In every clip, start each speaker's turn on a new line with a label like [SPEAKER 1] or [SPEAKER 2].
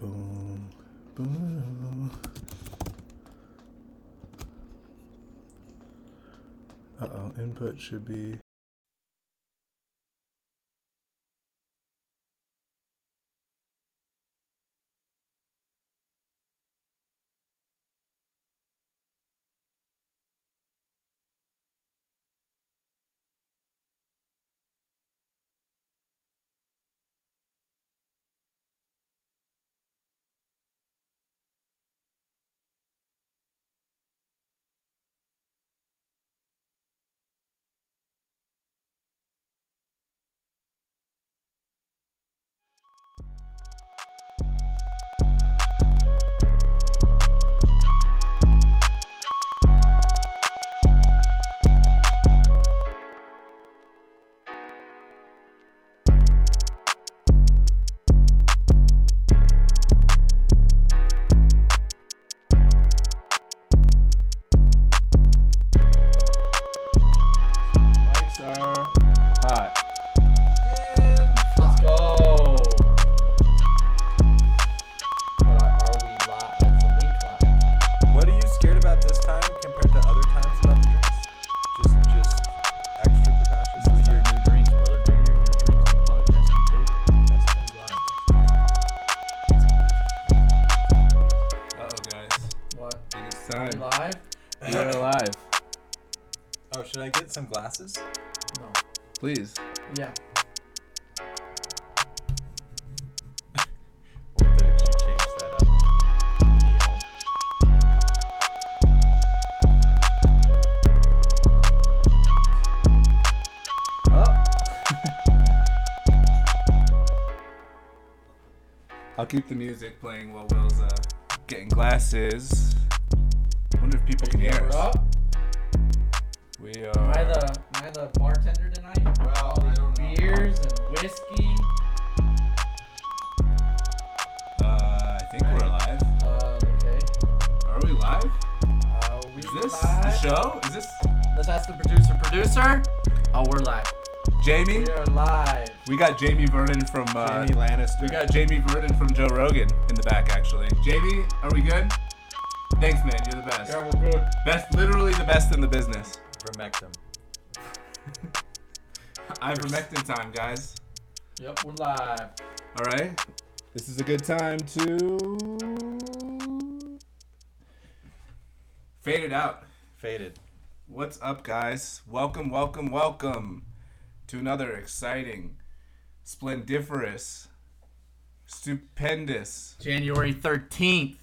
[SPEAKER 1] Boom, boom. Uh oh, input should be.
[SPEAKER 2] Lights are hot. Let's go. What are you scared about this time compared to other times about the drinks? Just, just extra precautious. this time? Uh-oh, guys. I think it's time.
[SPEAKER 3] Live?
[SPEAKER 4] We are live.
[SPEAKER 2] Oh, should I get some glasses?
[SPEAKER 3] No.
[SPEAKER 4] Please.
[SPEAKER 3] Yeah.
[SPEAKER 2] What the heck, you changed that up?
[SPEAKER 4] I'll keep the music playing while Will's uh, getting glasses. Wonder if people can hear
[SPEAKER 3] We're
[SPEAKER 4] us.
[SPEAKER 3] up.
[SPEAKER 4] We
[SPEAKER 3] Am I
[SPEAKER 4] are.
[SPEAKER 3] the am I the bartender tonight?
[SPEAKER 2] Well, I don't know.
[SPEAKER 3] Beers and whiskey.
[SPEAKER 2] Uh, I think we're live.
[SPEAKER 3] Uh, okay.
[SPEAKER 2] Are we live?
[SPEAKER 3] Uh, we
[SPEAKER 2] Is this the
[SPEAKER 3] live.
[SPEAKER 2] show? Is this
[SPEAKER 3] Let's ask the producer. Producer? Oh, we're live.
[SPEAKER 2] Jamie?
[SPEAKER 3] We are live.
[SPEAKER 2] We got Jamie Vernon from uh,
[SPEAKER 4] Jamie Lannister.
[SPEAKER 2] We got Jamie Vernon from Joe Rogan in the back, actually. Jamie, are we good? Thanks, man. You're the best.
[SPEAKER 3] we're good.
[SPEAKER 2] Best, literally the best in the business.
[SPEAKER 5] Vermectin.
[SPEAKER 2] Ivermectin time, guys.
[SPEAKER 3] Yep, we're live.
[SPEAKER 2] All right.
[SPEAKER 4] This is a good time to.
[SPEAKER 2] Fade it out.
[SPEAKER 5] Faded.
[SPEAKER 2] What's up, guys? Welcome, welcome, welcome to another exciting, splendiferous, stupendous
[SPEAKER 3] January 13th,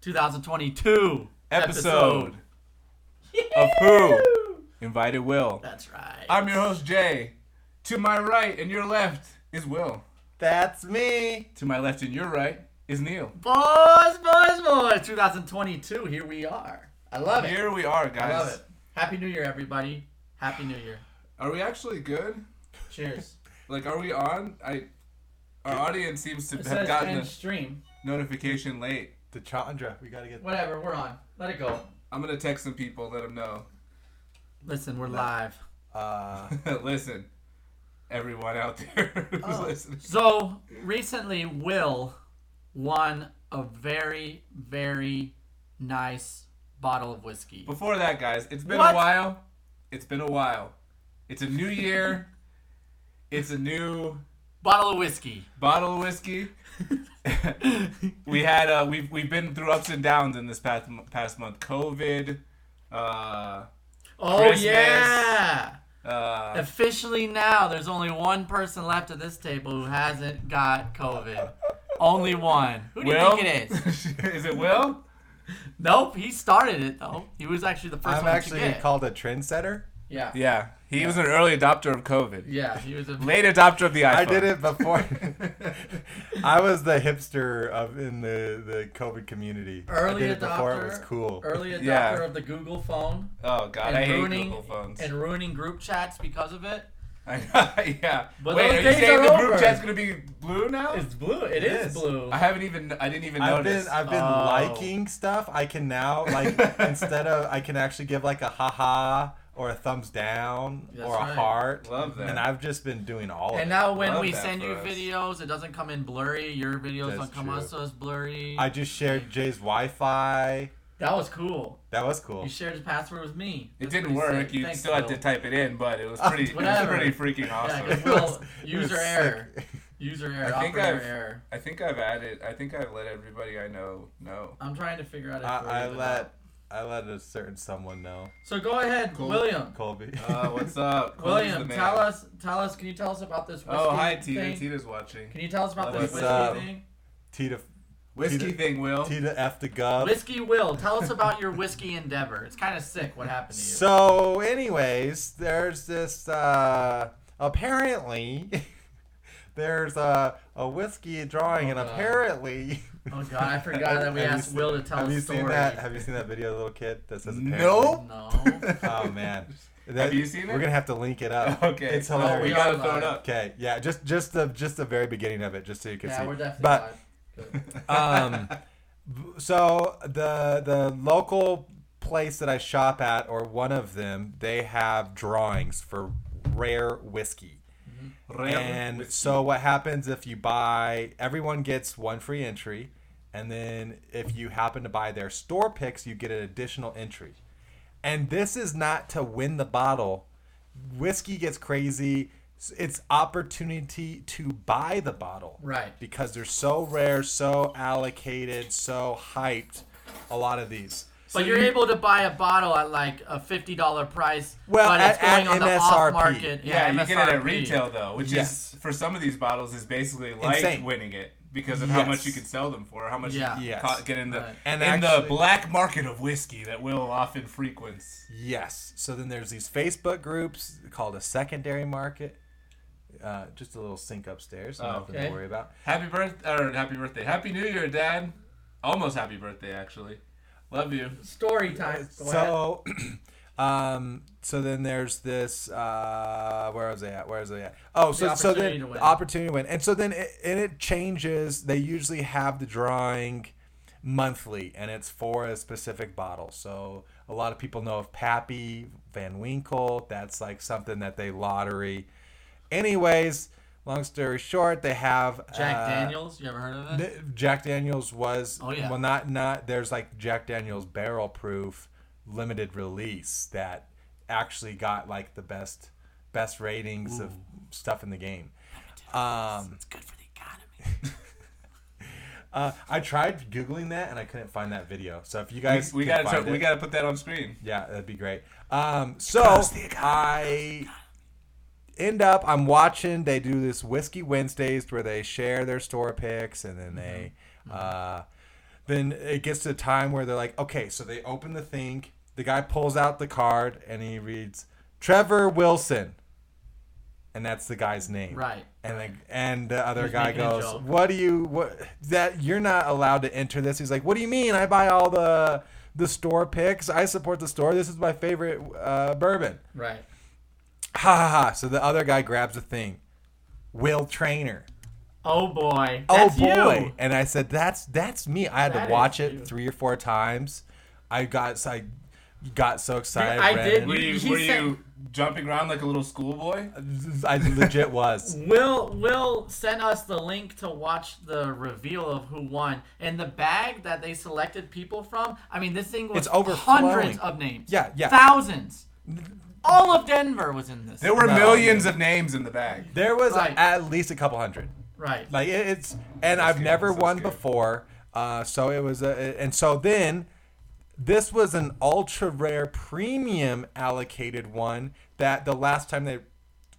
[SPEAKER 3] 2022.
[SPEAKER 2] episode of Who Invited Will.
[SPEAKER 3] That's right.
[SPEAKER 2] I'm your host, Jay. To my right and your left is Will.
[SPEAKER 5] That's me.
[SPEAKER 2] To my left and your right is Neil.
[SPEAKER 3] Boys, boys, boys. 2022. Here we are. I love it.
[SPEAKER 2] Here we are, guys.
[SPEAKER 3] I love it. Happy New Year, everybody. Happy New Year.
[SPEAKER 2] Are we actually good?
[SPEAKER 3] Cheers.
[SPEAKER 2] Like, are we on? I. Our audience seems to
[SPEAKER 3] It
[SPEAKER 2] have
[SPEAKER 3] says
[SPEAKER 2] gotten
[SPEAKER 3] end
[SPEAKER 2] a
[SPEAKER 3] stream.
[SPEAKER 2] notification late.
[SPEAKER 5] The Chandra. We gotta get.
[SPEAKER 3] Whatever, we're on. Let it go.
[SPEAKER 2] I'm gonna text some people, let them know.
[SPEAKER 3] Listen, we're live.
[SPEAKER 5] Uh,
[SPEAKER 2] Listen, everyone out there who's
[SPEAKER 3] Oh.
[SPEAKER 2] listening.
[SPEAKER 3] So recently, Will won a very, very nice bottle of whiskey.
[SPEAKER 2] Before that, guys, it's been
[SPEAKER 3] What?
[SPEAKER 2] a while. It's been a while. It's a new year. it's a new
[SPEAKER 3] Bottle of whiskey.
[SPEAKER 2] bottle of whiskey. we had uh, we've we've been through ups and downs in this past m- past month. COVID. Uh,
[SPEAKER 3] Oh
[SPEAKER 2] Christmas.
[SPEAKER 3] yeah!
[SPEAKER 2] uh,
[SPEAKER 3] Officially now, there's only one person left at this table who hasn't got COVID. only one. Who do
[SPEAKER 2] Will?
[SPEAKER 3] you think it is?
[SPEAKER 2] is it Will?
[SPEAKER 3] Nope, he started it though. He was actually the 1st
[SPEAKER 5] I'm
[SPEAKER 3] one
[SPEAKER 5] actually
[SPEAKER 3] to get.
[SPEAKER 5] called a trendsetter.
[SPEAKER 3] yeah. yeah,
[SPEAKER 2] Yeah, he was an early adopter of COVID.
[SPEAKER 3] He was a
[SPEAKER 2] Late adopter of the iPhone.
[SPEAKER 5] I did it before. I was the hipster of in the the COVID community.
[SPEAKER 3] Early
[SPEAKER 5] I did it before it was
[SPEAKER 3] adopter.
[SPEAKER 5] cool.
[SPEAKER 3] early adopter
[SPEAKER 2] Yeah.
[SPEAKER 3] of the Google phone
[SPEAKER 2] Oh God,
[SPEAKER 3] and
[SPEAKER 2] I hate
[SPEAKER 3] ruining
[SPEAKER 2] Google phones.
[SPEAKER 3] and ruining group chats because of it.
[SPEAKER 2] I know, yeah.
[SPEAKER 3] But
[SPEAKER 2] Wait,
[SPEAKER 3] those
[SPEAKER 2] are you
[SPEAKER 3] days
[SPEAKER 2] saying
[SPEAKER 3] are
[SPEAKER 2] the group
[SPEAKER 3] over.
[SPEAKER 2] chat's gonna be blue now?
[SPEAKER 3] It's blue. it
[SPEAKER 5] It
[SPEAKER 3] is,
[SPEAKER 5] is.
[SPEAKER 3] blue.
[SPEAKER 2] I haven't even. I didn't even
[SPEAKER 5] I've
[SPEAKER 2] notice.
[SPEAKER 5] been I've been
[SPEAKER 3] Oh.
[SPEAKER 5] liking stuff. I can now like instead of I can actually give like a haha or a thumbs down
[SPEAKER 3] That's
[SPEAKER 5] or a
[SPEAKER 3] right.
[SPEAKER 5] heart.
[SPEAKER 2] Love that.
[SPEAKER 5] And I've just been doing all of
[SPEAKER 3] And
[SPEAKER 5] it.
[SPEAKER 3] now when
[SPEAKER 2] Love
[SPEAKER 3] we
[SPEAKER 2] that
[SPEAKER 3] send
[SPEAKER 2] for
[SPEAKER 3] you
[SPEAKER 2] us.
[SPEAKER 3] videos, it doesn't come in blurry. Your videos
[SPEAKER 5] That's
[SPEAKER 3] don't come
[SPEAKER 5] true.
[SPEAKER 3] also as blurry.
[SPEAKER 5] I just shared Jay's Wi-Fi.
[SPEAKER 3] that was cool.
[SPEAKER 5] That was cool.
[SPEAKER 3] You shared his password with me.
[SPEAKER 2] It
[SPEAKER 3] That's
[SPEAKER 2] didn't
[SPEAKER 3] pretty
[SPEAKER 2] work.
[SPEAKER 3] sick.
[SPEAKER 2] You
[SPEAKER 3] Thanks,
[SPEAKER 2] still had
[SPEAKER 3] Will.
[SPEAKER 2] to type it in, but it was pretty. it was
[SPEAKER 3] Whatever.
[SPEAKER 2] pretty freaking awesome.
[SPEAKER 3] Yeah, 'cause
[SPEAKER 5] It
[SPEAKER 3] Will,
[SPEAKER 5] was- it
[SPEAKER 3] user
[SPEAKER 5] was
[SPEAKER 3] error.
[SPEAKER 5] sick.
[SPEAKER 3] User error.
[SPEAKER 2] I think
[SPEAKER 3] operator
[SPEAKER 2] I've-
[SPEAKER 3] error.
[SPEAKER 2] I think I've added. I think I've let everybody I know know.
[SPEAKER 3] I'm trying to figure out. if we're
[SPEAKER 5] I, I
[SPEAKER 3] even
[SPEAKER 5] let
[SPEAKER 3] up.
[SPEAKER 5] I let a certain someone know.
[SPEAKER 3] So go ahead,
[SPEAKER 2] Cool.
[SPEAKER 3] William.
[SPEAKER 5] Colby.
[SPEAKER 2] Uh, what's up, Cole's the
[SPEAKER 3] William,
[SPEAKER 2] man.
[SPEAKER 3] tell us. Tell us. Can you tell us about this whiskey
[SPEAKER 2] Oh, hi,
[SPEAKER 3] thing?
[SPEAKER 2] Tita. Tita's watching.
[SPEAKER 3] Can you tell us about this
[SPEAKER 2] What's
[SPEAKER 3] whiskey
[SPEAKER 5] up?
[SPEAKER 3] thing?
[SPEAKER 5] T to
[SPEAKER 2] Whiskey
[SPEAKER 5] Tita-
[SPEAKER 2] thing, Will.
[SPEAKER 5] T to F to Gov.
[SPEAKER 3] Whiskey Will, tell us about your whiskey endeavor. It's kind of sick what happened to you.
[SPEAKER 5] So, anyways, there's this. Uh, apparently, there's a a whiskey drawing, and
[SPEAKER 3] Oh, God.
[SPEAKER 5] apparently.
[SPEAKER 3] oh god, I forgot that we
[SPEAKER 5] Have you
[SPEAKER 3] asked
[SPEAKER 5] seen-
[SPEAKER 3] Will to tell
[SPEAKER 5] Have
[SPEAKER 3] a
[SPEAKER 5] you
[SPEAKER 3] story.
[SPEAKER 5] seen that? Have you seen that video, of the little kid? That says apparently?
[SPEAKER 2] Nope.
[SPEAKER 3] No.
[SPEAKER 5] Oh man.
[SPEAKER 2] Have you seen it?
[SPEAKER 5] We're gonna have to link it up.
[SPEAKER 2] Okay.
[SPEAKER 5] It's
[SPEAKER 2] No,
[SPEAKER 5] hilarious.
[SPEAKER 2] we
[SPEAKER 3] Oh,
[SPEAKER 2] gotta
[SPEAKER 3] yeah.
[SPEAKER 2] throw it up.
[SPEAKER 5] Okay, yeah, just just the just the very beginning of it, just so you can
[SPEAKER 3] yeah,
[SPEAKER 5] see.
[SPEAKER 3] we're definitely.
[SPEAKER 5] but
[SPEAKER 3] live. Good.
[SPEAKER 5] um, b- so the the local place that I shop at, or one of them, they have drawings for rare whiskey. And so what happens if you buy? Everyone gets one free entry, and then if you happen to buy their store picks, you get an additional entry. And this is not to win the bottle. Whiskey gets crazy. It's opportunity to buy the bottle
[SPEAKER 3] Right.
[SPEAKER 5] because they're so rare, so allocated, so hyped. A lot of these.
[SPEAKER 3] but you're able to buy a bottle at like a fifty dollar price.
[SPEAKER 5] Well,
[SPEAKER 3] but it's
[SPEAKER 5] at-
[SPEAKER 3] going
[SPEAKER 5] at
[SPEAKER 3] on the off
[SPEAKER 5] MSRP.
[SPEAKER 3] market.
[SPEAKER 2] Yeah, you get it at
[SPEAKER 3] MSRP.
[SPEAKER 2] retail though, which
[SPEAKER 5] Yes.
[SPEAKER 2] is for some of these bottles is basically like
[SPEAKER 5] Insane.
[SPEAKER 2] winning it because of how much
[SPEAKER 5] Yes.
[SPEAKER 2] you can sell them for, how much
[SPEAKER 3] Yeah.
[SPEAKER 2] you
[SPEAKER 5] Yes.
[SPEAKER 2] ca- get in the
[SPEAKER 3] Right.
[SPEAKER 5] And
[SPEAKER 2] in
[SPEAKER 5] actually-
[SPEAKER 2] the black market of whiskey that Will often frequents.
[SPEAKER 5] Yes. So then there's these Facebook groups called a secondary market. Uh, just a little sink upstairs, nothing
[SPEAKER 3] okay.
[SPEAKER 5] to worry about.
[SPEAKER 2] Happy birth or happy birthday. Happy New Year, Dad. Almost happy birthday, actually. Love you.
[SPEAKER 3] Story time. Go ahead.
[SPEAKER 5] So, uh, um, so then there's this. Uh, where was I at? Where was I at? Oh, so
[SPEAKER 3] The
[SPEAKER 5] so
[SPEAKER 3] opportunity
[SPEAKER 5] then
[SPEAKER 3] to win.
[SPEAKER 5] the opportunity to win, and so then it, and it changes. They usually have the drawing monthly, and it's for a specific bottle. So a lot of people know of Pappy Van Winkle. That's like something that they lottery. Anyways, long story short, they have
[SPEAKER 3] Jack
[SPEAKER 5] uh,
[SPEAKER 3] Daniels. You ever heard of it?
[SPEAKER 5] Th- Jack Daniels was
[SPEAKER 3] Oh, yeah.
[SPEAKER 5] well not not there's like Jack Daniels barrel proof limited release that actually got like the best best ratings of stuff in the game. Um,
[SPEAKER 3] it's good for the economy.
[SPEAKER 5] uh, I tried googling that and I couldn't find that video. So if you guys
[SPEAKER 2] We
[SPEAKER 5] can
[SPEAKER 2] gotta
[SPEAKER 5] find
[SPEAKER 2] try- we
[SPEAKER 5] it-
[SPEAKER 2] gotta put that on screen.
[SPEAKER 5] Yeah, that'd be great. Um, so I end up I'm watching. They do this whiskey Wednesdays where they share their store picks, and then they uh, then it gets to a time where they're like, okay, so they open the thing. The guy pulls out the card and he reads Trevor Wilson, and that's the guy's name.
[SPEAKER 3] Right.
[SPEAKER 5] And the, and the other
[SPEAKER 3] He's
[SPEAKER 5] guy
[SPEAKER 3] making a
[SPEAKER 5] goes,
[SPEAKER 3] joke.
[SPEAKER 5] "What do you what that you're not allowed to enter this?" He's like, "What do you mean? I buy all the the store picks. I support the store. This is my favorite uh, bourbon."
[SPEAKER 3] Right.
[SPEAKER 5] Ha ha ha! So the other guy grabs a thing. Will Trainer.
[SPEAKER 3] Oh boy. That's
[SPEAKER 5] oh boy!
[SPEAKER 3] You.
[SPEAKER 5] And I said, "That's that's me." I had
[SPEAKER 3] That
[SPEAKER 5] to watch
[SPEAKER 3] is
[SPEAKER 5] it
[SPEAKER 3] you.
[SPEAKER 5] three or four times. I got I got so excited.
[SPEAKER 3] I
[SPEAKER 5] ran
[SPEAKER 3] did-
[SPEAKER 5] in.
[SPEAKER 2] Were you
[SPEAKER 3] He
[SPEAKER 2] were
[SPEAKER 3] said-
[SPEAKER 2] you jumping around like a little schoolboy?
[SPEAKER 5] I legit was.
[SPEAKER 3] Will Will sent us the link to watch the reveal of who won and the bag that they selected people from. I mean, this thing was
[SPEAKER 5] It's overflowing.
[SPEAKER 3] hundreds of names.
[SPEAKER 5] Yeah, yeah.
[SPEAKER 3] Thousands. All of Denver was in this.
[SPEAKER 2] There were
[SPEAKER 5] No.
[SPEAKER 2] millions of names in the bag.
[SPEAKER 5] There was
[SPEAKER 3] Right.
[SPEAKER 5] at least a couple hundred.
[SPEAKER 3] right.
[SPEAKER 5] Like it- it's, and I've
[SPEAKER 2] scared.
[SPEAKER 5] never
[SPEAKER 2] I'm so
[SPEAKER 5] won
[SPEAKER 2] scared.
[SPEAKER 5] before. Uh, so it was, a, and so then, this was an ultra rare premium allocated one that the last time they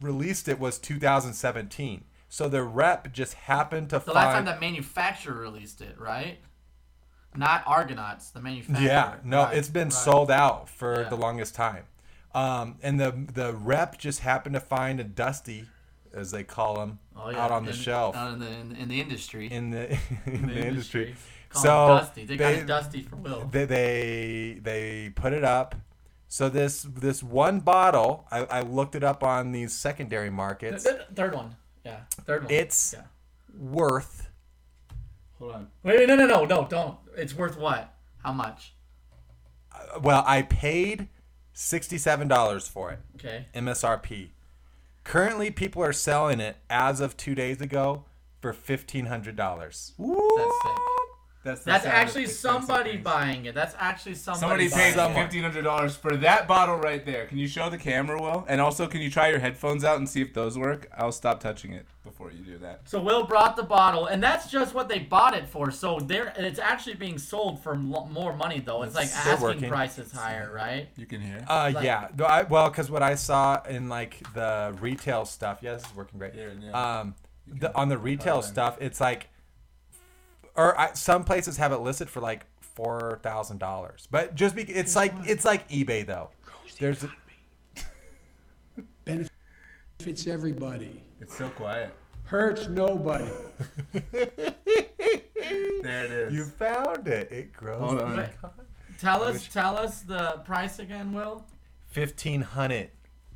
[SPEAKER 5] released it was 2017. So the rep just happened to
[SPEAKER 3] the
[SPEAKER 5] find.
[SPEAKER 3] last time that manufacturer released it, right? Not Argonauts, the manufacturer.
[SPEAKER 5] yeah, no,
[SPEAKER 3] Right,
[SPEAKER 5] it's been
[SPEAKER 3] right.
[SPEAKER 5] sold out for
[SPEAKER 3] Yeah.
[SPEAKER 5] the longest time. Um, and the the rep just happened to find a dusty, as they call him,
[SPEAKER 3] Oh, yeah,
[SPEAKER 5] out on the
[SPEAKER 3] in-
[SPEAKER 5] shelf.
[SPEAKER 3] Out in the, in, in the industry.
[SPEAKER 5] in the in the, industry.
[SPEAKER 3] Call
[SPEAKER 5] So
[SPEAKER 3] him Dusty. They, got it Dusty for Will.
[SPEAKER 5] they they they put it up. So this this one bottle, I, I looked it up on these secondary markets.
[SPEAKER 3] Th- th- third one. Yeah, third one.
[SPEAKER 5] It's
[SPEAKER 3] Yeah.
[SPEAKER 5] worth
[SPEAKER 2] Hold on.
[SPEAKER 3] Wait, wait, no, no, no, no, don't. It's worth what? How much?
[SPEAKER 5] well, I paid $67 for it.
[SPEAKER 3] Okay.
[SPEAKER 5] MSRP. Currently, people are selling it as of two days ago for fifteen hundred dollars.
[SPEAKER 3] That's sick.
[SPEAKER 2] That's, the
[SPEAKER 3] That's
[SPEAKER 2] sound of
[SPEAKER 3] actually
[SPEAKER 2] expensive
[SPEAKER 3] somebody
[SPEAKER 2] things.
[SPEAKER 3] buying it. That's actually somebody.
[SPEAKER 2] Somebody
[SPEAKER 3] buying
[SPEAKER 2] paid
[SPEAKER 3] it.
[SPEAKER 5] Someone.
[SPEAKER 2] fifteen hundred dollars for that bottle right there. Can you show the camera well? And also, can you try your headphones out and see if those work? I'll stop touching it before you do that.
[SPEAKER 3] So Will brought the bottle, and that's just what they bought it for. So they're it's actually being sold for lo- more money though. It's like
[SPEAKER 5] They're
[SPEAKER 3] asking
[SPEAKER 5] working.
[SPEAKER 3] price is higher, right?
[SPEAKER 2] You can hear.
[SPEAKER 5] Uh,
[SPEAKER 3] Like-
[SPEAKER 5] yeah. Though I, well, because what I saw in like the retail stuff, yeah, this is working great.
[SPEAKER 2] Here, yeah.
[SPEAKER 5] Um, the, on the retail stuff, it's like, or I, some places have it listed for like four thousand dollars. But just be, it's like it's like eBay though. There's
[SPEAKER 6] benefits everybody,
[SPEAKER 2] It's so quiet.
[SPEAKER 6] hurts nobody.
[SPEAKER 2] There it is.
[SPEAKER 5] you found it. It grows.
[SPEAKER 2] Hold on.
[SPEAKER 3] But tell us, tell us the price again, Will.
[SPEAKER 5] Fifteen hundred.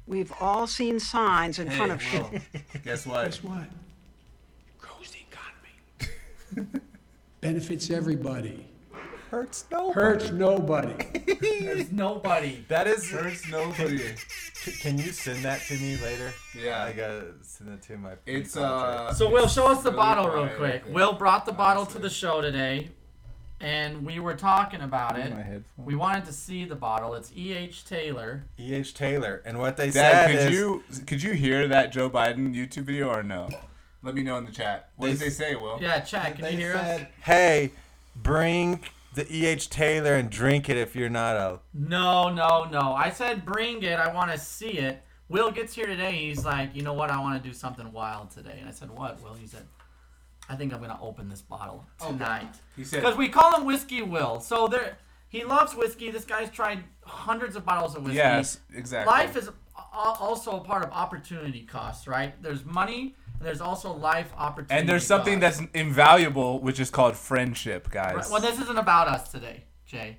[SPEAKER 7] We've all seen signs in front of
[SPEAKER 2] Hey,
[SPEAKER 7] shit.
[SPEAKER 2] Will, guess what?
[SPEAKER 6] Guess what? Grows the economy. benefits everybody,
[SPEAKER 5] Hurts no.
[SPEAKER 6] hurts nobody.
[SPEAKER 3] There's nobody.
[SPEAKER 5] That is.
[SPEAKER 2] There's nobody.
[SPEAKER 5] Can you send that to me later?
[SPEAKER 2] Yeah.
[SPEAKER 5] I gotta send it to my.
[SPEAKER 2] It's uh.
[SPEAKER 3] So Will, show us the
[SPEAKER 2] Really
[SPEAKER 3] bottle real
[SPEAKER 2] quiet, I
[SPEAKER 3] quick.
[SPEAKER 2] think,
[SPEAKER 3] Will brought the bottle to
[SPEAKER 2] honestly.
[SPEAKER 3] the show today, and we were talking about it.
[SPEAKER 2] my headphones.
[SPEAKER 3] We wanted to see the bottle. It's E. H. Taylor.
[SPEAKER 5] E. H. Taylor, and what they
[SPEAKER 2] Dad,
[SPEAKER 5] said
[SPEAKER 2] could
[SPEAKER 5] is
[SPEAKER 2] you could you hear that Joe Biden YouTube video or no? Let me know in the chat. What did they say, Will?
[SPEAKER 3] Yeah, Chad, can you hear us?
[SPEAKER 5] "Hey, bring the E. H. Taylor and drink it if you're not a."
[SPEAKER 3] No, no, no. I said bring it. I want to see it. Will gets here today. He's like, you know what? I want to do something wild today. And I said, what? Will, he said, I think I'm gonna open this bottle tonight.
[SPEAKER 2] He said.
[SPEAKER 3] Because we call him Whiskey Will. So there, he loves whiskey. This guy's tried hundreds of bottles of whiskey.
[SPEAKER 2] Yes, exactly.
[SPEAKER 3] Life is a- also a part of opportunity cost, right? There's money, and there's also life opportunity.
[SPEAKER 2] and there's something
[SPEAKER 3] cost.
[SPEAKER 2] that's invaluable, which is called friendship, guys.
[SPEAKER 3] Right, Well, this isn't about us today, Jay.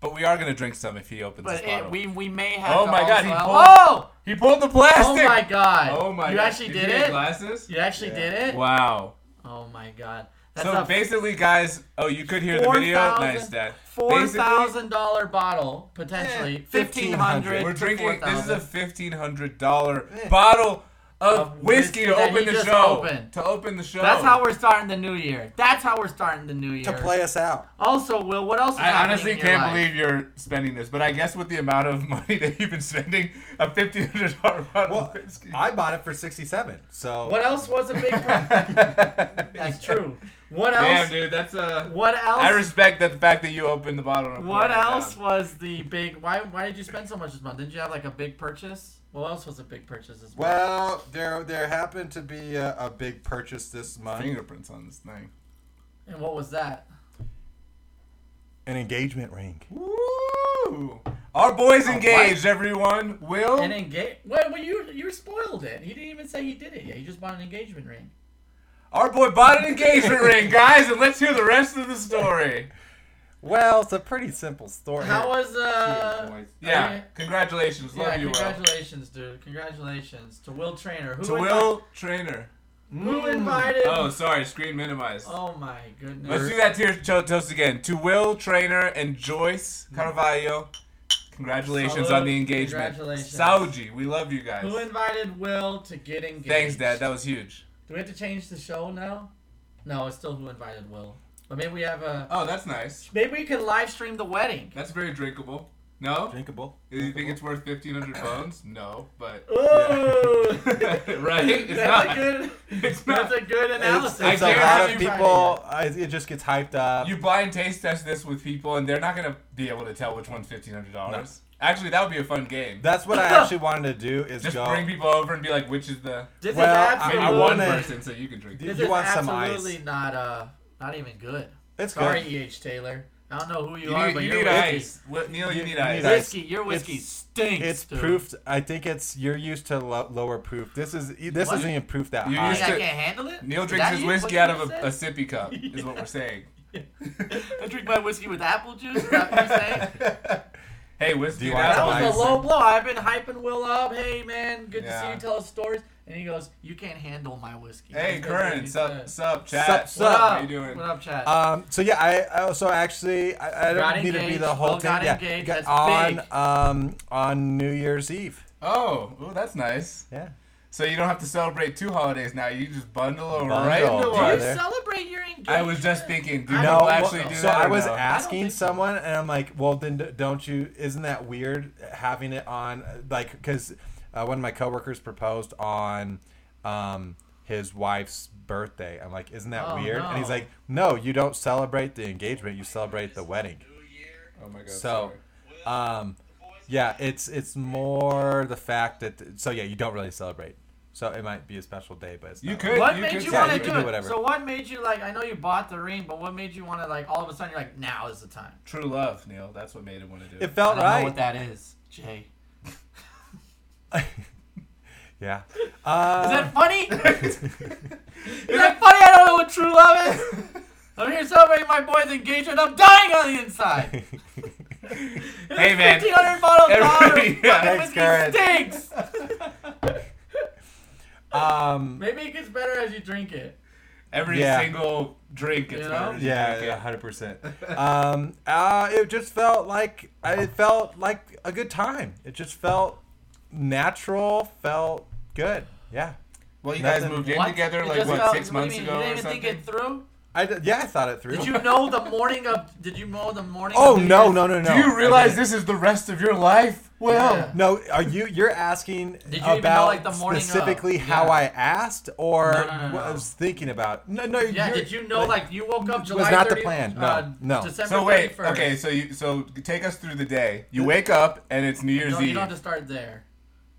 [SPEAKER 2] but we are gonna drink some if he opens
[SPEAKER 3] But
[SPEAKER 2] this bottle.
[SPEAKER 3] it, we we may have.
[SPEAKER 2] Oh
[SPEAKER 3] to
[SPEAKER 2] my
[SPEAKER 3] also,
[SPEAKER 2] God, he pulled-
[SPEAKER 3] Oh!
[SPEAKER 2] He pulled the plastic.
[SPEAKER 3] Oh my god!
[SPEAKER 2] Oh my
[SPEAKER 3] You
[SPEAKER 2] God.
[SPEAKER 3] actually did,
[SPEAKER 2] you get
[SPEAKER 3] it.
[SPEAKER 2] Glasses.
[SPEAKER 3] You actually did it.
[SPEAKER 2] Wow.
[SPEAKER 3] Oh my god! That's
[SPEAKER 2] so
[SPEAKER 3] a
[SPEAKER 2] basically, guys. Oh, you could hear the video. Nice, Dad.
[SPEAKER 3] Four
[SPEAKER 2] Basically,
[SPEAKER 3] thousand dollar bottle potentially. Fifteen hundred.
[SPEAKER 2] We're drinking. This is a fifteen hundred dollar bottle of,
[SPEAKER 3] Of
[SPEAKER 2] whiskey,
[SPEAKER 3] whiskey
[SPEAKER 2] to
[SPEAKER 3] that
[SPEAKER 2] open
[SPEAKER 3] he
[SPEAKER 2] the
[SPEAKER 3] just
[SPEAKER 2] show.
[SPEAKER 3] opened.
[SPEAKER 2] To open the show.
[SPEAKER 3] That's how we're starting the new year. That's how we're starting the new year.
[SPEAKER 5] To play us out.
[SPEAKER 3] Also, Will, what else? Is
[SPEAKER 2] I
[SPEAKER 3] happening
[SPEAKER 2] honestly
[SPEAKER 3] in your
[SPEAKER 2] can't
[SPEAKER 3] life?
[SPEAKER 2] believe you're spending this, but I guess with the amount of money that you've been spending, a fifteen hundred dollar bottle
[SPEAKER 5] Well,
[SPEAKER 2] of whiskey.
[SPEAKER 5] I bought it for sixty-seven. So
[SPEAKER 3] What else was a big problem? That's true. What
[SPEAKER 2] Damn,
[SPEAKER 3] else?
[SPEAKER 2] dude, that's a.
[SPEAKER 3] what else?
[SPEAKER 2] I respect that the fact that you opened the bottle. and poured
[SPEAKER 3] what
[SPEAKER 2] it down.
[SPEAKER 3] else was the big? Why? Why did you spend so much this month? Didn't you have like a big purchase? What else was a big purchase this month?
[SPEAKER 5] Well, there there happened to be a, a big purchase this month.
[SPEAKER 2] Fingerprints on this thing.
[SPEAKER 3] and what was that?
[SPEAKER 5] An engagement ring.
[SPEAKER 2] Woo! Our
[SPEAKER 3] Oh,
[SPEAKER 2] boy's engaged, everyone. Will
[SPEAKER 3] An engage? Wait, well, you you spoiled it. He didn't even say he did it yet. He just bought an engagement ring.
[SPEAKER 2] our boy bought an engagement ring, guys? And let's hear the rest of the story.
[SPEAKER 5] Well, it's a pretty simple story.
[SPEAKER 3] How was uh?
[SPEAKER 2] Yeah,
[SPEAKER 3] Okay.
[SPEAKER 2] congratulations. Love
[SPEAKER 3] Yeah,
[SPEAKER 2] you, Will.
[SPEAKER 3] congratulations, dude. Congratulations to Will Trainer. Who
[SPEAKER 2] To
[SPEAKER 3] invi-
[SPEAKER 2] Will Trainer.
[SPEAKER 3] Who invited?
[SPEAKER 2] Oh, sorry, screen minimized.
[SPEAKER 3] Oh my goodness.
[SPEAKER 2] Let's do that tier to- toast again. To Will Trainer and Joyce Carvalho. Congratulations
[SPEAKER 3] Salud.
[SPEAKER 2] on the engagement.
[SPEAKER 3] Congratulations.
[SPEAKER 2] Sauji, we love you guys.
[SPEAKER 3] Who invited Will to get engaged?
[SPEAKER 2] Thanks, Dad. That was huge.
[SPEAKER 3] Do we have to change the show now? No, it's still who invited Will. But maybe we have a.
[SPEAKER 2] Oh, that's nice.
[SPEAKER 3] Maybe we can live stream the wedding.
[SPEAKER 2] That's very drinkable. No?
[SPEAKER 5] drinkable?
[SPEAKER 2] Do you think it's worth 1500 bones? No, but.
[SPEAKER 3] Ooh,
[SPEAKER 2] right? It's
[SPEAKER 3] that's
[SPEAKER 2] not.
[SPEAKER 3] a good.
[SPEAKER 2] It's not.
[SPEAKER 3] That's a good analysis.
[SPEAKER 5] It's
[SPEAKER 2] I
[SPEAKER 5] a
[SPEAKER 2] can't
[SPEAKER 5] lot of
[SPEAKER 2] have you
[SPEAKER 5] people. I, it just gets hyped up.
[SPEAKER 2] You blind taste test this with people, and they're not going to be able to tell which one's $1,500. Actually, that would be a fun game.
[SPEAKER 5] That's what I actually wanted to do is
[SPEAKER 2] Just
[SPEAKER 5] go.
[SPEAKER 2] bring people over and be like, which is the.
[SPEAKER 3] This
[SPEAKER 5] Well,
[SPEAKER 3] is
[SPEAKER 5] I-
[SPEAKER 2] I
[SPEAKER 3] absolutely.
[SPEAKER 2] mean, one
[SPEAKER 5] wanna-
[SPEAKER 2] person, so you can drink.
[SPEAKER 5] Do
[SPEAKER 2] it.
[SPEAKER 3] This
[SPEAKER 5] you
[SPEAKER 3] is
[SPEAKER 5] want some
[SPEAKER 3] absolutely
[SPEAKER 5] ice?
[SPEAKER 3] not uh not even good.
[SPEAKER 5] It's
[SPEAKER 3] Sorry,
[SPEAKER 5] good.
[SPEAKER 3] E.H. Taylor. I don't know who you,
[SPEAKER 2] You
[SPEAKER 3] are,
[SPEAKER 2] need,
[SPEAKER 3] but
[SPEAKER 2] you
[SPEAKER 3] your
[SPEAKER 2] need
[SPEAKER 3] whiskey,
[SPEAKER 2] ice. What- Neil, you,
[SPEAKER 5] You-
[SPEAKER 2] need
[SPEAKER 5] you
[SPEAKER 2] ice.
[SPEAKER 5] need ice.
[SPEAKER 3] whiskey, your whiskey
[SPEAKER 5] It's-
[SPEAKER 3] stinks.
[SPEAKER 5] It's
[SPEAKER 3] dude.
[SPEAKER 5] proofed. I think it's you're used to lo- lower proof. This is this
[SPEAKER 3] What?
[SPEAKER 5] isn't even proof that
[SPEAKER 2] You
[SPEAKER 3] You
[SPEAKER 5] high.
[SPEAKER 3] think I
[SPEAKER 2] used to-
[SPEAKER 3] can't handle it?
[SPEAKER 2] Neil
[SPEAKER 3] Is
[SPEAKER 2] drinks
[SPEAKER 3] that
[SPEAKER 2] his
[SPEAKER 3] you-
[SPEAKER 2] whiskey
[SPEAKER 3] what
[SPEAKER 2] out
[SPEAKER 3] you
[SPEAKER 2] of a, a
[SPEAKER 3] said?
[SPEAKER 2] sippy cup, is what we're saying.
[SPEAKER 3] I drink my whiskey with apple juice. Is that what you're saying?
[SPEAKER 2] Hey, whiskey
[SPEAKER 5] you
[SPEAKER 2] and
[SPEAKER 5] want
[SPEAKER 2] apple
[SPEAKER 3] That was
[SPEAKER 2] ice.
[SPEAKER 3] a low blow. I've been hyping Will up. Hey man, good to see
[SPEAKER 2] Yeah.
[SPEAKER 3] you. Tell us stories. And And he goes, "You can't handle my whiskey."
[SPEAKER 2] Hey,
[SPEAKER 3] That's basically what
[SPEAKER 2] Curran,
[SPEAKER 3] he
[SPEAKER 2] sup,
[SPEAKER 3] said.
[SPEAKER 2] sup, chat.
[SPEAKER 5] Sup, sup.
[SPEAKER 2] What How you doing? Uh,
[SPEAKER 3] What up, Chad?
[SPEAKER 5] Um, so yeah, I I also actually I, I don't
[SPEAKER 3] Got
[SPEAKER 5] need to be
[SPEAKER 3] engaged.
[SPEAKER 5] the whole
[SPEAKER 3] Will
[SPEAKER 5] thing.
[SPEAKER 3] got
[SPEAKER 5] yeah,
[SPEAKER 3] engaged.
[SPEAKER 5] got
[SPEAKER 3] That's
[SPEAKER 5] on
[SPEAKER 3] big.
[SPEAKER 5] um on New Year's Eve.
[SPEAKER 2] Oh, ooh, that's nice.
[SPEAKER 5] Yeah.
[SPEAKER 2] So you don't have to celebrate two holidays now. You just bundle, right
[SPEAKER 5] Bundle,
[SPEAKER 2] into
[SPEAKER 3] Do you
[SPEAKER 2] one.
[SPEAKER 5] brother. there.
[SPEAKER 3] celebrate your engagement?
[SPEAKER 2] I was just thinking, do
[SPEAKER 3] I
[SPEAKER 5] No,
[SPEAKER 2] people
[SPEAKER 3] don't
[SPEAKER 5] well,
[SPEAKER 2] actually do
[SPEAKER 5] so
[SPEAKER 2] that?
[SPEAKER 5] I
[SPEAKER 2] or
[SPEAKER 5] was
[SPEAKER 2] no?
[SPEAKER 5] asking
[SPEAKER 3] think so.
[SPEAKER 5] someone, and I'm like, well, then d- don't you? Isn't that weird having it on like because uh, one of my coworkers proposed on um his wife's birthday. I'm like, isn't that
[SPEAKER 3] Oh,
[SPEAKER 5] weird? And he's
[SPEAKER 3] no.
[SPEAKER 5] like, no, you don't celebrate the engagement. You celebrate the wedding.
[SPEAKER 2] Oh my god.
[SPEAKER 5] So,
[SPEAKER 2] sorry.
[SPEAKER 5] um, yeah, it's it's more the fact that so yeah, you don't really celebrate. So it might be a special day, but it's
[SPEAKER 2] you
[SPEAKER 5] not
[SPEAKER 2] could.
[SPEAKER 5] really-
[SPEAKER 3] What
[SPEAKER 2] you
[SPEAKER 3] made
[SPEAKER 2] could
[SPEAKER 3] you
[SPEAKER 5] yeah,
[SPEAKER 3] want
[SPEAKER 5] you can
[SPEAKER 3] to
[SPEAKER 2] celebrate.
[SPEAKER 5] do
[SPEAKER 3] do it?
[SPEAKER 5] whatever.
[SPEAKER 3] So what made you like? I know you bought the ring, but what made you want to like? All of a sudden, you're like, now is the time.
[SPEAKER 2] True love, Neil. That's what made him want to do
[SPEAKER 5] It
[SPEAKER 2] it.
[SPEAKER 3] I
[SPEAKER 5] felt
[SPEAKER 3] don't know
[SPEAKER 5] right.
[SPEAKER 3] what that is, Jay.
[SPEAKER 5] yeah. Uh,
[SPEAKER 3] Is that funny? is that funny? I don't know what true love is. I'm here celebrating my boy's engagement. I'm dying on the inside.
[SPEAKER 2] Hey man.
[SPEAKER 3] Fifteen hundred bottle
[SPEAKER 2] Everybody-
[SPEAKER 3] bottle.
[SPEAKER 2] yeah,
[SPEAKER 5] thanks, Garrett.
[SPEAKER 3] stinks.
[SPEAKER 5] um,
[SPEAKER 3] Maybe it gets better as you drink it.
[SPEAKER 2] Every
[SPEAKER 5] Yeah.
[SPEAKER 2] single drink gets
[SPEAKER 3] You
[SPEAKER 2] better
[SPEAKER 3] know?
[SPEAKER 2] as you
[SPEAKER 5] yeah,
[SPEAKER 2] drink
[SPEAKER 5] yeah,
[SPEAKER 2] it.
[SPEAKER 5] hundred percent. Um, uh, it just felt like it felt like a good time. It just felt natural. Felt good. Yeah.
[SPEAKER 2] Well, you guys
[SPEAKER 5] Nothing.
[SPEAKER 2] moved in
[SPEAKER 3] What?
[SPEAKER 2] together
[SPEAKER 3] It
[SPEAKER 2] like
[SPEAKER 3] just
[SPEAKER 2] what
[SPEAKER 3] felt- what
[SPEAKER 2] six
[SPEAKER 3] do
[SPEAKER 2] months
[SPEAKER 3] you mean?
[SPEAKER 2] ago
[SPEAKER 3] You didn't
[SPEAKER 2] or
[SPEAKER 3] even
[SPEAKER 2] something.
[SPEAKER 3] think it through.
[SPEAKER 5] I did- yeah, I thought it through.
[SPEAKER 3] Did you know the morning of? Did you know the morning?
[SPEAKER 5] oh
[SPEAKER 3] of New
[SPEAKER 5] no,
[SPEAKER 3] Year's-
[SPEAKER 5] no, no, no!
[SPEAKER 2] do you
[SPEAKER 5] I
[SPEAKER 2] realize
[SPEAKER 5] didn't.
[SPEAKER 2] this is the rest of your life? Well,
[SPEAKER 3] Yeah.
[SPEAKER 5] No, are you? You're asking
[SPEAKER 3] Did you even
[SPEAKER 5] about
[SPEAKER 3] know, like, the morning of?
[SPEAKER 5] specifically
[SPEAKER 3] Yeah.
[SPEAKER 5] how I asked, or
[SPEAKER 3] No, no, no,
[SPEAKER 5] what I
[SPEAKER 3] no.
[SPEAKER 5] was thinking about. No, no.
[SPEAKER 3] Yeah,
[SPEAKER 5] you're-
[SPEAKER 3] did you know like you woke up July
[SPEAKER 5] not the
[SPEAKER 3] 30th,
[SPEAKER 5] plan. No,
[SPEAKER 3] uh,
[SPEAKER 5] no.
[SPEAKER 3] December
[SPEAKER 2] So wait,
[SPEAKER 3] 31st.
[SPEAKER 2] okay, so you so take us through the day. You wake up and it's New Year's
[SPEAKER 3] No, you
[SPEAKER 2] Eve.
[SPEAKER 3] don't have to start there.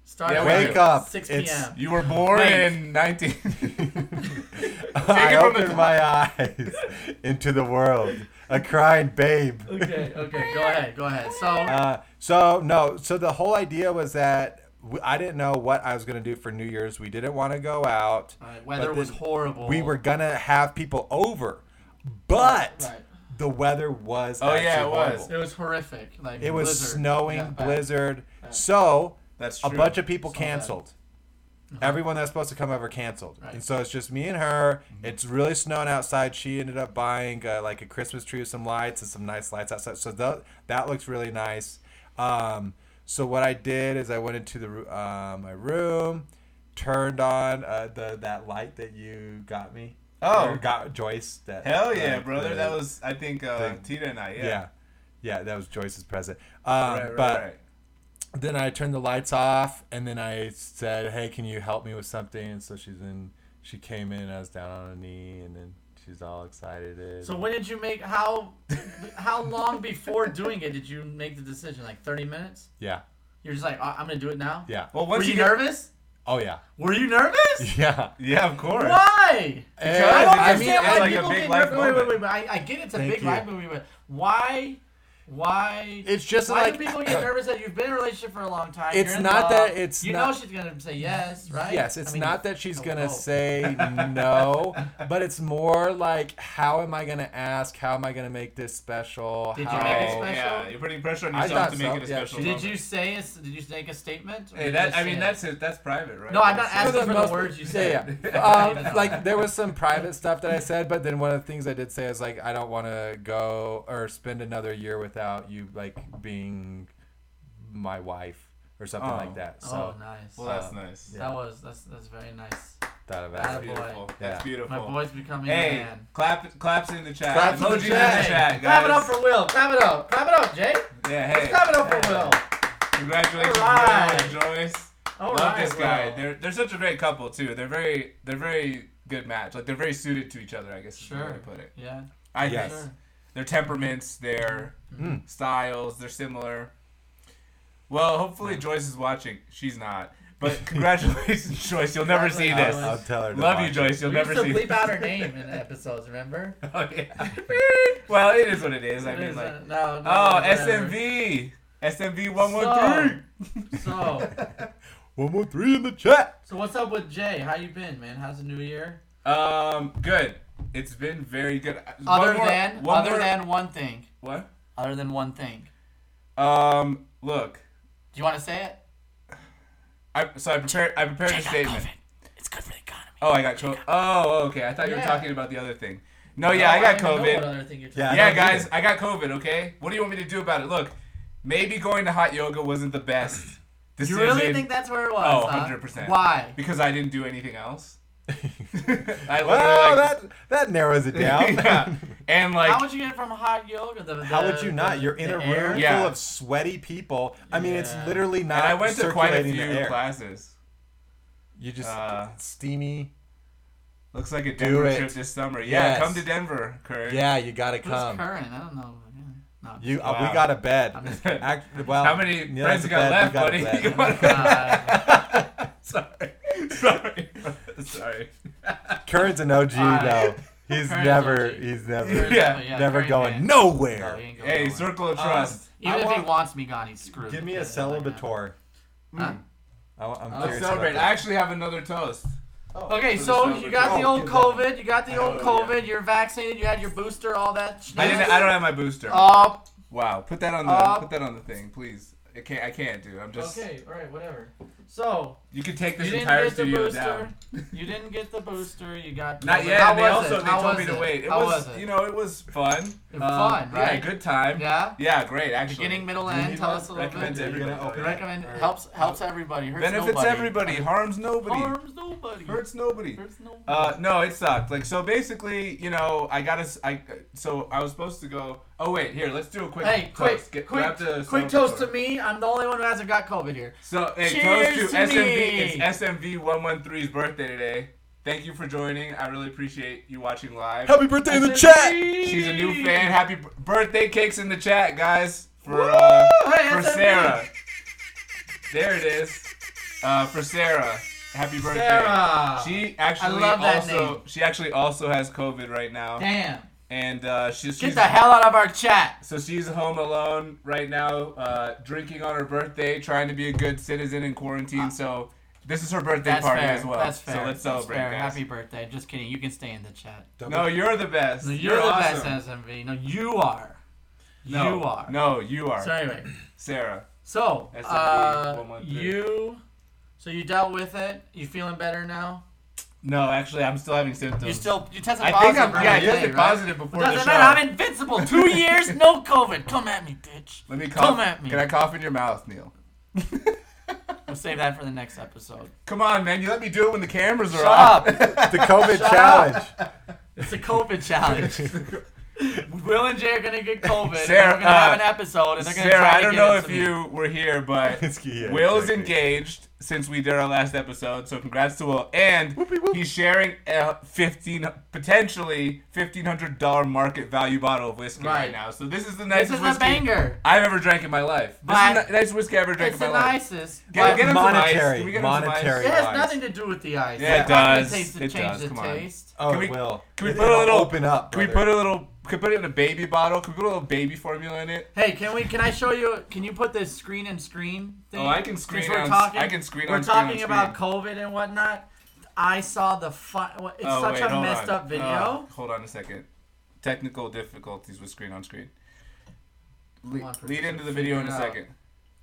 [SPEAKER 3] Start
[SPEAKER 2] Yeah,
[SPEAKER 3] at
[SPEAKER 2] wake
[SPEAKER 3] like
[SPEAKER 5] up.
[SPEAKER 3] 6 p.m.
[SPEAKER 5] It's-
[SPEAKER 2] You were born
[SPEAKER 3] Wait.
[SPEAKER 2] in 19.
[SPEAKER 5] I
[SPEAKER 2] it from the
[SPEAKER 5] opened
[SPEAKER 2] top.
[SPEAKER 5] my eyes into the world, a crying babe.
[SPEAKER 3] Okay, okay, go ahead, go ahead. So
[SPEAKER 5] Uh, so no, so the whole idea was that w- I didn't know what I was gonna do for New Year's. We didn't want to go out.
[SPEAKER 3] uh, weather
[SPEAKER 5] but
[SPEAKER 3] was
[SPEAKER 5] then
[SPEAKER 3] horrible.
[SPEAKER 5] We were gonna have people over, but
[SPEAKER 3] Right.
[SPEAKER 5] the weather was.
[SPEAKER 2] Oh, yeah,
[SPEAKER 5] actually
[SPEAKER 2] it was.
[SPEAKER 5] horrible.
[SPEAKER 3] It was horrific. Like
[SPEAKER 5] It was
[SPEAKER 3] blizzard.
[SPEAKER 5] snowing,
[SPEAKER 3] Yeah, bad.
[SPEAKER 5] blizzard. So
[SPEAKER 2] That's
[SPEAKER 5] a
[SPEAKER 2] true. Uh-huh.
[SPEAKER 5] bunch of people
[SPEAKER 3] So bad.
[SPEAKER 5] canceled. Everyone that's supposed to come over canceled,
[SPEAKER 3] Right.
[SPEAKER 5] and so it's just me and her.
[SPEAKER 2] Mm-hmm.
[SPEAKER 5] It's really snowing outside. She ended up buying uh, like a Christmas tree with some lights and some nice lights outside. So that that looks really nice. Um, so what I did is I went into the ru- uh, my room, turned on uh, the that light that you got me.
[SPEAKER 2] Oh.
[SPEAKER 5] Or got Joyce. That
[SPEAKER 2] Hell yeah,
[SPEAKER 5] like,
[SPEAKER 2] brother.
[SPEAKER 5] the-
[SPEAKER 2] That was I think uh,
[SPEAKER 5] the-
[SPEAKER 2] Tita and I. Yeah.
[SPEAKER 5] yeah. yeah, That was Joyce's present. Um,
[SPEAKER 2] Right, right,
[SPEAKER 5] but
[SPEAKER 2] right.
[SPEAKER 5] then I turned the lights off, and then I said, "Hey, can you help me with something?" And so she's in. She came in. I was down on her knee, and then she's all excited.
[SPEAKER 3] So when did you make how how long before doing it did you make the decision? Like 30 minutes?
[SPEAKER 5] Yeah,
[SPEAKER 3] You're just like "Oh, I'm gonna do it now.
[SPEAKER 5] yeah.
[SPEAKER 2] Well,
[SPEAKER 3] Were
[SPEAKER 2] once
[SPEAKER 3] you
[SPEAKER 2] get-
[SPEAKER 3] nervous?
[SPEAKER 5] oh yeah,
[SPEAKER 3] Were you nervous?
[SPEAKER 5] yeah.
[SPEAKER 2] Yeah, of course.
[SPEAKER 3] Why?
[SPEAKER 5] And
[SPEAKER 3] I don't
[SPEAKER 2] I
[SPEAKER 5] mean,
[SPEAKER 3] understand
[SPEAKER 2] it's
[SPEAKER 3] why
[SPEAKER 2] like a
[SPEAKER 3] people
[SPEAKER 2] big
[SPEAKER 3] get
[SPEAKER 2] life
[SPEAKER 3] nervous. Wait, wait,
[SPEAKER 2] moment.
[SPEAKER 3] wait, wait. I, I get it's a
[SPEAKER 5] Thank
[SPEAKER 3] big
[SPEAKER 5] you.
[SPEAKER 3] life movie, but why? Why?
[SPEAKER 5] It's just
[SPEAKER 3] why
[SPEAKER 5] like
[SPEAKER 3] do people get nervous that you've been in a relationship for a long time?
[SPEAKER 5] It's
[SPEAKER 3] you're in
[SPEAKER 5] not
[SPEAKER 3] love,
[SPEAKER 5] that it's
[SPEAKER 3] you know
[SPEAKER 5] not-
[SPEAKER 3] she's gonna say yes, right?
[SPEAKER 5] Yes, it's
[SPEAKER 3] I mean, oh,
[SPEAKER 5] not that she's
[SPEAKER 3] I
[SPEAKER 5] gonna
[SPEAKER 3] hope.
[SPEAKER 5] say no, but it's more like, how am I gonna ask? How am I gonna make this special?
[SPEAKER 3] Did you
[SPEAKER 5] how...
[SPEAKER 3] make it
[SPEAKER 2] Oh,
[SPEAKER 3] special?
[SPEAKER 2] yeah, you're putting pressure on
[SPEAKER 5] I
[SPEAKER 2] yourself
[SPEAKER 5] thought
[SPEAKER 2] to make
[SPEAKER 5] so,
[SPEAKER 2] it a
[SPEAKER 5] yeah,
[SPEAKER 2] special.
[SPEAKER 5] she-
[SPEAKER 3] Did
[SPEAKER 2] moment.
[SPEAKER 3] you say? a s- Did you make a statement? or
[SPEAKER 2] Hey,
[SPEAKER 3] did you
[SPEAKER 2] that
[SPEAKER 3] just
[SPEAKER 2] I
[SPEAKER 3] say
[SPEAKER 2] mean
[SPEAKER 3] it?
[SPEAKER 2] that's it. That's private, right?
[SPEAKER 3] No, I'm not
[SPEAKER 5] It
[SPEAKER 3] asking
[SPEAKER 5] was
[SPEAKER 3] for the
[SPEAKER 5] mostly-
[SPEAKER 3] words you
[SPEAKER 5] yeah,
[SPEAKER 3] said.
[SPEAKER 5] yeah. Um, like there was some private stuff that I said, but then one of the things I did say is like I don't want to go or spend another year without you like being my wife or something
[SPEAKER 2] Oh.
[SPEAKER 5] like that. So
[SPEAKER 3] oh, nice.
[SPEAKER 2] Well, that's
[SPEAKER 5] Um,
[SPEAKER 2] nice.
[SPEAKER 5] yeah.
[SPEAKER 3] That was that's that's very nice.
[SPEAKER 5] thought of
[SPEAKER 2] That's
[SPEAKER 5] that.
[SPEAKER 3] Attaboy.
[SPEAKER 2] beautiful.
[SPEAKER 5] Yeah.
[SPEAKER 2] That's beautiful.
[SPEAKER 3] My boy's becoming a
[SPEAKER 2] Hey,
[SPEAKER 3] man.
[SPEAKER 2] clap, claps in the chat.
[SPEAKER 5] Claps in the
[SPEAKER 2] Emojis in the
[SPEAKER 5] chat.
[SPEAKER 2] chat, guys.
[SPEAKER 3] Clap it up for Will. Clap it up. Clap it up, Jay.
[SPEAKER 2] yeah, hey.
[SPEAKER 3] Clap it up for
[SPEAKER 2] Yeah.
[SPEAKER 3] Will.
[SPEAKER 2] Congratulations,
[SPEAKER 3] All right.
[SPEAKER 2] Will and Joyce.
[SPEAKER 3] All
[SPEAKER 2] Love
[SPEAKER 3] right,
[SPEAKER 2] this guy.
[SPEAKER 3] Will.
[SPEAKER 2] They're they're such a great couple too. They're very they're very good match. Like they're very suited to each other. I guess is the way
[SPEAKER 3] Sure.
[SPEAKER 2] to put it.
[SPEAKER 3] Yeah.
[SPEAKER 2] I
[SPEAKER 5] Yes.
[SPEAKER 2] think
[SPEAKER 3] Sure.
[SPEAKER 2] their temperaments, their
[SPEAKER 5] Mm.
[SPEAKER 2] styles, they're similar. Well, hopefully Joyce is watching. She's not. But congratulations, Joyce. You'll never see
[SPEAKER 3] Congratulations.
[SPEAKER 2] this.
[SPEAKER 5] I'll, I'll tell her. to
[SPEAKER 2] Love you,
[SPEAKER 5] watch it.
[SPEAKER 2] Joyce. You'll
[SPEAKER 3] we
[SPEAKER 2] never
[SPEAKER 3] used
[SPEAKER 2] see
[SPEAKER 3] to bleep
[SPEAKER 2] this.
[SPEAKER 3] out her name in episodes, remember?
[SPEAKER 2] Oh, yeah. well, it is what it is. I mean, like,
[SPEAKER 3] no, no,
[SPEAKER 2] oh,
[SPEAKER 3] whatever.
[SPEAKER 2] SMV, SMV one one three.
[SPEAKER 3] So,
[SPEAKER 5] One more three in the chat.
[SPEAKER 3] so what's up with Jay? How you been, man? How's the new year?
[SPEAKER 2] Um, good. It's been very good. One
[SPEAKER 3] Other
[SPEAKER 2] more-
[SPEAKER 3] than,
[SPEAKER 2] one
[SPEAKER 3] other
[SPEAKER 2] more-
[SPEAKER 3] than one thing.
[SPEAKER 2] what?
[SPEAKER 3] Other than one thing.
[SPEAKER 2] Um, look,
[SPEAKER 3] Do you want to say it?
[SPEAKER 2] I so I prepared I prepared a statement. Oh, I got COVID. Oh, okay. I thought you were
[SPEAKER 3] Yeah.
[SPEAKER 2] talking about the other thing. No, yeah, I got
[SPEAKER 3] don't even know
[SPEAKER 2] COVID.
[SPEAKER 3] what other thing you're
[SPEAKER 5] Yeah,
[SPEAKER 3] talking
[SPEAKER 5] I
[SPEAKER 2] Yeah,
[SPEAKER 5] don't
[SPEAKER 2] guys,
[SPEAKER 5] either.
[SPEAKER 2] I got COVID. Okay, what do you want me to do about it? Look, maybe going to hot yoga wasn't the best
[SPEAKER 3] You
[SPEAKER 2] decision.
[SPEAKER 3] really think that's where it was?
[SPEAKER 2] Oh,
[SPEAKER 3] huh?
[SPEAKER 2] 100%.
[SPEAKER 3] Why?
[SPEAKER 2] Because I didn't do anything else. I
[SPEAKER 5] Well,
[SPEAKER 2] literally, like-
[SPEAKER 5] that that narrows it down.
[SPEAKER 2] yeah. And like,
[SPEAKER 3] How would you get from hot yoga? The, the,
[SPEAKER 5] How would you not?
[SPEAKER 3] the-
[SPEAKER 5] You're in
[SPEAKER 3] the
[SPEAKER 5] a
[SPEAKER 3] air?
[SPEAKER 5] room
[SPEAKER 2] Yeah.
[SPEAKER 5] full of sweaty people. I mean, it's
[SPEAKER 3] Yeah.
[SPEAKER 5] literally not.
[SPEAKER 2] and I went to quite a
[SPEAKER 5] circulating the
[SPEAKER 2] few
[SPEAKER 5] air.
[SPEAKER 2] classes.
[SPEAKER 5] You just
[SPEAKER 2] Uh,
[SPEAKER 5] steamy.
[SPEAKER 2] Looks like a Denver
[SPEAKER 5] it.
[SPEAKER 2] trip this summer. Yeah,
[SPEAKER 5] Yes.
[SPEAKER 2] come to Denver, Kurt.
[SPEAKER 5] Yeah, you gotta
[SPEAKER 3] Who's
[SPEAKER 5] come.
[SPEAKER 3] current? I don't know. Yeah. No, I'm
[SPEAKER 5] You uh,
[SPEAKER 2] Wow.
[SPEAKER 5] we got a bed.
[SPEAKER 3] I'm just
[SPEAKER 5] Act, well,
[SPEAKER 2] How many
[SPEAKER 5] yeah,
[SPEAKER 2] friends
[SPEAKER 5] the
[SPEAKER 2] you
[SPEAKER 5] bed,
[SPEAKER 2] got
[SPEAKER 5] we
[SPEAKER 2] left,
[SPEAKER 5] got a
[SPEAKER 2] buddy?
[SPEAKER 5] bed.
[SPEAKER 2] You
[SPEAKER 3] kidding.
[SPEAKER 2] got-
[SPEAKER 3] God.
[SPEAKER 2] Sorry. Sorry. Sorry.
[SPEAKER 5] Current's an OG
[SPEAKER 3] Alright.
[SPEAKER 5] though. He's
[SPEAKER 3] Current's
[SPEAKER 5] never.
[SPEAKER 3] OG.
[SPEAKER 5] He's
[SPEAKER 3] Current,
[SPEAKER 5] never.
[SPEAKER 2] Yeah,
[SPEAKER 5] never
[SPEAKER 3] current
[SPEAKER 5] going
[SPEAKER 3] man. No,
[SPEAKER 5] nowhere.
[SPEAKER 3] he ain't going
[SPEAKER 2] Hey,
[SPEAKER 3] nowhere.
[SPEAKER 2] circle of
[SPEAKER 3] Um,
[SPEAKER 2] trust.
[SPEAKER 5] I
[SPEAKER 3] even if he
[SPEAKER 5] want-
[SPEAKER 3] wants me gone, he's screwed.
[SPEAKER 5] Give me a
[SPEAKER 3] Yeah, like that.
[SPEAKER 5] celebrator.
[SPEAKER 3] Huh?
[SPEAKER 5] I, am
[SPEAKER 3] Let's
[SPEAKER 5] curious.
[SPEAKER 2] Let's Hmm. celebrate. I
[SPEAKER 5] About
[SPEAKER 2] actually have another toast.
[SPEAKER 3] Okay,
[SPEAKER 2] the
[SPEAKER 3] so
[SPEAKER 2] celebratory-
[SPEAKER 3] you got Oh, the
[SPEAKER 5] Oh,
[SPEAKER 3] old
[SPEAKER 5] give
[SPEAKER 3] COVID, you got the
[SPEAKER 2] Oh,
[SPEAKER 3] old
[SPEAKER 2] yeah.
[SPEAKER 3] COVID, you're vaccinated, you had your booster, all that.
[SPEAKER 2] I didn't. I don't have my booster.
[SPEAKER 3] Uh,
[SPEAKER 2] Wow. Put that on the.
[SPEAKER 3] Uh,
[SPEAKER 2] put that on the thing, please. I can't. I can't, dude. I'm just.
[SPEAKER 3] okay, all right, whatever. So
[SPEAKER 2] You can take this
[SPEAKER 3] you didn't
[SPEAKER 2] entire
[SPEAKER 3] get the
[SPEAKER 2] studio
[SPEAKER 3] booster.
[SPEAKER 2] down.
[SPEAKER 3] You didn't get the booster. You got
[SPEAKER 2] Not
[SPEAKER 3] COVID.
[SPEAKER 2] yet.
[SPEAKER 3] How
[SPEAKER 2] and they
[SPEAKER 3] was
[SPEAKER 2] also
[SPEAKER 3] it?
[SPEAKER 2] they
[SPEAKER 3] How
[SPEAKER 2] told
[SPEAKER 3] was
[SPEAKER 2] me to
[SPEAKER 3] it?
[SPEAKER 2] wait. It
[SPEAKER 3] How
[SPEAKER 2] was,
[SPEAKER 3] was it?
[SPEAKER 2] you know it was fun.
[SPEAKER 3] It was
[SPEAKER 2] Um,
[SPEAKER 3] fun,
[SPEAKER 2] Yeah,
[SPEAKER 3] right?
[SPEAKER 2] good time.
[SPEAKER 3] yeah.
[SPEAKER 2] Yeah, great actually.
[SPEAKER 3] Beginning, middle,
[SPEAKER 5] that.
[SPEAKER 3] end. Tell us a little
[SPEAKER 2] Recommend
[SPEAKER 3] bit.
[SPEAKER 5] You're gonna
[SPEAKER 2] everybody.
[SPEAKER 5] open it?
[SPEAKER 3] Recommend
[SPEAKER 5] Alright.
[SPEAKER 3] helps helps everybody. Hurts
[SPEAKER 2] Benefits
[SPEAKER 3] nobody.
[SPEAKER 2] everybody, harms nobody,
[SPEAKER 3] Harms nobody.
[SPEAKER 2] hurts nobody.
[SPEAKER 3] Hurts nobody.
[SPEAKER 2] Uh, no, it sucked. Like so, basically, you know, I got to. I so I was supposed to go. Oh wait, here, let's do a quick.
[SPEAKER 3] hey, quick,
[SPEAKER 2] toast. Get-
[SPEAKER 3] quick,
[SPEAKER 2] grab the
[SPEAKER 3] quick
[SPEAKER 2] celebratory.
[SPEAKER 3] toast to me. I'm the only one who hasn't got COVID here.
[SPEAKER 2] So hey,
[SPEAKER 3] Cheers
[SPEAKER 2] toast to,
[SPEAKER 3] to me.
[SPEAKER 2] SMV. It's SMV one one three's birthday today. Thank you for joining. I really appreciate you watching live.
[SPEAKER 5] Happy birthday in the chat.
[SPEAKER 2] She's a new fan. Happy b- birthday cakes in the chat, guys. For uh,
[SPEAKER 3] Hey,
[SPEAKER 2] for
[SPEAKER 3] SMV.
[SPEAKER 2] Sarah. There it is. Uh, for Sarah. Happy birthday.
[SPEAKER 3] Sarah.
[SPEAKER 2] She actually
[SPEAKER 3] love that
[SPEAKER 2] also
[SPEAKER 3] name.
[SPEAKER 2] she actually also has COVID right now,
[SPEAKER 3] Damn.
[SPEAKER 2] and uh, she's
[SPEAKER 3] Get
[SPEAKER 2] she's-
[SPEAKER 3] the hell out of our chat.
[SPEAKER 2] so she's home alone right now, uh, drinking on her birthday, trying to be a good citizen in quarantine. So this is her birthday
[SPEAKER 3] Ah. That's
[SPEAKER 2] party
[SPEAKER 3] fair.
[SPEAKER 2] as well.
[SPEAKER 3] That's fair.
[SPEAKER 2] So let's celebrate,
[SPEAKER 3] That's fair.
[SPEAKER 2] guys.
[SPEAKER 3] Happy birthday. Just kidding. You can stay in the chat.
[SPEAKER 2] No, you're the best.
[SPEAKER 3] No, you're, the
[SPEAKER 2] awesome.
[SPEAKER 3] best SMV. No, you are.
[SPEAKER 2] No,
[SPEAKER 3] you are.
[SPEAKER 2] No, you are.
[SPEAKER 3] So anyway,
[SPEAKER 2] Sarah.
[SPEAKER 3] so
[SPEAKER 2] SMV
[SPEAKER 3] uh,
[SPEAKER 2] 113.
[SPEAKER 3] you, so you dealt with it. You feeling better now?
[SPEAKER 2] No, actually, I'm still having symptoms.
[SPEAKER 3] You still you tested
[SPEAKER 2] Um, I
[SPEAKER 3] positive.
[SPEAKER 2] think I'm.
[SPEAKER 3] right
[SPEAKER 2] Yeah, I
[SPEAKER 3] today,
[SPEAKER 2] tested
[SPEAKER 3] right?
[SPEAKER 2] positive before the
[SPEAKER 3] Doesn't
[SPEAKER 2] show.
[SPEAKER 3] matter. I'm invincible. Two years, no COVID. Come at me, bitch.
[SPEAKER 2] Let me cough.
[SPEAKER 3] Come at me.
[SPEAKER 2] Can I cough in your mouth, Neil?
[SPEAKER 3] We'll save that for the next episode.
[SPEAKER 2] Come on, man. You let me do it when the cameras are
[SPEAKER 3] Shut
[SPEAKER 2] off.
[SPEAKER 3] up.
[SPEAKER 5] The COVID challenge.
[SPEAKER 3] It's a COVID challenge. Will and Jay are gonna get COVID.
[SPEAKER 2] Sarah,
[SPEAKER 3] and we're gonna have an
[SPEAKER 2] uh,
[SPEAKER 3] episode, and they're gonna
[SPEAKER 2] Sarah,
[SPEAKER 3] try
[SPEAKER 2] I
[SPEAKER 3] to
[SPEAKER 2] don't
[SPEAKER 3] get
[SPEAKER 2] know
[SPEAKER 3] it
[SPEAKER 2] if
[SPEAKER 3] to me.
[SPEAKER 2] you were here, but
[SPEAKER 5] It's- yeah,
[SPEAKER 2] Will's
[SPEAKER 5] exactly.
[SPEAKER 2] engaged since we did our last episode, so congrats to Will. And he's sharing a fifteen, potentially fifteen hundred dollar market value bottle of whiskey right.
[SPEAKER 3] Right.
[SPEAKER 2] now. So this is the
[SPEAKER 3] This
[SPEAKER 2] nicest
[SPEAKER 3] is a
[SPEAKER 2] whiskey
[SPEAKER 3] banger.
[SPEAKER 2] I've ever drank in my life. This
[SPEAKER 3] But-
[SPEAKER 2] is the nicest whiskey I ever drank
[SPEAKER 3] It's
[SPEAKER 2] in
[SPEAKER 3] the
[SPEAKER 2] my life.
[SPEAKER 3] nicest.
[SPEAKER 2] Get-
[SPEAKER 3] but
[SPEAKER 2] get him some ice.
[SPEAKER 5] Monetary-
[SPEAKER 2] Can we get him some ice?
[SPEAKER 5] monetary.
[SPEAKER 3] it has
[SPEAKER 5] ice.
[SPEAKER 3] nothing to do with the ice.
[SPEAKER 2] Yeah, it
[SPEAKER 3] probably
[SPEAKER 2] does.
[SPEAKER 3] Taste,
[SPEAKER 2] It
[SPEAKER 3] change
[SPEAKER 2] does.
[SPEAKER 3] The
[SPEAKER 2] Come on.
[SPEAKER 3] taste.
[SPEAKER 5] Oh,
[SPEAKER 2] Can we-
[SPEAKER 5] it will.
[SPEAKER 2] can we
[SPEAKER 5] It-
[SPEAKER 2] put a
[SPEAKER 5] it'll
[SPEAKER 2] little-
[SPEAKER 5] open up?
[SPEAKER 2] Can we
[SPEAKER 5] brother.
[SPEAKER 2] put a little? Can we put it in a baby bottle? Can we put a little baby formula in it?
[SPEAKER 3] Hey, can we? Can I show you? Can you put this screen and screen thing?
[SPEAKER 2] Oh, I can screen
[SPEAKER 3] Since we're
[SPEAKER 2] on-
[SPEAKER 3] talking,
[SPEAKER 2] I can screen
[SPEAKER 3] We're
[SPEAKER 2] on screen on
[SPEAKER 3] talking about COVID and whatnot. I saw the fun. It's
[SPEAKER 2] oh,
[SPEAKER 3] such
[SPEAKER 2] wait,
[SPEAKER 3] a
[SPEAKER 2] hold
[SPEAKER 3] messed
[SPEAKER 2] on.
[SPEAKER 3] up video.
[SPEAKER 2] Oh, hold on a second. Technical difficulties with screen on screen.
[SPEAKER 3] Come on,
[SPEAKER 2] Lead
[SPEAKER 3] producer,
[SPEAKER 2] into the video in a
[SPEAKER 3] figure it out.
[SPEAKER 2] second.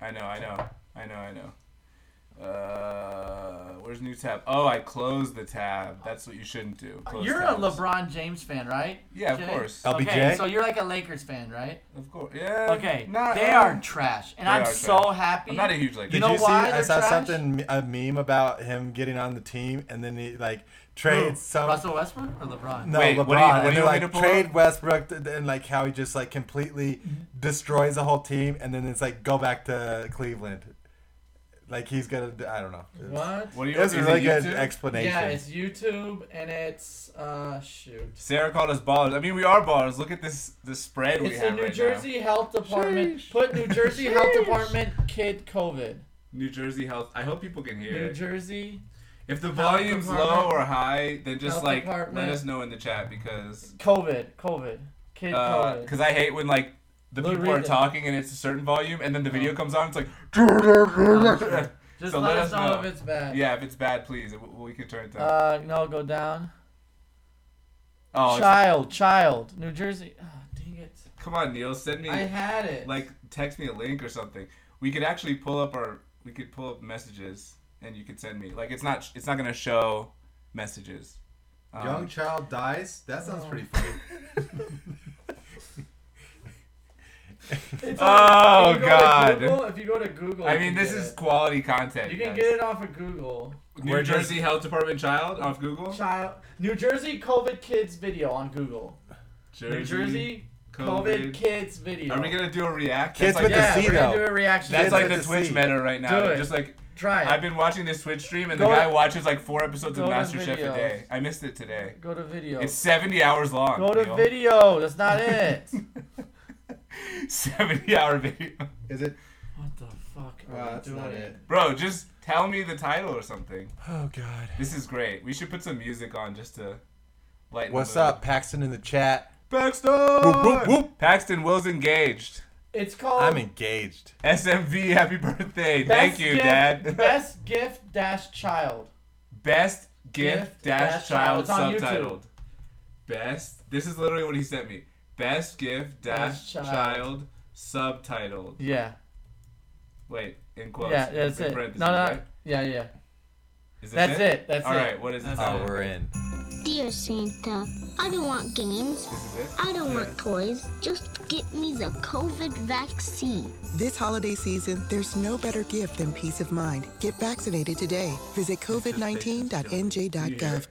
[SPEAKER 2] I know, I know, I know, I know. Uh, where's new tab? Oh, I closed the tab. That's what you shouldn't do. Uh, Close
[SPEAKER 3] Oh, You're
[SPEAKER 2] tabs.
[SPEAKER 3] a LeBron James fan, right?
[SPEAKER 2] Yeah, of
[SPEAKER 3] Jay?
[SPEAKER 2] course.
[SPEAKER 5] LBJ?
[SPEAKER 3] Okay, so you're like a Lakers fan, right?
[SPEAKER 2] Of course. Yeah.
[SPEAKER 3] Okay,
[SPEAKER 2] Not,
[SPEAKER 3] they
[SPEAKER 2] um,
[SPEAKER 3] are trash, and
[SPEAKER 2] they
[SPEAKER 3] I'm
[SPEAKER 2] are
[SPEAKER 3] so
[SPEAKER 2] trash.
[SPEAKER 3] happy.
[SPEAKER 2] I'm not a huge like.
[SPEAKER 5] Did
[SPEAKER 3] know
[SPEAKER 5] you see?
[SPEAKER 3] why
[SPEAKER 5] I
[SPEAKER 3] they're
[SPEAKER 5] saw
[SPEAKER 3] trash?
[SPEAKER 5] something a meme about him getting on the team, and then he like trade some.
[SPEAKER 3] Russell Westbrook or LeBron?
[SPEAKER 5] No,
[SPEAKER 2] Wait,
[SPEAKER 5] LeBron.
[SPEAKER 2] what do you- what
[SPEAKER 5] and
[SPEAKER 2] do you
[SPEAKER 5] they're
[SPEAKER 2] want me to
[SPEAKER 5] like
[SPEAKER 2] pull
[SPEAKER 5] trade
[SPEAKER 2] up? Mm-hmm.
[SPEAKER 5] Westbrook, th- and like how he just like completely destroys the whole team, and then it's like go back to Cleveland. Like he's gonna. I don't know. It's-
[SPEAKER 3] What?
[SPEAKER 2] What do you?
[SPEAKER 5] It's
[SPEAKER 2] Is
[SPEAKER 5] a really
[SPEAKER 2] it
[SPEAKER 5] good
[SPEAKER 2] YouTube?
[SPEAKER 5] explanation.
[SPEAKER 3] Yeah, it's YouTube and it's uh shoot.
[SPEAKER 2] Sarah called us ballers. I mean, we are ballers. Look at this the spread we
[SPEAKER 3] It's the
[SPEAKER 2] have
[SPEAKER 3] New
[SPEAKER 2] right
[SPEAKER 3] Jersey Health Department. Put New Jersey Health Department kid COVID.
[SPEAKER 2] now. New Jersey Health. I hope people can hear.
[SPEAKER 3] New
[SPEAKER 2] it.
[SPEAKER 3] Jersey
[SPEAKER 2] If the
[SPEAKER 3] Health
[SPEAKER 2] volume's low
[SPEAKER 3] Department.
[SPEAKER 2] or high, then just
[SPEAKER 3] Health
[SPEAKER 2] like
[SPEAKER 3] Department.
[SPEAKER 2] let us know in the chat because
[SPEAKER 3] COVID COVID kid
[SPEAKER 2] Uh,
[SPEAKER 3] COVID.
[SPEAKER 2] because I hate when like the
[SPEAKER 3] Let me
[SPEAKER 2] people are
[SPEAKER 3] read it. Oh.
[SPEAKER 2] talking and it's a certain volume and then the video comes on. It's like
[SPEAKER 3] Just
[SPEAKER 2] so
[SPEAKER 3] let,
[SPEAKER 2] let
[SPEAKER 3] us
[SPEAKER 2] us
[SPEAKER 3] know,
[SPEAKER 2] know.
[SPEAKER 3] if it's bad.
[SPEAKER 2] yeah, if it's bad, please w- we can turn it down.
[SPEAKER 3] Uh no, go down.
[SPEAKER 2] oh, it's-
[SPEAKER 3] child, child, New Jersey. Oh, dang it!
[SPEAKER 2] come on, Neil, send me
[SPEAKER 3] I had it.
[SPEAKER 2] like text me a link or something. We could actually pull up our we could pull up messages and you could send me like it's not it's not gonna show messages. Um,
[SPEAKER 5] Young child dies. That sounds pretty funny.
[SPEAKER 3] It's
[SPEAKER 2] Oh,
[SPEAKER 3] if you go to
[SPEAKER 2] God.
[SPEAKER 3] Google- if you go to Google,
[SPEAKER 2] I
[SPEAKER 3] you
[SPEAKER 2] mean,
[SPEAKER 3] can
[SPEAKER 2] this
[SPEAKER 3] get
[SPEAKER 2] is
[SPEAKER 3] it.
[SPEAKER 2] quality content.
[SPEAKER 3] You can
[SPEAKER 2] guys.
[SPEAKER 3] get it off of Google.
[SPEAKER 2] New
[SPEAKER 5] We're just-
[SPEAKER 2] Jersey Health Department child off Google.
[SPEAKER 3] Child, New Jersey COVID kids video on Google. New Jersey COVID, kids video.
[SPEAKER 2] Are we gonna do a react?
[SPEAKER 5] Kids
[SPEAKER 2] that's
[SPEAKER 5] with
[SPEAKER 2] like,
[SPEAKER 5] the
[SPEAKER 3] yeah,
[SPEAKER 5] C,
[SPEAKER 3] we're gonna
[SPEAKER 5] though.
[SPEAKER 3] do a reaction.
[SPEAKER 2] that's
[SPEAKER 5] kids
[SPEAKER 2] like
[SPEAKER 5] with
[SPEAKER 2] the
[SPEAKER 5] the
[SPEAKER 2] Twitch
[SPEAKER 5] C.
[SPEAKER 2] meta right now.
[SPEAKER 3] Do it.
[SPEAKER 2] Just like
[SPEAKER 3] try it.
[SPEAKER 2] I've been watching this Twitch stream, and the
[SPEAKER 3] Go
[SPEAKER 2] guy
[SPEAKER 3] to-
[SPEAKER 2] watches like four episodes of
[SPEAKER 3] go to
[SPEAKER 2] MasterChef a
[SPEAKER 3] videos.
[SPEAKER 2] day. I missed it today.
[SPEAKER 3] go to video.
[SPEAKER 2] It's 70 hours long.
[SPEAKER 3] Go to
[SPEAKER 2] Neil.
[SPEAKER 3] video. That's not it.
[SPEAKER 2] 70 hour video.
[SPEAKER 5] Is it?
[SPEAKER 3] what the fuck are we doing?
[SPEAKER 2] Bro, just tell me the title or something.
[SPEAKER 5] Oh God.
[SPEAKER 2] This is great. We should put some music on just to lighten. the
[SPEAKER 5] What's
[SPEAKER 2] mood.
[SPEAKER 5] up, Paxton in the chat?
[SPEAKER 2] Paxton?
[SPEAKER 5] Whoop, whoop, whoop.
[SPEAKER 2] Paxton Will's engaged.
[SPEAKER 3] It's called.
[SPEAKER 5] I'm engaged.
[SPEAKER 2] SMV, happy birthday.
[SPEAKER 3] Best
[SPEAKER 2] Thank you,
[SPEAKER 3] Gift-
[SPEAKER 2] Dad.
[SPEAKER 3] Best gift dash child.
[SPEAKER 2] Best gift
[SPEAKER 3] Gift
[SPEAKER 2] dash
[SPEAKER 3] dash
[SPEAKER 2] child
[SPEAKER 3] child. It's on
[SPEAKER 2] subtitled. Best. This is literally what he sent me. Best gift
[SPEAKER 3] Dash
[SPEAKER 2] dash
[SPEAKER 3] child.
[SPEAKER 2] child subtitled.
[SPEAKER 3] Yeah.
[SPEAKER 2] Wait, in quotes.
[SPEAKER 3] Yeah. That's
[SPEAKER 2] in
[SPEAKER 3] it. No,
[SPEAKER 2] parentheses,
[SPEAKER 3] no.
[SPEAKER 2] right?
[SPEAKER 3] Yeah, yeah.
[SPEAKER 2] Is
[SPEAKER 3] That's it. That's
[SPEAKER 2] All
[SPEAKER 3] it.
[SPEAKER 2] right, what is it?
[SPEAKER 5] Oh, we're in.
[SPEAKER 8] Dear Santa, I don't want games.
[SPEAKER 2] This is it?
[SPEAKER 8] I don't want toys. Just get me the COVID vaccine.
[SPEAKER 9] This holiday season, there's no better gift than peace of mind. Get vaccinated today. Visit covid19.nj.gov.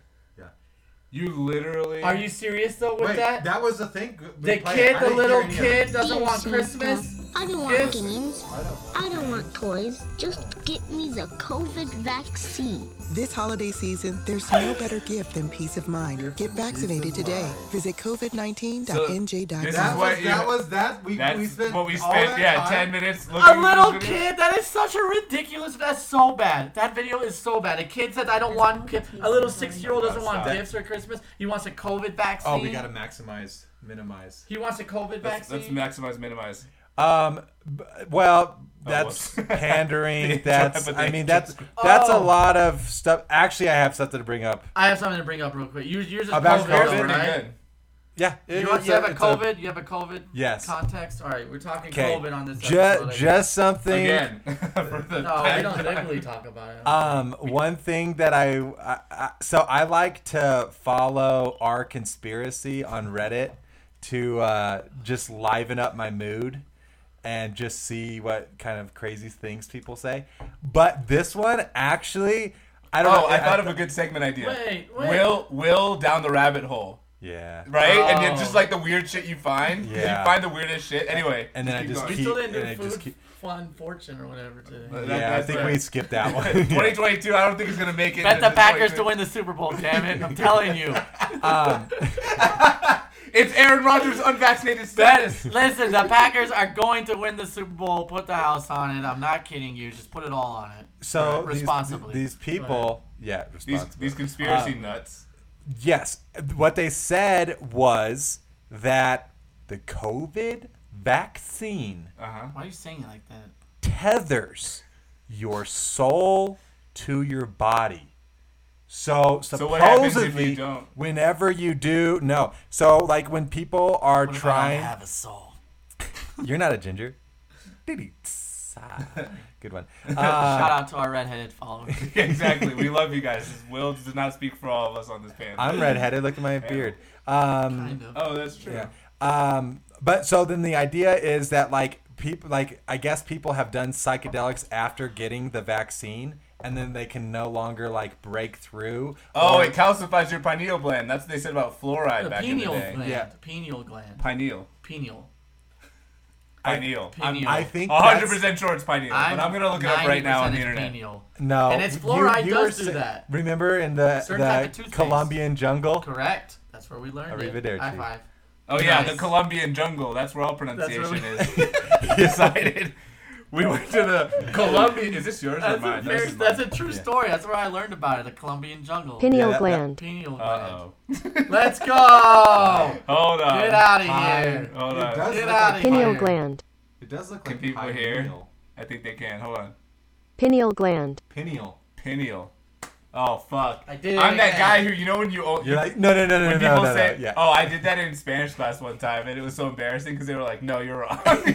[SPEAKER 2] You literally.
[SPEAKER 3] Are you serious though with
[SPEAKER 5] Wait,
[SPEAKER 3] that?
[SPEAKER 5] that? was the thing.
[SPEAKER 3] the kid, the little kid, doesn't
[SPEAKER 8] Dear
[SPEAKER 3] want
[SPEAKER 8] Santa,
[SPEAKER 3] Christmas.
[SPEAKER 8] I don't want
[SPEAKER 3] Yes.
[SPEAKER 8] games. I don't want toys. Just get me the COVID vaccine.
[SPEAKER 9] This holiday season, there's no better gift than peace of mind. Get vaccinated today. Visit covid19.nj.gov.
[SPEAKER 2] This is what you-
[SPEAKER 5] that. We,
[SPEAKER 2] That's what we spent. Yeah, ten minutes.
[SPEAKER 3] A
[SPEAKER 2] looking
[SPEAKER 3] little
[SPEAKER 2] at this video.
[SPEAKER 3] kid? That is such a ridiculous. That's so bad. That video is so bad. A kid said, "I don't want." Ki-. A little six-year-old doesn't want
[SPEAKER 5] Stop.
[SPEAKER 3] gifts for Christmas. He wants a COVID vaccine.
[SPEAKER 5] Oh, we gotta maximize, minimize.
[SPEAKER 3] He wants a COVID
[SPEAKER 2] Let's,
[SPEAKER 3] vaccine.
[SPEAKER 2] let's maximize, minimize.
[SPEAKER 5] Um, b-
[SPEAKER 2] Oh,
[SPEAKER 5] well, that's
[SPEAKER 2] whoops.
[SPEAKER 5] pandering. that's. I mean, that's that's
[SPEAKER 3] that's a
[SPEAKER 5] a lot of stuff. Actually, I have something to bring up.
[SPEAKER 3] I have something to bring up real quick. You, you're just
[SPEAKER 5] About
[SPEAKER 3] COVID,
[SPEAKER 5] COVID?
[SPEAKER 3] though,
[SPEAKER 2] Pretty
[SPEAKER 3] right?
[SPEAKER 2] good.
[SPEAKER 5] Yeah,
[SPEAKER 3] You, want- you have a COVID. you have a COVID.
[SPEAKER 5] Yes.
[SPEAKER 3] Context. All right, we're talking
[SPEAKER 5] Okay.
[SPEAKER 3] COVID on this. episode, I
[SPEAKER 5] Just,
[SPEAKER 3] guess.
[SPEAKER 5] just something.
[SPEAKER 2] Again, for the
[SPEAKER 3] No, we
[SPEAKER 2] tenth
[SPEAKER 3] don't
[SPEAKER 2] time.
[SPEAKER 3] typically talk about it.
[SPEAKER 5] Um, one thing that I, I, I so I like to follow our conspiracy on Reddit to uh, just liven up my mood and just see what kind of crazy things people say. But this one actually, I don't.
[SPEAKER 2] Oh,
[SPEAKER 5] know,
[SPEAKER 2] I thought of a good segment idea.
[SPEAKER 3] Wait, wait.
[SPEAKER 2] Will, Will down the rabbit hole,
[SPEAKER 5] yeah.
[SPEAKER 2] right? And then
[SPEAKER 3] Oh.
[SPEAKER 2] just like the weird shit you find.
[SPEAKER 5] Yeah.
[SPEAKER 2] You find the weirdest shit. Anyway.
[SPEAKER 5] And then I
[SPEAKER 2] keep
[SPEAKER 5] just
[SPEAKER 2] going.
[SPEAKER 3] we still didn't
[SPEAKER 5] and I
[SPEAKER 3] do
[SPEAKER 5] just
[SPEAKER 3] food,
[SPEAKER 5] keep-
[SPEAKER 3] fun fortune or whatever today.
[SPEAKER 2] That-
[SPEAKER 5] Yeah, I
[SPEAKER 2] that's
[SPEAKER 5] think
[SPEAKER 2] bad.
[SPEAKER 5] we skipped that one. Yeah.
[SPEAKER 2] 2022. I don't think it's gonna make it.
[SPEAKER 3] Bet
[SPEAKER 2] into
[SPEAKER 3] the Packers
[SPEAKER 2] 2022.
[SPEAKER 3] to win the Super Bowl. Damn it! I'm telling you.
[SPEAKER 2] It's Aaron Rodgers' unvaccinated status.
[SPEAKER 3] Listen, the Packers are going to win the Super Bowl. Put the house on it. I'm not kidding you. Just put it all on it.
[SPEAKER 5] So these-
[SPEAKER 3] responsibly.
[SPEAKER 5] these, people, yeah,
[SPEAKER 2] These,
[SPEAKER 5] responsibly.
[SPEAKER 2] these conspiracy
[SPEAKER 5] Uh,
[SPEAKER 2] nuts.
[SPEAKER 5] Yes. What they said was that the COVID vaccine
[SPEAKER 2] Uh.
[SPEAKER 3] Why are you saying it like that?
[SPEAKER 5] tethers your soul to your body. So supposedly,
[SPEAKER 2] what happens if you don't?
[SPEAKER 5] whenever you do, no. So like when people are
[SPEAKER 3] What if I don't
[SPEAKER 5] trying,
[SPEAKER 3] have a soul.
[SPEAKER 5] you're not a ginger. Diddy. Ah, Good one.
[SPEAKER 2] Uh,
[SPEAKER 5] Uh,
[SPEAKER 3] Shout out to our redheaded followers.
[SPEAKER 2] exactly. We love you guys. Will does not speak for all of us on this panel.
[SPEAKER 5] I'm redheaded. Look at my beard. Um,
[SPEAKER 3] kind of.
[SPEAKER 2] oh, that's true.
[SPEAKER 5] Yeah. Um, but so then the idea is that like people like I guess people have done psychedelics after getting the vaccine and then they can no longer like break through.
[SPEAKER 2] Oh,
[SPEAKER 5] Or-
[SPEAKER 2] it calcifies your pineal gland. That's what they said about fluoride
[SPEAKER 3] The
[SPEAKER 2] back in the
[SPEAKER 3] pineal
[SPEAKER 2] day.
[SPEAKER 3] gland.
[SPEAKER 5] Yeah.
[SPEAKER 3] Pineal gland.
[SPEAKER 2] Pineal.
[SPEAKER 3] Pineal.
[SPEAKER 2] Pineal. I'm
[SPEAKER 3] Pineal.
[SPEAKER 5] I think
[SPEAKER 2] 100% sure it's pineal, but I'm going to look it up right now on the
[SPEAKER 3] 90% it's
[SPEAKER 2] internet.
[SPEAKER 3] Pineal.
[SPEAKER 5] that's- No.
[SPEAKER 3] And it's
[SPEAKER 5] you-
[SPEAKER 3] fluoride
[SPEAKER 5] you
[SPEAKER 3] does
[SPEAKER 5] were
[SPEAKER 3] do
[SPEAKER 5] sa-
[SPEAKER 3] that.
[SPEAKER 5] Remember in the,
[SPEAKER 3] Certain type of
[SPEAKER 5] the
[SPEAKER 3] toothpaste.
[SPEAKER 5] Colombian jungle?
[SPEAKER 3] Correct. That's where we learned
[SPEAKER 5] Arrivederci.
[SPEAKER 3] it. High five.
[SPEAKER 2] Oh, yeah,
[SPEAKER 3] Nice.
[SPEAKER 2] the Colombian jungle. That's where all pronunciation
[SPEAKER 3] That's
[SPEAKER 2] is decided. We went to the Colombian. Is this yours or
[SPEAKER 3] That's,
[SPEAKER 2] mine?
[SPEAKER 3] a, very,
[SPEAKER 2] This is
[SPEAKER 3] that's
[SPEAKER 2] mine.
[SPEAKER 3] a true story. That's where I learned about it. The Colombian jungle.
[SPEAKER 5] Yeah, that- that-
[SPEAKER 3] Pineal gland.
[SPEAKER 2] Uh-oh.
[SPEAKER 3] Let's go.
[SPEAKER 2] Hold on.
[SPEAKER 3] Get out of here.
[SPEAKER 2] Hold on.
[SPEAKER 3] Get out of here.
[SPEAKER 10] gland.
[SPEAKER 5] It does look
[SPEAKER 2] Can people hear? I think they can. Hold on.
[SPEAKER 10] Pineal gland.
[SPEAKER 5] Pineal.
[SPEAKER 2] Pineal. Oh fuck!
[SPEAKER 3] I did it
[SPEAKER 2] I'm that
[SPEAKER 3] again.
[SPEAKER 2] guy who you know when you o-
[SPEAKER 5] You're like, no, no, no, no, no,
[SPEAKER 2] when
[SPEAKER 5] no,
[SPEAKER 2] people
[SPEAKER 5] no,
[SPEAKER 2] say,
[SPEAKER 5] no. Yeah.
[SPEAKER 2] "Oh, I did that in Spanish class one time," and it was so embarrassing because they were like, "No, you're wrong." you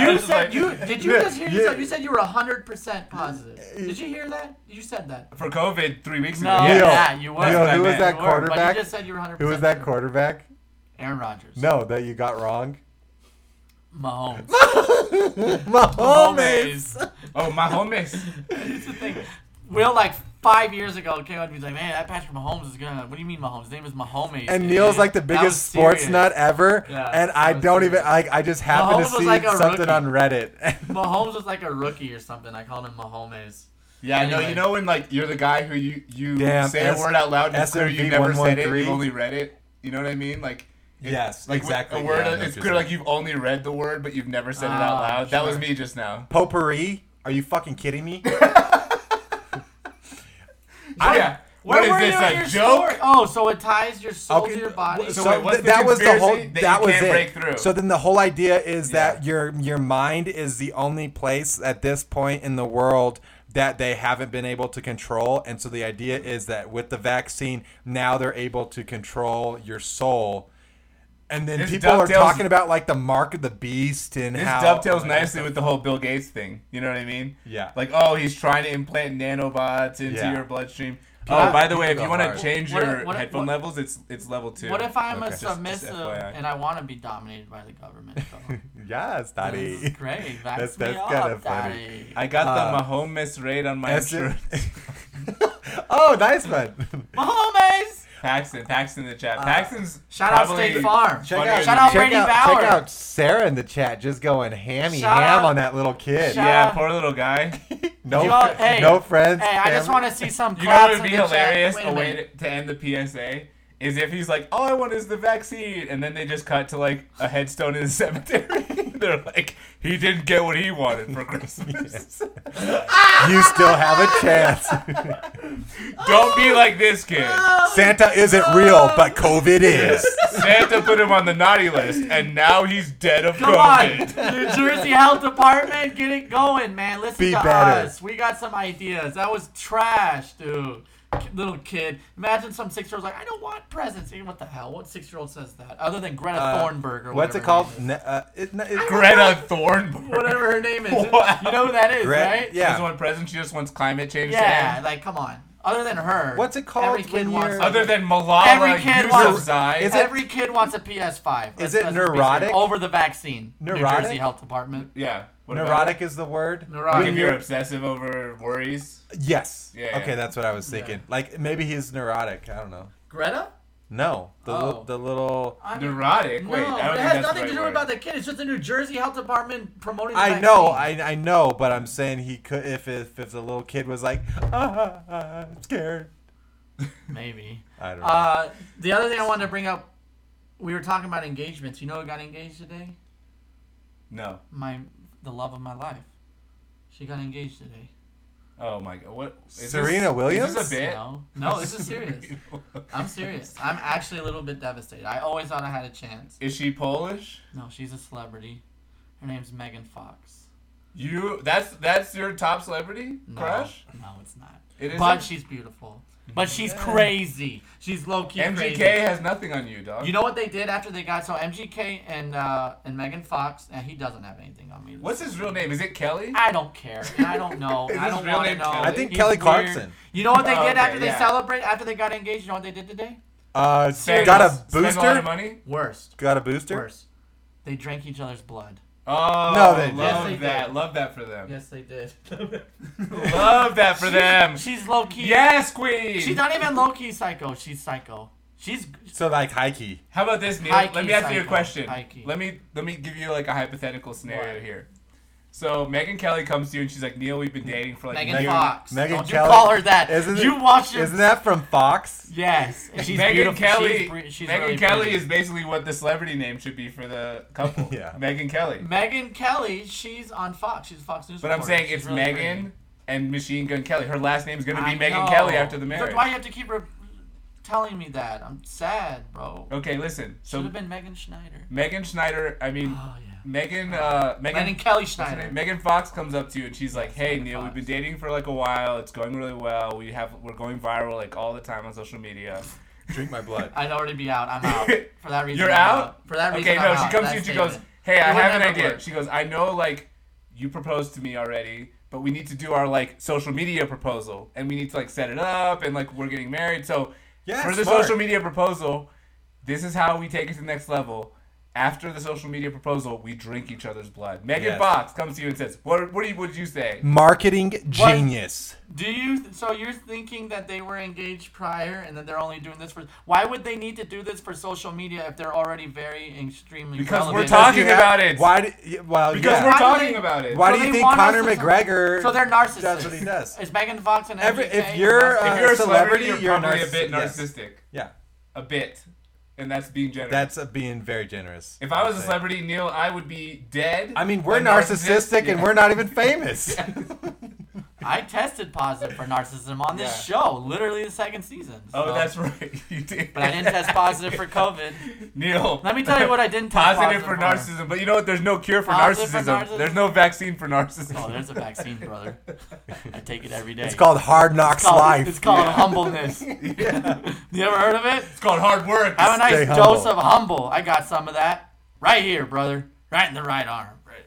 [SPEAKER 3] You said you did you
[SPEAKER 5] Yeah,
[SPEAKER 3] just hear
[SPEAKER 5] yeah.
[SPEAKER 3] yourself? You said you were hundred percent positive. Did you hear that? You said that.
[SPEAKER 2] for COVID three weeks
[SPEAKER 3] No,
[SPEAKER 2] ago.
[SPEAKER 5] Yo,
[SPEAKER 3] yeah, you were.
[SPEAKER 5] yo,
[SPEAKER 3] That's what
[SPEAKER 5] who
[SPEAKER 3] I
[SPEAKER 5] was
[SPEAKER 3] meant.
[SPEAKER 5] that
[SPEAKER 3] You were, But
[SPEAKER 5] quarterback?
[SPEAKER 3] you just said you were hundred.
[SPEAKER 5] Who was that quarterback?
[SPEAKER 3] Aaron Rodgers.
[SPEAKER 5] No, that you got wrong.
[SPEAKER 3] Mahomes.
[SPEAKER 5] Mahomes.
[SPEAKER 2] Oh, my homies.
[SPEAKER 3] Will like five years ago came up and was like, "Man, that Patrick Mahomes is gonna." What do you mean Mahomes? His name is Mahomes.
[SPEAKER 5] And Neil's like the
[SPEAKER 3] That was
[SPEAKER 5] biggest sports
[SPEAKER 3] serious.
[SPEAKER 5] nut ever.
[SPEAKER 3] Yeah,
[SPEAKER 5] and I
[SPEAKER 3] that was
[SPEAKER 5] don't even
[SPEAKER 3] serious.
[SPEAKER 5] like. I just happened
[SPEAKER 3] Mahomes
[SPEAKER 5] to
[SPEAKER 3] was
[SPEAKER 5] see
[SPEAKER 3] like a
[SPEAKER 5] something
[SPEAKER 3] rookie.
[SPEAKER 5] on Reddit.
[SPEAKER 3] Mahomes was like a rookie or something. I called him Mahomes.
[SPEAKER 2] Yeah, I know.
[SPEAKER 3] Anyway.
[SPEAKER 2] You know when like you're the guy who you you
[SPEAKER 5] Damn,
[SPEAKER 2] say
[SPEAKER 5] S-
[SPEAKER 2] a word out loud and it's clear
[SPEAKER 5] SMV
[SPEAKER 2] you never said it.
[SPEAKER 5] 113?
[SPEAKER 2] You've only read it. You know what I mean? Like. it-
[SPEAKER 5] Yes,
[SPEAKER 2] like
[SPEAKER 5] exactly.
[SPEAKER 2] A word.
[SPEAKER 5] Yeah, I know
[SPEAKER 2] it's
[SPEAKER 5] what you're
[SPEAKER 2] clear,
[SPEAKER 5] saying.
[SPEAKER 2] like you've only read the word, but you've never said it out
[SPEAKER 3] Ah,
[SPEAKER 2] loud. That was
[SPEAKER 3] sure.
[SPEAKER 2] me just now.
[SPEAKER 5] Potpourri? Are you fucking kidding me?
[SPEAKER 2] yeah.
[SPEAKER 3] Where
[SPEAKER 2] What is
[SPEAKER 3] were
[SPEAKER 2] this
[SPEAKER 3] you in
[SPEAKER 2] a
[SPEAKER 3] your
[SPEAKER 2] joke?
[SPEAKER 3] story? Oh, so it ties your soul
[SPEAKER 5] Okay,
[SPEAKER 3] to your body.
[SPEAKER 5] So,
[SPEAKER 2] So wait, what's
[SPEAKER 5] th-
[SPEAKER 2] the
[SPEAKER 5] that was the whole.
[SPEAKER 2] conspiracy
[SPEAKER 5] That,
[SPEAKER 2] that you
[SPEAKER 5] was
[SPEAKER 2] can't
[SPEAKER 5] it.
[SPEAKER 2] break through?
[SPEAKER 5] So then the whole idea is that
[SPEAKER 2] Yeah.
[SPEAKER 5] your your mind is the only place at this point in the world that they haven't been able to control, and so the idea is that with the vaccine now they're able to control your soul. And then
[SPEAKER 2] This
[SPEAKER 5] people are
[SPEAKER 2] dovetails-
[SPEAKER 5] talking about like the mark of the beast and
[SPEAKER 2] This
[SPEAKER 5] how
[SPEAKER 2] dovetails
[SPEAKER 5] like,
[SPEAKER 2] nicely with the whole Bill Gates thing. You know what I mean?
[SPEAKER 5] Yeah.
[SPEAKER 2] Like, oh, he's trying to implant nanobots into
[SPEAKER 5] Yeah.
[SPEAKER 2] your bloodstream. Oh, by the way, if
[SPEAKER 5] go
[SPEAKER 2] you want
[SPEAKER 5] hard.
[SPEAKER 2] to change
[SPEAKER 3] What-
[SPEAKER 2] your
[SPEAKER 3] what-
[SPEAKER 2] headphone
[SPEAKER 3] what-
[SPEAKER 2] levels, it's it's level two.
[SPEAKER 3] What if I'm
[SPEAKER 5] Okay.
[SPEAKER 3] a
[SPEAKER 5] Just-
[SPEAKER 2] just
[SPEAKER 3] submissive
[SPEAKER 2] FYI.
[SPEAKER 3] and I want to be dominated by the government? though?
[SPEAKER 5] Yes,
[SPEAKER 3] This
[SPEAKER 5] daddy.
[SPEAKER 3] is great.
[SPEAKER 5] That's-
[SPEAKER 3] That's,
[SPEAKER 5] that's
[SPEAKER 3] me up,
[SPEAKER 5] kinda funny.
[SPEAKER 3] daddy.
[SPEAKER 2] I got
[SPEAKER 5] Uh,
[SPEAKER 2] the Mahomes raid on my
[SPEAKER 5] That's it.
[SPEAKER 2] insurance.
[SPEAKER 5] oh, nice one.
[SPEAKER 3] Mahomes!
[SPEAKER 2] Paxton, Paxton in the chat. Paxton's
[SPEAKER 3] Uh, Shout out
[SPEAKER 2] probably-
[SPEAKER 3] State Farm.
[SPEAKER 5] Check
[SPEAKER 2] Funny
[SPEAKER 5] out,
[SPEAKER 2] as
[SPEAKER 3] Shout out
[SPEAKER 5] check
[SPEAKER 3] Brady
[SPEAKER 5] out,
[SPEAKER 3] Bauer.
[SPEAKER 5] Check out Sarah in the chat, just going hammy
[SPEAKER 3] Shout
[SPEAKER 5] ham
[SPEAKER 3] out-
[SPEAKER 5] on that little kid.
[SPEAKER 3] shout
[SPEAKER 2] Yeah,
[SPEAKER 3] out-
[SPEAKER 2] poor little guy.
[SPEAKER 5] No,
[SPEAKER 3] You all- hey,
[SPEAKER 5] no friends.
[SPEAKER 3] Hey, I just
[SPEAKER 5] family.
[SPEAKER 3] want to see some
[SPEAKER 2] You know what
[SPEAKER 3] claps
[SPEAKER 2] would be
[SPEAKER 3] in the chat.
[SPEAKER 2] hilarious?
[SPEAKER 3] Wait
[SPEAKER 5] Oh,
[SPEAKER 2] A way
[SPEAKER 3] minute.
[SPEAKER 2] to, to end the PSA is if he's like, "All I want is the vaccine," and then they just cut to like a headstone in the cemetery. They're like, "He didn't get what he wanted for Christmas."
[SPEAKER 5] You still have a chance.
[SPEAKER 2] Don't be like this kid.
[SPEAKER 5] Santa isn't real, but COVID is.
[SPEAKER 2] Santa put him on the naughty list, and now he's dead of
[SPEAKER 3] Come on, New
[SPEAKER 2] COVID.
[SPEAKER 3] Jersey Health Department, get it going, man. Listen
[SPEAKER 5] Be
[SPEAKER 3] to
[SPEAKER 5] better.
[SPEAKER 3] us. We got some ideas. That was trash, dude. K- Little kid. Imagine some six-year-old's like, I don't want presents. Hey, what the hell? What six-year-old says that? Other than Greta Thornburg or
[SPEAKER 5] Uh, What's
[SPEAKER 3] whatever
[SPEAKER 5] it
[SPEAKER 3] her
[SPEAKER 5] called?
[SPEAKER 3] name is.
[SPEAKER 5] Ne- uh, it, no, it-
[SPEAKER 2] Greta Thornburg.
[SPEAKER 3] Whatever her name is.
[SPEAKER 2] Wow.
[SPEAKER 3] You know who that is,
[SPEAKER 5] Gre-
[SPEAKER 3] right?
[SPEAKER 2] She
[SPEAKER 5] yeah.
[SPEAKER 2] doesn't want president. She just wants climate change. to
[SPEAKER 3] Yeah,
[SPEAKER 2] end.
[SPEAKER 3] like, come on. Other than her.
[SPEAKER 5] What's it called
[SPEAKER 3] Every kid
[SPEAKER 5] when
[SPEAKER 3] wants
[SPEAKER 5] you're-
[SPEAKER 3] like,
[SPEAKER 2] Other than Malala
[SPEAKER 3] Every kid wants-
[SPEAKER 2] Yousafzai,
[SPEAKER 5] Is it-
[SPEAKER 3] Every kid wants a PS5.
[SPEAKER 5] Is it
[SPEAKER 3] Let's- let's just be
[SPEAKER 5] neurotic?
[SPEAKER 3] serious. Over the vaccine. New
[SPEAKER 5] Neurotic?
[SPEAKER 3] Jersey Health Department.
[SPEAKER 2] yeah, what about
[SPEAKER 5] Neurotic is the word.
[SPEAKER 3] Neurotic.
[SPEAKER 2] Like if you're obsessive over worries.
[SPEAKER 5] Yes.
[SPEAKER 2] Yeah,
[SPEAKER 5] okay,
[SPEAKER 2] yeah.
[SPEAKER 5] that's what I was thinking. Like maybe he's neurotic. I don't know.
[SPEAKER 3] Greta?
[SPEAKER 5] No, the
[SPEAKER 3] Oh.
[SPEAKER 5] li- the little.
[SPEAKER 3] I'm-
[SPEAKER 2] Neurotic.
[SPEAKER 3] No,
[SPEAKER 2] Wait, I don't
[SPEAKER 3] it
[SPEAKER 2] think
[SPEAKER 3] has
[SPEAKER 2] that's
[SPEAKER 3] nothing
[SPEAKER 2] the
[SPEAKER 3] to do
[SPEAKER 2] right
[SPEAKER 3] about
[SPEAKER 2] word.
[SPEAKER 3] the kid. It's just the New Jersey Health Department promoting. The
[SPEAKER 5] I know,
[SPEAKER 3] vaccine.
[SPEAKER 5] I, I know, but I'm saying he could if if, if the little kid was like, ah, I'm scared.
[SPEAKER 3] maybe.
[SPEAKER 5] I don't know.
[SPEAKER 3] Uh, the other thing I wanted to bring up, we were talking about engagements. You know who got engaged today?
[SPEAKER 2] No.
[SPEAKER 3] My the love of my life. She got engaged today.
[SPEAKER 2] Oh my god. What? Is this-
[SPEAKER 5] Serena Williams?
[SPEAKER 2] Is this a bit?
[SPEAKER 3] No, no, this is serious. I'm serious. I'm actually a little bit devastated. I always thought I had a chance.
[SPEAKER 2] Is she Polish?
[SPEAKER 3] No, she's a celebrity. Her name's Megan Fox.
[SPEAKER 2] You? That's that's your top celebrity
[SPEAKER 3] No,
[SPEAKER 2] crush?
[SPEAKER 3] No, it's not.
[SPEAKER 2] It is.
[SPEAKER 3] But she's beautiful. But
[SPEAKER 5] Mm-hmm.
[SPEAKER 3] she's crazy. She's low key
[SPEAKER 2] MGK
[SPEAKER 3] crazy.
[SPEAKER 2] has nothing on you, dog.
[SPEAKER 3] You know what they did after they got so MGK and uh, and Megan Fox, and he doesn't have anything on me.
[SPEAKER 2] What's his real name? Is it Kelly?
[SPEAKER 5] Ah,
[SPEAKER 3] I don't care. and I don't know.
[SPEAKER 2] Is
[SPEAKER 3] I
[SPEAKER 2] his
[SPEAKER 3] don't
[SPEAKER 2] real
[SPEAKER 3] want to
[SPEAKER 2] name
[SPEAKER 3] know.
[SPEAKER 2] Kelly? I
[SPEAKER 5] think
[SPEAKER 3] He's
[SPEAKER 5] Kelly
[SPEAKER 3] weird.
[SPEAKER 5] Clarkson.
[SPEAKER 3] You know what they
[SPEAKER 2] Oh,
[SPEAKER 3] did
[SPEAKER 2] okay,
[SPEAKER 3] after they
[SPEAKER 2] yeah.
[SPEAKER 3] celebrate after they got engaged? You know what they did today?
[SPEAKER 5] Uh,
[SPEAKER 2] Spend-
[SPEAKER 5] got a
[SPEAKER 2] spend a lot of
[SPEAKER 5] booster.
[SPEAKER 2] money.
[SPEAKER 3] Worst.
[SPEAKER 5] Got a booster.
[SPEAKER 3] Worst. They drank each other's blood.
[SPEAKER 2] Oh,
[SPEAKER 5] No, they didn't.
[SPEAKER 2] love
[SPEAKER 3] Yes, they
[SPEAKER 2] that.
[SPEAKER 3] did.
[SPEAKER 2] Love that for them.
[SPEAKER 3] Yes, they did.
[SPEAKER 2] Love that for them.
[SPEAKER 3] She's low key.
[SPEAKER 2] Yes, queen.
[SPEAKER 3] She's not even low key psycho. She's psycho. She's
[SPEAKER 5] So like hikey.
[SPEAKER 2] How about this, Neil?
[SPEAKER 3] High-key
[SPEAKER 2] let me ask you a
[SPEAKER 3] psycho.
[SPEAKER 2] question.
[SPEAKER 3] High-key.
[SPEAKER 2] Let me let me give you like a hypothetical scenario
[SPEAKER 3] What?
[SPEAKER 2] here. So Megan Kelly comes to you and she's like, Neil, we've been dating for like
[SPEAKER 3] Megan
[SPEAKER 2] a year.
[SPEAKER 3] Fox.
[SPEAKER 5] Megan
[SPEAKER 3] don't
[SPEAKER 5] Kelly-
[SPEAKER 3] you call her that.
[SPEAKER 5] Isn't it-
[SPEAKER 3] you watch her.
[SPEAKER 5] Isn't that from Fox?
[SPEAKER 3] Yes, and she's
[SPEAKER 2] Megan
[SPEAKER 3] beautiful.
[SPEAKER 2] Kelly.
[SPEAKER 3] She's, br- she's
[SPEAKER 2] Megan
[SPEAKER 3] really
[SPEAKER 2] Kelly
[SPEAKER 3] pretty.
[SPEAKER 2] is basically what the celebrity name should be for the couple.
[SPEAKER 5] Yeah.
[SPEAKER 2] Megan Kelly.
[SPEAKER 3] Megan Kelly, she's on Fox. She's a Fox News.
[SPEAKER 2] But I'm
[SPEAKER 3] reporter.
[SPEAKER 2] saying
[SPEAKER 3] She's
[SPEAKER 2] it's
[SPEAKER 3] really
[SPEAKER 2] Megan and Machine Gun Kelly. Her last name's gonna
[SPEAKER 3] pretty.
[SPEAKER 2] be
[SPEAKER 3] I
[SPEAKER 2] Megan
[SPEAKER 3] know.
[SPEAKER 2] Kelly after the
[SPEAKER 3] But
[SPEAKER 2] marriage.
[SPEAKER 3] Why you have to keep her telling me that. I'm sad, bro.
[SPEAKER 2] Okay, listen.
[SPEAKER 3] Should
[SPEAKER 2] Oh, So
[SPEAKER 3] have been Megan Schneider.
[SPEAKER 2] Megan Schneider, I mean,
[SPEAKER 3] Oh yeah.
[SPEAKER 2] Megan, uh, Megan,
[SPEAKER 3] Megan Kelly
[SPEAKER 2] what's her
[SPEAKER 3] Schneider.
[SPEAKER 2] name? Megan Fox comes up to you and she's like, "Hey,
[SPEAKER 3] Megan
[SPEAKER 2] Neil, we've
[SPEAKER 3] Fox.
[SPEAKER 2] been dating for like a while. It's going really well. We have we're going viral like all the time on social media."
[SPEAKER 5] Drink my blood.
[SPEAKER 3] I'd already be out. I'm out for that reason.
[SPEAKER 2] You're
[SPEAKER 3] I'm
[SPEAKER 2] out?
[SPEAKER 3] for that reason.
[SPEAKER 2] Okay,
[SPEAKER 3] I'm
[SPEAKER 2] no, she
[SPEAKER 3] out.
[SPEAKER 2] comes
[SPEAKER 3] That
[SPEAKER 2] to you and she
[SPEAKER 3] statement.
[SPEAKER 2] goes, Hey, I
[SPEAKER 3] It would
[SPEAKER 2] have an
[SPEAKER 3] never
[SPEAKER 2] idea.
[SPEAKER 3] work.
[SPEAKER 2] She goes, I know, like, you proposed to me already, but we need to do our, like, social media proposal. And we need to, like, set it up, and, like, we're getting married. So,
[SPEAKER 5] Yeah,
[SPEAKER 2] for the
[SPEAKER 5] smart.
[SPEAKER 2] social media proposal, this is how we take it to the next level. After the social media proposal, we drink each other's blood. Megan
[SPEAKER 5] Yes.
[SPEAKER 2] Fox comes to you and says, What, what do you, would you say?
[SPEAKER 5] Marketing genius.
[SPEAKER 3] Do you? Th- so you're thinking that they were engaged prior, and that they're only doing this for? Why would they need to do this for social media if they're already very extremely?
[SPEAKER 2] Because we're
[SPEAKER 3] relevant?
[SPEAKER 2] talking
[SPEAKER 5] You have-
[SPEAKER 2] about it.
[SPEAKER 5] Why? Do, y- well,
[SPEAKER 2] Because
[SPEAKER 5] yeah.
[SPEAKER 2] we're
[SPEAKER 3] Why do
[SPEAKER 2] talking
[SPEAKER 3] they-
[SPEAKER 2] about it.
[SPEAKER 5] Why
[SPEAKER 3] So
[SPEAKER 5] do you
[SPEAKER 3] they
[SPEAKER 5] think
[SPEAKER 3] want us
[SPEAKER 5] Conor
[SPEAKER 3] to-
[SPEAKER 5] McGregor?
[SPEAKER 3] So they're narcissists.
[SPEAKER 5] Does what he does.
[SPEAKER 3] Is Megan Fox and
[SPEAKER 5] Every-
[SPEAKER 3] MGK
[SPEAKER 5] if you're,
[SPEAKER 3] narcissists?
[SPEAKER 5] uh,
[SPEAKER 2] if you're a celebrity,
[SPEAKER 5] celebrity,
[SPEAKER 2] you're,
[SPEAKER 5] you're a
[SPEAKER 2] probably a
[SPEAKER 5] narciss-
[SPEAKER 2] bit
[SPEAKER 5] yes.
[SPEAKER 2] narcissistic.
[SPEAKER 5] Yeah,
[SPEAKER 2] A bit. And that's being generous.
[SPEAKER 5] that's uh being very generous.
[SPEAKER 2] If I was a
[SPEAKER 5] I'd say.
[SPEAKER 2] celebrity, Neil, I would be dead.
[SPEAKER 5] I mean, we're
[SPEAKER 2] a narcissist,
[SPEAKER 5] narcissistic and
[SPEAKER 2] yeah.
[SPEAKER 5] we're not even famous.
[SPEAKER 3] I tested positive for narcissism on this show, literally the second season.
[SPEAKER 2] Oh,
[SPEAKER 3] so-
[SPEAKER 2] that's right. You did.
[SPEAKER 3] But I didn't test positive for COVID.
[SPEAKER 2] Neil.
[SPEAKER 3] Let me tell you what I didn't test
[SPEAKER 2] Positive for
[SPEAKER 3] positive
[SPEAKER 2] narcissism, but you know what? There's no cure for
[SPEAKER 3] Positive for
[SPEAKER 2] narcissism.
[SPEAKER 3] narcissism.
[SPEAKER 2] There's no vaccine for narcissism.
[SPEAKER 3] Oh, there's a vaccine, brother. I take it every day.
[SPEAKER 5] It's called Hard Knocks
[SPEAKER 3] It's called-
[SPEAKER 5] Life.
[SPEAKER 3] It's called humbleness. you ever heard of it?
[SPEAKER 2] it's called hard work.
[SPEAKER 3] Have a
[SPEAKER 5] Stay
[SPEAKER 3] nice
[SPEAKER 5] humble.
[SPEAKER 3] dose of humble. I got some of that right here, brother. Right in the right arm. Right.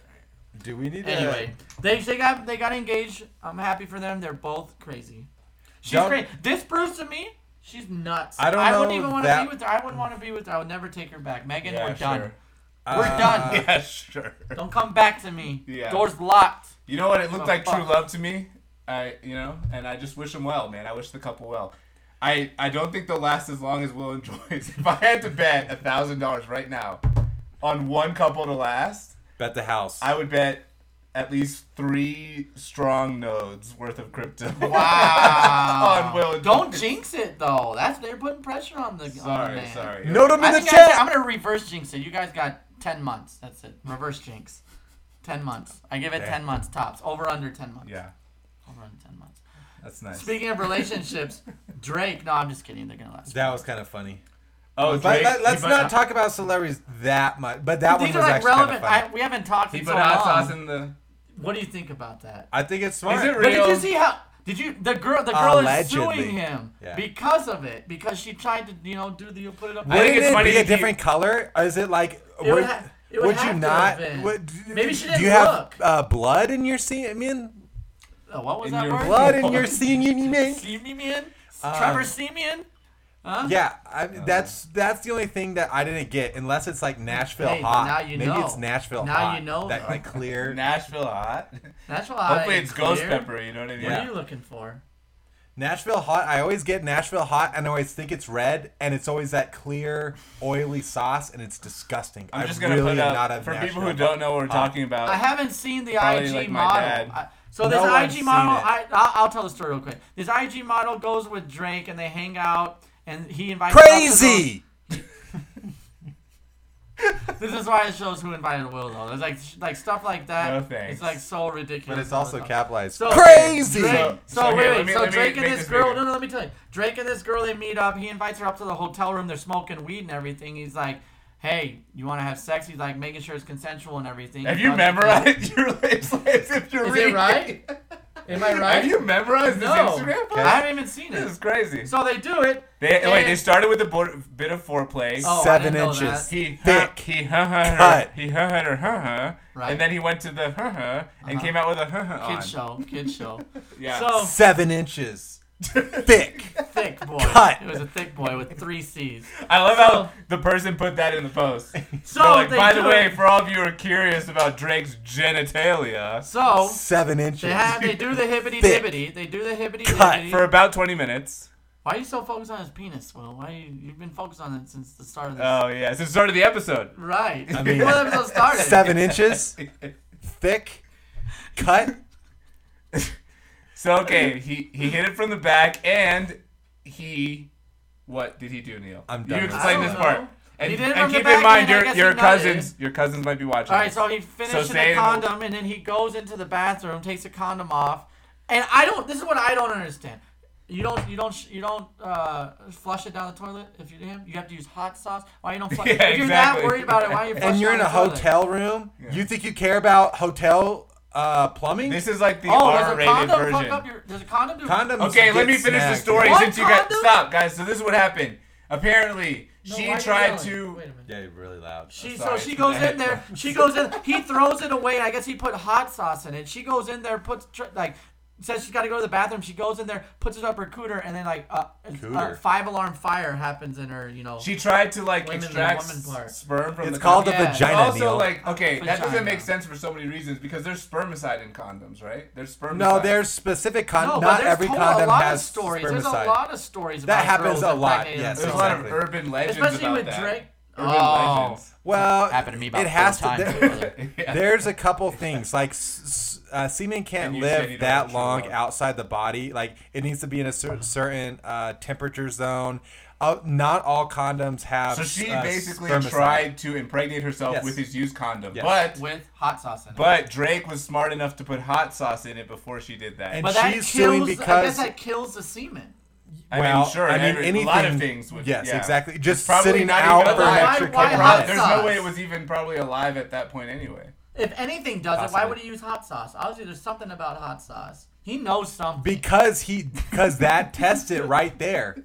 [SPEAKER 5] Do we need
[SPEAKER 3] Anyway, they they got they got engaged. I'm happy for them. They're both crazy. She's
[SPEAKER 5] Don't-
[SPEAKER 3] crazy. This proves to me she's nuts.
[SPEAKER 5] I don't
[SPEAKER 3] I wouldn't
[SPEAKER 5] know
[SPEAKER 3] even want to
[SPEAKER 5] that-
[SPEAKER 3] be with her. I wouldn't want to be with her. I would never take her back. Megan,
[SPEAKER 2] Yeah,
[SPEAKER 3] we're done.
[SPEAKER 2] sure.
[SPEAKER 3] We're
[SPEAKER 5] Uh,
[SPEAKER 3] done.
[SPEAKER 2] yeah, sure.
[SPEAKER 3] Don't come back to me.
[SPEAKER 2] Yeah.
[SPEAKER 3] Door's locked.
[SPEAKER 2] You know what? It looked
[SPEAKER 3] Oh,
[SPEAKER 2] like true
[SPEAKER 3] fuck.
[SPEAKER 2] love to me. I, you know, and I just wish them well, man. I wish the couple well. I, I don't think they'll last as long as Will enjoys. If I had to bet a thousand dollars right now on one couple to last,
[SPEAKER 5] Bet the house.
[SPEAKER 2] I would bet at least three strong nodes worth of crypto.
[SPEAKER 3] Wow.
[SPEAKER 2] on Will. and
[SPEAKER 3] Don't
[SPEAKER 2] Joyce.
[SPEAKER 3] jinx it though. That's they're putting pressure on the. on the
[SPEAKER 2] Sorry,
[SPEAKER 3] man.
[SPEAKER 2] sorry.
[SPEAKER 5] Note him
[SPEAKER 3] I
[SPEAKER 5] in the
[SPEAKER 3] think I,
[SPEAKER 5] chat.
[SPEAKER 3] am gonna reverse jinx it. You guys got ten months. That's it. Reverse jinx. Ten months. I give it ten months tops. Over under ten months.
[SPEAKER 2] Yeah,
[SPEAKER 3] Over under ten months.
[SPEAKER 2] that's nice.
[SPEAKER 3] Speaking of relationships, Drake. No, I'm just kidding. They're gonna last.
[SPEAKER 5] That was kind of funny.
[SPEAKER 2] oh,
[SPEAKER 5] But
[SPEAKER 2] Drake,
[SPEAKER 5] let, us
[SPEAKER 2] he put-
[SPEAKER 5] not talk about celebrities that much. But that one
[SPEAKER 3] These
[SPEAKER 5] was
[SPEAKER 3] are like
[SPEAKER 5] actually kind of
[SPEAKER 3] relevant.
[SPEAKER 5] funny.
[SPEAKER 3] I, we haven't talked
[SPEAKER 2] He
[SPEAKER 3] in
[SPEAKER 2] put
[SPEAKER 3] so
[SPEAKER 2] hot
[SPEAKER 3] long.
[SPEAKER 2] sauce in the.
[SPEAKER 3] What do you think about that?
[SPEAKER 5] I think it's smart.
[SPEAKER 2] Is it
[SPEAKER 3] But
[SPEAKER 2] real?
[SPEAKER 3] did you see how? Did you the girl? The girl
[SPEAKER 5] Allegedly.
[SPEAKER 3] is suing him
[SPEAKER 5] Yeah.
[SPEAKER 3] because of it because she tried to you know do the you put it up.
[SPEAKER 2] I think
[SPEAKER 5] Wouldn't
[SPEAKER 2] it's
[SPEAKER 5] it
[SPEAKER 2] funny
[SPEAKER 5] be a
[SPEAKER 2] if he-
[SPEAKER 5] different color? Or is it like
[SPEAKER 3] would
[SPEAKER 5] would, would,
[SPEAKER 3] ha- it would have
[SPEAKER 5] you
[SPEAKER 3] to
[SPEAKER 5] not?
[SPEAKER 3] have been.
[SPEAKER 5] Would, do-
[SPEAKER 3] Maybe she
[SPEAKER 5] Do
[SPEAKER 3] didn't
[SPEAKER 5] you
[SPEAKER 3] look.
[SPEAKER 5] have uh, blood in your semen?
[SPEAKER 3] Oh, what was
[SPEAKER 2] In
[SPEAKER 3] that
[SPEAKER 2] your Um,
[SPEAKER 3] word?
[SPEAKER 5] Blood in your semen? man?
[SPEAKER 3] Simeon? Trevor Simeon?
[SPEAKER 5] Yeah, I, that's that's the only thing that I didn't get. Unless it's like Nashville
[SPEAKER 3] Hey,
[SPEAKER 5] hot.
[SPEAKER 3] now you
[SPEAKER 5] Maybe
[SPEAKER 3] know.
[SPEAKER 5] it's Nashville
[SPEAKER 3] Now
[SPEAKER 5] hot.
[SPEAKER 3] you know,
[SPEAKER 5] that
[SPEAKER 3] though.
[SPEAKER 5] like clear.
[SPEAKER 2] Nashville hot.
[SPEAKER 3] That's why.
[SPEAKER 2] Hopefully it's ghost
[SPEAKER 3] clear.
[SPEAKER 2] pepper. You know what I mean?
[SPEAKER 3] What
[SPEAKER 5] Yeah.
[SPEAKER 3] are you looking for?
[SPEAKER 5] Nashville hot. I always get Nashville hot, and I always think it's red, and it's always that clear, oily sauce, and it's disgusting.
[SPEAKER 2] I'm
[SPEAKER 5] I
[SPEAKER 2] just gonna
[SPEAKER 5] really
[SPEAKER 2] put
[SPEAKER 5] am
[SPEAKER 2] up
[SPEAKER 5] not a
[SPEAKER 2] for people
[SPEAKER 5] Nashville
[SPEAKER 2] who don't know what we're talking about.
[SPEAKER 3] I haven't seen the
[SPEAKER 2] Probably
[SPEAKER 3] IG
[SPEAKER 2] like my
[SPEAKER 3] model.
[SPEAKER 2] dad.
[SPEAKER 3] I- so
[SPEAKER 5] No
[SPEAKER 3] this
[SPEAKER 5] one's
[SPEAKER 3] IG
[SPEAKER 5] seen
[SPEAKER 3] model,
[SPEAKER 5] it.
[SPEAKER 3] I, I'll, I'll tell the story real quick. This IG model goes with Drake, and they hang out, and he invites her out to
[SPEAKER 5] Crazy.
[SPEAKER 3] go- This is why it shows who invited Will though. There's like like stuff like that.
[SPEAKER 2] No thanks.
[SPEAKER 3] It's like so ridiculous.
[SPEAKER 5] But it's also
[SPEAKER 3] So-
[SPEAKER 5] capitalized.
[SPEAKER 3] So-
[SPEAKER 5] Crazy.
[SPEAKER 3] Drake,
[SPEAKER 2] So-
[SPEAKER 3] so,
[SPEAKER 2] so
[SPEAKER 3] wait,
[SPEAKER 2] here,
[SPEAKER 3] wait.
[SPEAKER 2] let me-
[SPEAKER 3] so
[SPEAKER 2] let me
[SPEAKER 3] Drake and
[SPEAKER 2] make
[SPEAKER 3] this
[SPEAKER 2] this
[SPEAKER 3] girl.
[SPEAKER 2] bigger.
[SPEAKER 3] No, no. Let me tell you. Drake and this girl. They meet up. He invites her up to the hotel room. They're smoking weed and everything. He's like, "Hey, you want to have sex?" He's like, making sure it's consensual and everything.
[SPEAKER 2] Have
[SPEAKER 3] He
[SPEAKER 2] you
[SPEAKER 3] does it.
[SPEAKER 2] memorized your lips as if you're
[SPEAKER 3] Is
[SPEAKER 2] reading?
[SPEAKER 3] it right? Am I right?
[SPEAKER 2] Have you memorized
[SPEAKER 3] no,
[SPEAKER 2] this Instagram?
[SPEAKER 3] I haven't even seen
[SPEAKER 2] This is
[SPEAKER 3] it.
[SPEAKER 2] crazy.
[SPEAKER 3] So they do it.
[SPEAKER 2] they, wait, they
[SPEAKER 3] and-
[SPEAKER 2] started with a bo- bit of foreplay.
[SPEAKER 3] Oh, I
[SPEAKER 5] Seven
[SPEAKER 3] didn't know
[SPEAKER 5] inches.
[SPEAKER 3] that.
[SPEAKER 2] He
[SPEAKER 5] Thick.
[SPEAKER 2] huh, he huh huh her,
[SPEAKER 5] Cut.
[SPEAKER 2] he huh huh her huh huh,
[SPEAKER 3] Right. Uh-huh.
[SPEAKER 2] and then he went to the huh huh and came out with a huh huh
[SPEAKER 3] Kid
[SPEAKER 2] on.
[SPEAKER 3] show, kid show.
[SPEAKER 2] Yeah.
[SPEAKER 3] So
[SPEAKER 5] Seven inches. Thick.
[SPEAKER 3] thick boy.
[SPEAKER 5] Cut.
[SPEAKER 3] It was a thick boy with three C's.
[SPEAKER 2] I love
[SPEAKER 3] So-
[SPEAKER 2] how the person put that in the post.
[SPEAKER 3] So
[SPEAKER 2] They're like,
[SPEAKER 3] they
[SPEAKER 2] by
[SPEAKER 3] do
[SPEAKER 2] the way,
[SPEAKER 3] it.
[SPEAKER 2] for all of you who are curious about Drake's genitalia,
[SPEAKER 3] So
[SPEAKER 5] Seven
[SPEAKER 3] they
[SPEAKER 5] inches.
[SPEAKER 3] have they do the hibbity
[SPEAKER 5] Thick.
[SPEAKER 3] dibbity. They do the hibbity
[SPEAKER 5] Cut.
[SPEAKER 3] dibbity.
[SPEAKER 2] for about 20 minutes.
[SPEAKER 3] Why are you so focused on his penis? Well, why you, you've been focused on it since the start of this.
[SPEAKER 2] Oh yeah, since the start of the episode.
[SPEAKER 3] right. I
[SPEAKER 5] mean-
[SPEAKER 3] well, episode started.
[SPEAKER 5] Seven inches. Thick. Cut.
[SPEAKER 2] So okay, he he hit it from the back and he what did he do, Neil?
[SPEAKER 5] I'm done
[SPEAKER 2] You
[SPEAKER 5] with
[SPEAKER 2] explain
[SPEAKER 3] this.
[SPEAKER 2] this
[SPEAKER 3] I don't
[SPEAKER 2] part.
[SPEAKER 3] know.
[SPEAKER 2] And,
[SPEAKER 3] He did it
[SPEAKER 2] and
[SPEAKER 3] from the
[SPEAKER 2] keep
[SPEAKER 3] back
[SPEAKER 2] in mind
[SPEAKER 3] end, I
[SPEAKER 2] your
[SPEAKER 3] guess
[SPEAKER 2] your
[SPEAKER 3] he nodded.
[SPEAKER 2] cousins your cousins might be watching.
[SPEAKER 3] All right,
[SPEAKER 2] this.
[SPEAKER 3] so he finishes
[SPEAKER 2] say
[SPEAKER 3] the
[SPEAKER 2] it-
[SPEAKER 3] condom and then he goes into the bathroom, takes the condom off, and I don't. This is what I don't understand. You don't you don't sh- you don't uh, flush it down the toilet if you damn. You have to use hot sauce. Why you don't flush?
[SPEAKER 2] Yeah,
[SPEAKER 3] if you're that
[SPEAKER 2] exactly.
[SPEAKER 3] worried about it, why you? flush
[SPEAKER 5] and you're
[SPEAKER 3] it
[SPEAKER 5] in
[SPEAKER 3] down
[SPEAKER 5] a
[SPEAKER 3] the toilet?
[SPEAKER 5] hotel room. You think you care about hotel uh, plumbing?
[SPEAKER 2] This is like the
[SPEAKER 3] Oh, does a
[SPEAKER 2] R-rated
[SPEAKER 3] condom fuck
[SPEAKER 2] version.
[SPEAKER 3] up your? Does a condom do?
[SPEAKER 5] Condoms
[SPEAKER 2] Okay,
[SPEAKER 5] get
[SPEAKER 2] let me finish the
[SPEAKER 5] snagged.
[SPEAKER 2] story
[SPEAKER 3] What
[SPEAKER 2] since you guys
[SPEAKER 3] condom?
[SPEAKER 2] stop, guys. So this is what happened. Apparently,
[SPEAKER 3] No, why
[SPEAKER 2] she
[SPEAKER 3] are you
[SPEAKER 2] tried
[SPEAKER 3] yelling?
[SPEAKER 2] to.
[SPEAKER 3] Wait a minute.
[SPEAKER 5] Yeah, you're really loud.
[SPEAKER 3] She so
[SPEAKER 2] sorry,
[SPEAKER 3] she
[SPEAKER 2] it's
[SPEAKER 3] goes
[SPEAKER 2] bad.
[SPEAKER 3] in there. She goes in. He throws it away. I guess he put hot sauce in it. She goes in there, puts tr- like says she's got to go to the bathroom. She goes in there, puts it up her cooter, and then like uh, uh
[SPEAKER 5] Cooter.
[SPEAKER 3] five alarm fire happens in her. You know.
[SPEAKER 2] She tried to like
[SPEAKER 3] Women, the
[SPEAKER 2] extract
[SPEAKER 3] woman part.
[SPEAKER 2] sperm from
[SPEAKER 5] It's
[SPEAKER 2] the
[SPEAKER 5] called
[SPEAKER 3] Yeah.
[SPEAKER 5] a vagina.
[SPEAKER 2] also
[SPEAKER 5] Neil.
[SPEAKER 2] like okay, that doesn't
[SPEAKER 3] Vagina.
[SPEAKER 2] make sense for so many reasons because there's spermicide in condoms, right? There's spermicide.
[SPEAKER 5] no, there's specific
[SPEAKER 3] no,
[SPEAKER 5] con.
[SPEAKER 3] but
[SPEAKER 5] Not
[SPEAKER 3] there's
[SPEAKER 5] every
[SPEAKER 3] total- a
[SPEAKER 5] condom
[SPEAKER 3] lot
[SPEAKER 5] has
[SPEAKER 3] of stories. There's a
[SPEAKER 5] spermicide.
[SPEAKER 3] lot of stories
[SPEAKER 5] That
[SPEAKER 3] about
[SPEAKER 5] happens
[SPEAKER 3] girls
[SPEAKER 5] a lot,
[SPEAKER 3] impregnated
[SPEAKER 5] yes.
[SPEAKER 2] there's
[SPEAKER 3] themselves.
[SPEAKER 2] a lot of
[SPEAKER 5] Exactly.
[SPEAKER 2] urban legends
[SPEAKER 3] especially
[SPEAKER 2] about
[SPEAKER 3] with
[SPEAKER 2] that.
[SPEAKER 3] Drake. Oh.
[SPEAKER 2] Urban legends.
[SPEAKER 5] Well,
[SPEAKER 3] happened to me about
[SPEAKER 5] it has
[SPEAKER 3] four
[SPEAKER 5] to.
[SPEAKER 3] times,
[SPEAKER 5] there-
[SPEAKER 3] brother.
[SPEAKER 2] Yeah.
[SPEAKER 5] There's a couple things like s- s- uh, semen
[SPEAKER 2] And
[SPEAKER 5] can't
[SPEAKER 2] you said
[SPEAKER 5] live
[SPEAKER 2] you don't
[SPEAKER 5] that
[SPEAKER 2] chew
[SPEAKER 5] long
[SPEAKER 2] up.
[SPEAKER 5] outside the body. Like it needs to be in a cer- certain uh, temperature zone. Uh, not all condoms have.
[SPEAKER 2] So she
[SPEAKER 5] uh,
[SPEAKER 2] basically
[SPEAKER 5] spermicide.
[SPEAKER 2] tried to impregnate herself
[SPEAKER 5] Yes.
[SPEAKER 2] with his used condom,
[SPEAKER 5] Yes.
[SPEAKER 2] but
[SPEAKER 3] with hot sauce in it.
[SPEAKER 2] but Drake was smart enough to put hot sauce in it before she did that.
[SPEAKER 5] And
[SPEAKER 3] but that
[SPEAKER 5] she's
[SPEAKER 3] kills.
[SPEAKER 5] suing
[SPEAKER 3] I guess
[SPEAKER 5] because
[SPEAKER 3] that kills the semen.
[SPEAKER 2] I
[SPEAKER 5] well,
[SPEAKER 2] mean, sure,
[SPEAKER 5] I mean,
[SPEAKER 2] every- a lot of
[SPEAKER 5] anything-
[SPEAKER 2] things. Would,
[SPEAKER 5] yes,
[SPEAKER 2] yeah.
[SPEAKER 5] exactly.
[SPEAKER 2] It's
[SPEAKER 5] Just
[SPEAKER 2] probably
[SPEAKER 5] sitting
[SPEAKER 2] not
[SPEAKER 5] out
[SPEAKER 2] even
[SPEAKER 5] for an
[SPEAKER 2] alive.
[SPEAKER 5] extra
[SPEAKER 3] Why- why
[SPEAKER 5] couple
[SPEAKER 3] hot
[SPEAKER 5] minutes.
[SPEAKER 2] There's
[SPEAKER 3] sauce?
[SPEAKER 2] no way it was even probably alive at that point anyway.
[SPEAKER 3] If anything does it, why
[SPEAKER 5] Possibly.
[SPEAKER 3] would he use hot sauce? Obviously, there's something about hot sauce. He knows something.
[SPEAKER 5] because he because that tested right there.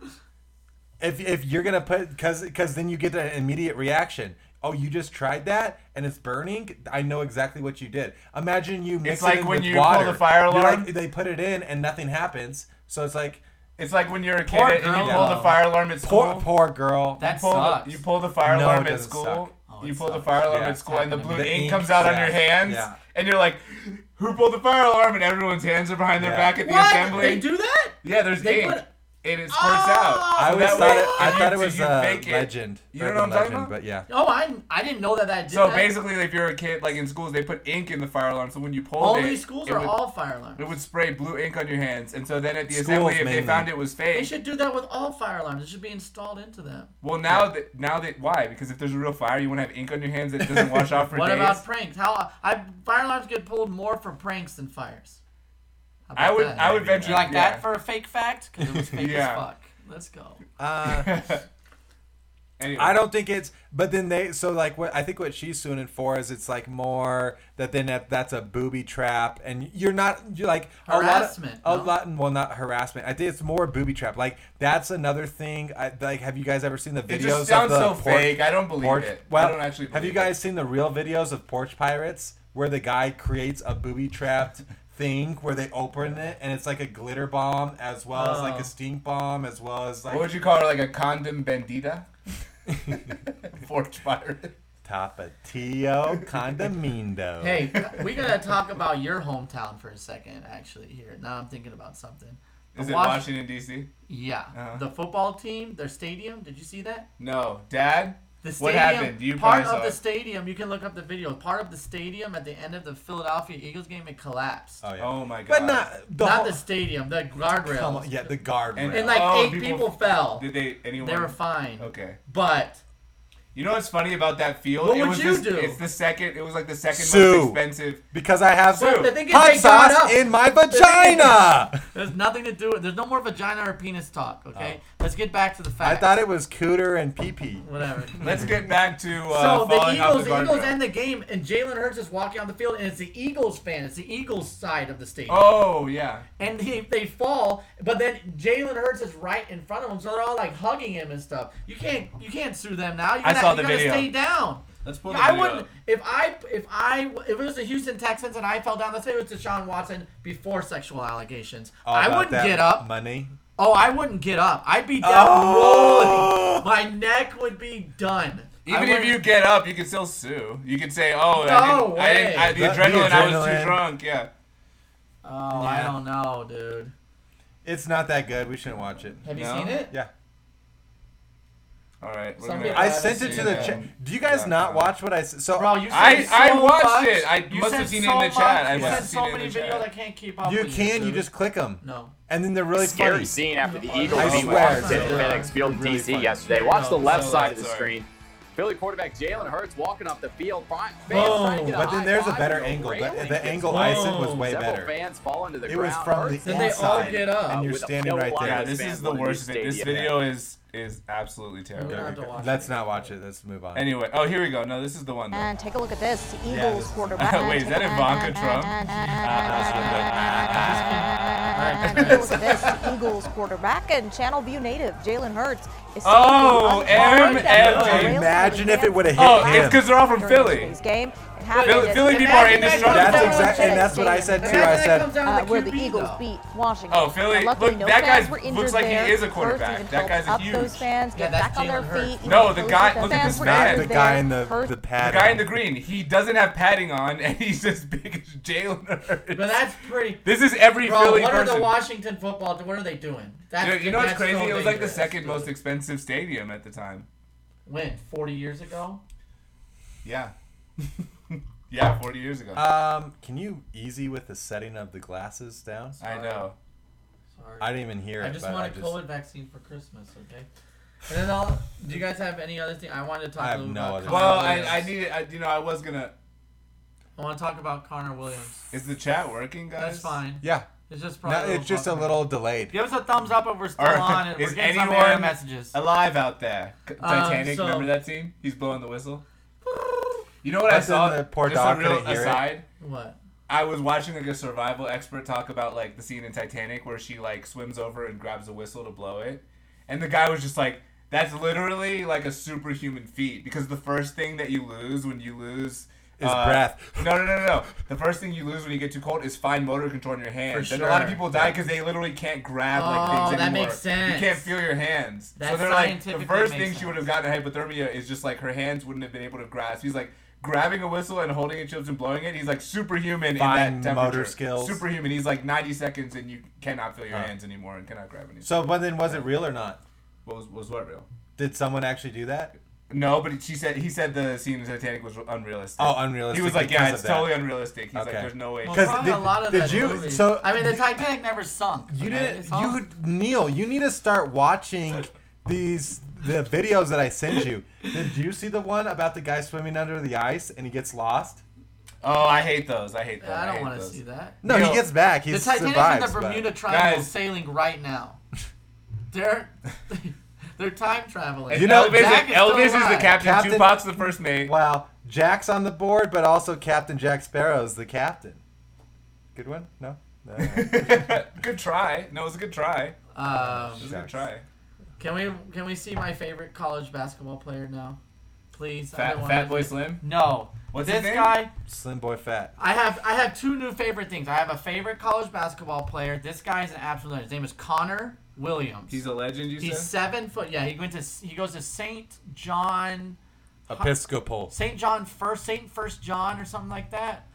[SPEAKER 5] If if you're gonna put because because then you get an immediate reaction. Oh, you just tried that and it's burning. I know exactly what you did. Imagine you mix
[SPEAKER 2] like
[SPEAKER 5] it in
[SPEAKER 2] when
[SPEAKER 5] with
[SPEAKER 2] you
[SPEAKER 5] water.
[SPEAKER 2] pull the fire
[SPEAKER 5] You're like-
[SPEAKER 2] alarm.
[SPEAKER 5] they put it in and nothing happens. So it's like
[SPEAKER 2] It's like when you're a kid
[SPEAKER 3] Poor
[SPEAKER 2] and you
[SPEAKER 3] girl,
[SPEAKER 2] pull
[SPEAKER 3] though.
[SPEAKER 2] the fire alarm at school.
[SPEAKER 5] poor poor girl.
[SPEAKER 3] That
[SPEAKER 2] pull
[SPEAKER 3] sucks.
[SPEAKER 2] the, you pull the fire
[SPEAKER 5] No,
[SPEAKER 2] alarm
[SPEAKER 5] it
[SPEAKER 2] at
[SPEAKER 5] doesn't
[SPEAKER 2] school.
[SPEAKER 5] suck.
[SPEAKER 2] you
[SPEAKER 3] Oh, it
[SPEAKER 2] pull the
[SPEAKER 3] sucks.
[SPEAKER 2] fire alarm
[SPEAKER 5] Yeah,
[SPEAKER 2] at
[SPEAKER 5] it's
[SPEAKER 2] school, and the
[SPEAKER 3] happened to
[SPEAKER 2] blue
[SPEAKER 5] me. The
[SPEAKER 2] ink
[SPEAKER 5] ink
[SPEAKER 2] comes out on
[SPEAKER 5] sucks.
[SPEAKER 2] your hands,
[SPEAKER 5] Yeah.
[SPEAKER 2] and you're like, "Who pulled the fire alarm?" And everyone's hands are behind their
[SPEAKER 5] Yeah.
[SPEAKER 2] back at the assembly.
[SPEAKER 3] They do that?
[SPEAKER 2] yeah, there's
[SPEAKER 3] They
[SPEAKER 2] ink,
[SPEAKER 3] put- Oh!
[SPEAKER 2] and it squirts out.
[SPEAKER 5] I
[SPEAKER 2] So
[SPEAKER 5] always
[SPEAKER 2] that
[SPEAKER 5] thought
[SPEAKER 2] way,
[SPEAKER 5] it, I
[SPEAKER 2] if you-
[SPEAKER 5] thought it
[SPEAKER 2] if
[SPEAKER 5] was
[SPEAKER 2] you
[SPEAKER 5] a
[SPEAKER 2] fake it-
[SPEAKER 5] legend.
[SPEAKER 2] You know what
[SPEAKER 5] urban
[SPEAKER 2] I'm talking
[SPEAKER 5] legend,
[SPEAKER 2] about?
[SPEAKER 5] But yeah,
[SPEAKER 3] Oh, I, I didn't know that that did
[SPEAKER 2] So
[SPEAKER 3] that.
[SPEAKER 2] basically, if you're a kid, like in schools, they put ink in the fire alarm, so when you pulled it,
[SPEAKER 3] only schools
[SPEAKER 2] it
[SPEAKER 3] are
[SPEAKER 2] would,
[SPEAKER 3] all fire alarms.
[SPEAKER 2] It would spray blue ink on your hands, and so then at the
[SPEAKER 5] Schools
[SPEAKER 2] assembly, if
[SPEAKER 5] mainly.
[SPEAKER 2] they found it was
[SPEAKER 3] They
[SPEAKER 2] fake,
[SPEAKER 3] should do that with all fire alarms. It should be installed into them.
[SPEAKER 2] well now that now that why? Because if there's a real fire, you want to have ink on your hands that doesn't wash off for
[SPEAKER 3] What
[SPEAKER 2] days.
[SPEAKER 3] about pranks? How I fire alarms get pulled more for pranks than fires. How about
[SPEAKER 2] I would
[SPEAKER 3] that?
[SPEAKER 2] I would venture
[SPEAKER 3] You like
[SPEAKER 2] yeah.
[SPEAKER 3] that for a fake fact? Because it was fake as
[SPEAKER 2] Yeah.
[SPEAKER 3] fuck. Let's go.
[SPEAKER 2] Anyway.
[SPEAKER 5] I don't think it's. But then they so like what I think what she's suing it for is it's like more that then that, that's a booby trap and you're not you're like
[SPEAKER 3] Harassment,
[SPEAKER 5] A lot, of,
[SPEAKER 3] no?
[SPEAKER 5] a lot. Well, not harassment. I think it's more booby trap. Like that's another thing. I, like, have you guys ever seen the videos?
[SPEAKER 2] It just
[SPEAKER 5] of
[SPEAKER 2] sounds
[SPEAKER 5] the
[SPEAKER 2] so
[SPEAKER 5] porch-
[SPEAKER 2] fake. I don't believe
[SPEAKER 5] porch-
[SPEAKER 2] it.
[SPEAKER 5] Well,
[SPEAKER 2] I don't actually. Believe
[SPEAKER 5] have you
[SPEAKER 2] it.
[SPEAKER 5] guys seen the real videos of porch pirates where the guy creates a booby trapped thing where they open it and it's like a glitter bomb as well as like
[SPEAKER 3] Oh.
[SPEAKER 5] a stink bomb as well as like
[SPEAKER 2] What would you call her? Like a condom bandita? Forged pirate.
[SPEAKER 5] Tapatio Condomindo.
[SPEAKER 3] Hey, we gotta talk about your hometown for a second. Actually, here now I'm thinking about something. The
[SPEAKER 2] Is it
[SPEAKER 3] Wash-
[SPEAKER 2] Washington Uh-huh. D.C.?
[SPEAKER 3] Yeah, the football team, their stadium. Did you see that?
[SPEAKER 2] No, Dad.
[SPEAKER 3] The stadium,
[SPEAKER 2] What happened? You
[SPEAKER 3] part
[SPEAKER 2] probably saw
[SPEAKER 3] of the
[SPEAKER 2] it.
[SPEAKER 3] stadium, you can look up the video. Part of the stadium at the end of the Philadelphia Eagles game, it collapsed.
[SPEAKER 5] Oh, yeah.
[SPEAKER 2] Oh my God.
[SPEAKER 5] But not the,
[SPEAKER 3] Not
[SPEAKER 5] whole-
[SPEAKER 3] the stadium, the
[SPEAKER 5] come
[SPEAKER 3] guardrails.
[SPEAKER 5] on, yeah, the guard.
[SPEAKER 2] And-
[SPEAKER 3] And like
[SPEAKER 2] Oh,
[SPEAKER 3] eight
[SPEAKER 2] people-
[SPEAKER 3] people, fell.
[SPEAKER 2] Did they? Anyone?
[SPEAKER 3] They were fine.
[SPEAKER 2] Okay.
[SPEAKER 3] But
[SPEAKER 2] You know what's funny about that field?
[SPEAKER 3] What
[SPEAKER 2] it
[SPEAKER 3] would
[SPEAKER 2] was
[SPEAKER 3] you
[SPEAKER 2] this-
[SPEAKER 3] do?
[SPEAKER 2] It's the second. It was like the second
[SPEAKER 5] Sue.
[SPEAKER 2] most expensive.
[SPEAKER 5] because I have
[SPEAKER 2] But the
[SPEAKER 3] thing is
[SPEAKER 5] hot
[SPEAKER 3] they got
[SPEAKER 5] sauce
[SPEAKER 3] up.
[SPEAKER 5] in my vagina.
[SPEAKER 3] there's nothing to do with There's no more vagina or penis talk, okay?
[SPEAKER 2] Oh.
[SPEAKER 3] Let's get back to the
[SPEAKER 5] I
[SPEAKER 3] facts.
[SPEAKER 5] thought it was cooter and pee pee.
[SPEAKER 3] Whatever.
[SPEAKER 2] Let's get back to uh,
[SPEAKER 3] So the
[SPEAKER 2] falling off
[SPEAKER 3] Eagles,
[SPEAKER 2] the
[SPEAKER 3] the Eagles
[SPEAKER 2] guardrail.
[SPEAKER 3] end the game, and Jalen Hurts is walking on the field, and it's the Eagles fan. It's the Eagles side of the stadium,
[SPEAKER 2] Oh yeah.
[SPEAKER 3] and they, they fall. But then Jalen Hurts is right in front of them, so they're all like hugging him and stuff. You can't you can't sue them now. You
[SPEAKER 2] I
[SPEAKER 3] gotta,
[SPEAKER 2] saw
[SPEAKER 3] you
[SPEAKER 2] the
[SPEAKER 3] gotta
[SPEAKER 2] video.
[SPEAKER 3] Stay down.
[SPEAKER 2] Let's pull the
[SPEAKER 3] I
[SPEAKER 2] video
[SPEAKER 3] wouldn't
[SPEAKER 2] up.
[SPEAKER 3] if I if I if it was the Houston Texans and I fell down. Let's say it was Deshaun Watson before sexual allegations.
[SPEAKER 2] Oh,
[SPEAKER 5] All
[SPEAKER 3] I
[SPEAKER 5] about
[SPEAKER 3] wouldn't
[SPEAKER 5] that
[SPEAKER 3] get up.
[SPEAKER 5] Money.
[SPEAKER 3] Oh, I wouldn't get up. I'd be down
[SPEAKER 5] Oh!
[SPEAKER 3] rolling. My neck would be done. I
[SPEAKER 2] Even if
[SPEAKER 3] wouldn't-
[SPEAKER 2] you get up, you can still sue. You could say, "Oh,
[SPEAKER 3] No
[SPEAKER 2] I didn't, I
[SPEAKER 3] way.
[SPEAKER 2] didn't,
[SPEAKER 5] The-
[SPEAKER 2] I,
[SPEAKER 5] the
[SPEAKER 2] the, adrenaline, I was
[SPEAKER 5] adrenaline.
[SPEAKER 2] too drunk." Yeah.
[SPEAKER 3] Oh, I don't know, dude.
[SPEAKER 5] It's not that good. We shouldn't watch it.
[SPEAKER 3] Have you
[SPEAKER 2] No?
[SPEAKER 3] seen it?
[SPEAKER 5] Yeah.
[SPEAKER 2] All right. we're
[SPEAKER 3] Some
[SPEAKER 2] gonna-
[SPEAKER 3] people
[SPEAKER 5] I
[SPEAKER 3] haven't
[SPEAKER 5] sent it
[SPEAKER 3] seen
[SPEAKER 5] to the
[SPEAKER 2] it.
[SPEAKER 5] chat. Do you guys
[SPEAKER 2] Yeah.
[SPEAKER 5] not watch what I s- so
[SPEAKER 3] Bro, you
[SPEAKER 2] I-
[SPEAKER 3] sent
[SPEAKER 2] I
[SPEAKER 3] so
[SPEAKER 2] watched
[SPEAKER 3] much.
[SPEAKER 2] it. I
[SPEAKER 3] You
[SPEAKER 2] must
[SPEAKER 3] sent
[SPEAKER 2] have seen it
[SPEAKER 3] so
[SPEAKER 2] in the
[SPEAKER 3] much.
[SPEAKER 2] chat. I
[SPEAKER 3] you sent
[SPEAKER 2] must have
[SPEAKER 3] so
[SPEAKER 2] seen it in
[SPEAKER 3] many
[SPEAKER 2] the
[SPEAKER 3] videos
[SPEAKER 2] chat.
[SPEAKER 3] I can't keep up.
[SPEAKER 5] you
[SPEAKER 3] with
[SPEAKER 5] can you
[SPEAKER 3] dude.
[SPEAKER 5] just click them.
[SPEAKER 3] no.
[SPEAKER 5] And then they're really
[SPEAKER 10] scary
[SPEAKER 5] funny.
[SPEAKER 10] scene after the
[SPEAKER 3] I
[SPEAKER 10] Eagles beat
[SPEAKER 5] swear,
[SPEAKER 10] Washington
[SPEAKER 5] dude.
[SPEAKER 10] at FedEx Field,
[SPEAKER 5] Really
[SPEAKER 10] DC
[SPEAKER 5] funny. Oh,
[SPEAKER 10] yesterday. Watch the left
[SPEAKER 2] so
[SPEAKER 10] side of the
[SPEAKER 2] sorry.
[SPEAKER 10] screen. Philly quarterback Jalen Hurts walking off the field. Fi- Fans
[SPEAKER 3] Oh
[SPEAKER 5] Boom.
[SPEAKER 10] trying to get
[SPEAKER 5] But then
[SPEAKER 10] high
[SPEAKER 5] there's a
[SPEAKER 10] five
[SPEAKER 5] better
[SPEAKER 10] and
[SPEAKER 5] angle. The-
[SPEAKER 10] railing
[SPEAKER 5] the
[SPEAKER 10] gets
[SPEAKER 5] angle
[SPEAKER 10] blown.
[SPEAKER 5] iced it was way
[SPEAKER 10] Several
[SPEAKER 5] better.
[SPEAKER 10] fans fall into the
[SPEAKER 5] It
[SPEAKER 10] ground.
[SPEAKER 5] was from the
[SPEAKER 10] Hurts
[SPEAKER 5] Then they all
[SPEAKER 10] inside,
[SPEAKER 5] get up. and you're
[SPEAKER 10] with a
[SPEAKER 5] standing
[SPEAKER 10] no
[SPEAKER 5] right
[SPEAKER 10] line
[SPEAKER 5] there. Yeah,
[SPEAKER 10] fans
[SPEAKER 2] this is the
[SPEAKER 10] wanted to
[SPEAKER 2] worst thing. This
[SPEAKER 10] stadium
[SPEAKER 2] video
[SPEAKER 10] back.
[SPEAKER 2] is is absolutely terrible.
[SPEAKER 3] gonna have to watch
[SPEAKER 5] Let's not watch it. Let's move on.
[SPEAKER 2] Anyway, oh here we go. No, this is the one. Though.
[SPEAKER 11] And take a look at this. Eagles
[SPEAKER 2] this-
[SPEAKER 11] quarterback.
[SPEAKER 2] Wait, is that Ivanka Trump?
[SPEAKER 11] And take a look at this. Eagles quarterback and Channel View native Jalen Hurts is
[SPEAKER 2] Oh,
[SPEAKER 11] seen unarmed
[SPEAKER 2] Aaron
[SPEAKER 11] and
[SPEAKER 2] Evans.
[SPEAKER 11] rails
[SPEAKER 5] Imagine if it would have hit
[SPEAKER 2] Oh,
[SPEAKER 5] him.
[SPEAKER 2] it's because they're all from
[SPEAKER 11] during
[SPEAKER 2] Philly.
[SPEAKER 11] yesterday's game. It
[SPEAKER 2] Philly-
[SPEAKER 11] happened at
[SPEAKER 2] Philly
[SPEAKER 11] the
[SPEAKER 2] people are
[SPEAKER 11] United
[SPEAKER 2] indestructible.
[SPEAKER 11] Nations
[SPEAKER 5] That's exact-
[SPEAKER 11] Stadium
[SPEAKER 5] and that's what I said too.
[SPEAKER 11] Stadium.
[SPEAKER 5] I said- Imagine
[SPEAKER 3] that comes down to
[SPEAKER 11] Uh, where the
[SPEAKER 3] QB,
[SPEAKER 11] Eagles
[SPEAKER 3] though.
[SPEAKER 11] beat Washington.
[SPEAKER 2] Oh, Philly-
[SPEAKER 11] Luckily,
[SPEAKER 2] look,
[SPEAKER 11] no
[SPEAKER 2] that
[SPEAKER 11] fans
[SPEAKER 2] guy's-
[SPEAKER 11] were injured
[SPEAKER 2] looks like he
[SPEAKER 11] there.
[SPEAKER 2] is a
[SPEAKER 11] Hurts
[SPEAKER 2] quarterback.
[SPEAKER 11] even
[SPEAKER 2] That
[SPEAKER 11] helped
[SPEAKER 2] guy's
[SPEAKER 11] up
[SPEAKER 2] huge.
[SPEAKER 11] those fans
[SPEAKER 3] Yeah,
[SPEAKER 11] get
[SPEAKER 3] that's
[SPEAKER 11] back on their
[SPEAKER 3] Jalen Hurts.
[SPEAKER 11] feet. Even
[SPEAKER 2] No,
[SPEAKER 11] if
[SPEAKER 2] the
[SPEAKER 11] those
[SPEAKER 2] guy- look at
[SPEAKER 11] fans
[SPEAKER 2] this
[SPEAKER 11] were
[SPEAKER 2] man.
[SPEAKER 5] Not
[SPEAKER 11] injured
[SPEAKER 5] the guy
[SPEAKER 11] there,
[SPEAKER 5] in the
[SPEAKER 11] Hurts
[SPEAKER 5] the
[SPEAKER 2] The
[SPEAKER 5] pattern.
[SPEAKER 2] guy in the green, he doesn't have padding on, and he's as big as Jalen Hurts.
[SPEAKER 3] But that's pretty.
[SPEAKER 2] This is every
[SPEAKER 3] Bro,
[SPEAKER 2] Philly
[SPEAKER 3] what are
[SPEAKER 2] person.
[SPEAKER 3] the Washington football? What are they doing? That's,
[SPEAKER 2] you know, you know what's
[SPEAKER 3] that's
[SPEAKER 2] crazy?
[SPEAKER 3] so
[SPEAKER 2] it was like the
[SPEAKER 3] dangerous,
[SPEAKER 2] second
[SPEAKER 3] dude.
[SPEAKER 2] most expensive stadium at the time.
[SPEAKER 3] When forty years ago?
[SPEAKER 2] Yeah. Uh, yeah, 40 years ago.
[SPEAKER 5] Um, can you easy with the setting of the glasses down?
[SPEAKER 2] I know.
[SPEAKER 3] Sorry.
[SPEAKER 5] I didn't even hear it.
[SPEAKER 3] I just
[SPEAKER 5] but
[SPEAKER 3] want a
[SPEAKER 5] I just,
[SPEAKER 3] COVID vaccine for Christmas, okay? And then I'll. Do you guys have any other thing? I wanted to talk
[SPEAKER 5] I
[SPEAKER 3] a
[SPEAKER 5] have
[SPEAKER 3] little
[SPEAKER 5] no
[SPEAKER 3] about.
[SPEAKER 5] other-
[SPEAKER 3] Connor
[SPEAKER 2] Well, I,
[SPEAKER 3] Williams.
[SPEAKER 2] I needed, I, you know, I was gonna.
[SPEAKER 3] I want to talk about Connor Williams.
[SPEAKER 2] Is the chat working, guys?
[SPEAKER 3] That's fine.
[SPEAKER 5] Yeah.
[SPEAKER 3] It's just
[SPEAKER 5] No,
[SPEAKER 3] probably. a
[SPEAKER 5] it's just a
[SPEAKER 3] fucking-
[SPEAKER 5] little delayed.
[SPEAKER 3] Give us a thumbs up if we're still
[SPEAKER 2] Or-
[SPEAKER 3] on. And we're
[SPEAKER 2] is
[SPEAKER 3] getting some
[SPEAKER 2] anyone
[SPEAKER 3] error messages.
[SPEAKER 2] alive out there? C-
[SPEAKER 3] Um,
[SPEAKER 2] Titanic,
[SPEAKER 3] so-
[SPEAKER 2] remember that scene? He's blowing the whistle. You know what
[SPEAKER 5] But
[SPEAKER 2] I
[SPEAKER 5] then
[SPEAKER 2] saw?
[SPEAKER 5] the poor
[SPEAKER 2] Just
[SPEAKER 5] dog
[SPEAKER 2] a real
[SPEAKER 5] couldn't hear it.
[SPEAKER 2] aside.
[SPEAKER 3] What?
[SPEAKER 2] I was watching like a survival expert talk about like the scene in Titanic where she like swims over and grabs a whistle to blow it, and the guy was just like, "That's literally like a superhuman feat because the first thing that you lose when you lose." uh,
[SPEAKER 5] Is breath.
[SPEAKER 2] No, no, no, no, no. The first thing you lose when you get too cold is fine motor control in your hands.
[SPEAKER 3] For
[SPEAKER 2] And a lot of
[SPEAKER 3] sure.
[SPEAKER 2] people die because they literally can't grab like
[SPEAKER 3] Oh,
[SPEAKER 2] things
[SPEAKER 3] that
[SPEAKER 2] anymore.
[SPEAKER 3] makes sense.
[SPEAKER 2] You can't feel your hands.
[SPEAKER 3] That
[SPEAKER 2] so they're like the
[SPEAKER 3] scientifically
[SPEAKER 2] first
[SPEAKER 3] makes
[SPEAKER 2] thing she
[SPEAKER 3] sense.
[SPEAKER 2] would have gotten hypothermia is just like her hands wouldn't have been able to grasp. He's like grabbing a whistle and holding it chips and blowing it. He's like superhuman in
[SPEAKER 5] Fine
[SPEAKER 2] that temperature.
[SPEAKER 5] motor skills.
[SPEAKER 2] Superhuman. He's like 90 seconds and you cannot feel your hands anymore and cannot grab anything.
[SPEAKER 5] So, but then was it real or not?
[SPEAKER 2] what was, was what real?
[SPEAKER 5] Did someone actually do that?
[SPEAKER 2] No, but she said he said the scene in Titanic was unrealistic.
[SPEAKER 5] Oh, unrealistic
[SPEAKER 2] He was like,
[SPEAKER 5] because
[SPEAKER 2] yeah,
[SPEAKER 5] of
[SPEAKER 2] it's
[SPEAKER 5] that."
[SPEAKER 2] totally unrealistic. He's like,
[SPEAKER 5] Okay.
[SPEAKER 2] there's no way.
[SPEAKER 3] Well,
[SPEAKER 5] 'Cause
[SPEAKER 3] probably
[SPEAKER 5] did-
[SPEAKER 3] a lot of
[SPEAKER 5] did
[SPEAKER 3] that
[SPEAKER 5] you-
[SPEAKER 3] movie.
[SPEAKER 5] so-
[SPEAKER 3] I mean, the Titanic never sunk.
[SPEAKER 5] You
[SPEAKER 3] okay?
[SPEAKER 5] didn't.
[SPEAKER 3] It's all-
[SPEAKER 5] You Neil, you need to start watching these the videos that I send you. Did you see the one about the guy swimming under the ice and he gets lost?
[SPEAKER 2] Oh, I hate those. I hate those.
[SPEAKER 3] I don't
[SPEAKER 2] want
[SPEAKER 3] want to see that.
[SPEAKER 5] No,
[SPEAKER 2] Neil,
[SPEAKER 5] he gets back. He
[SPEAKER 3] The Titanic's
[SPEAKER 5] survives.
[SPEAKER 3] in the
[SPEAKER 5] but-
[SPEAKER 3] Bermuda Triangle
[SPEAKER 2] Guys.
[SPEAKER 3] sailing right now. They're they're time traveling.
[SPEAKER 5] You know-
[SPEAKER 2] Elvis,
[SPEAKER 3] Jack is still
[SPEAKER 2] Elvis is the
[SPEAKER 3] alive.
[SPEAKER 2] captain.
[SPEAKER 5] Captain-
[SPEAKER 2] Tupac's the first mate.
[SPEAKER 5] Wow, Jack's on the board, but also Captain Jack Sparrow's the captain. Good one? No. no.
[SPEAKER 2] good try. No, it was a good try.
[SPEAKER 3] Um,
[SPEAKER 2] It was a good
[SPEAKER 5] Shucks.
[SPEAKER 2] try.
[SPEAKER 3] can we can we see my favorite college basketball player now, please? I don't
[SPEAKER 2] Fat,
[SPEAKER 3] wanna-
[SPEAKER 2] fat Boy Slim.
[SPEAKER 3] No.
[SPEAKER 2] What's
[SPEAKER 3] this
[SPEAKER 2] his name?
[SPEAKER 3] guy?
[SPEAKER 5] Slim Boy Fat.
[SPEAKER 3] I have I have two new favorite things. I have a favorite college basketball player. This guy is an absolute legend. His name is Connor Williams.
[SPEAKER 2] He's a legend. You
[SPEAKER 3] He's
[SPEAKER 2] said.
[SPEAKER 3] seven foot. Yeah, he went to he goes to Saint John,
[SPEAKER 5] Episcopal.
[SPEAKER 3] Saint John first, Saint First John or something like that.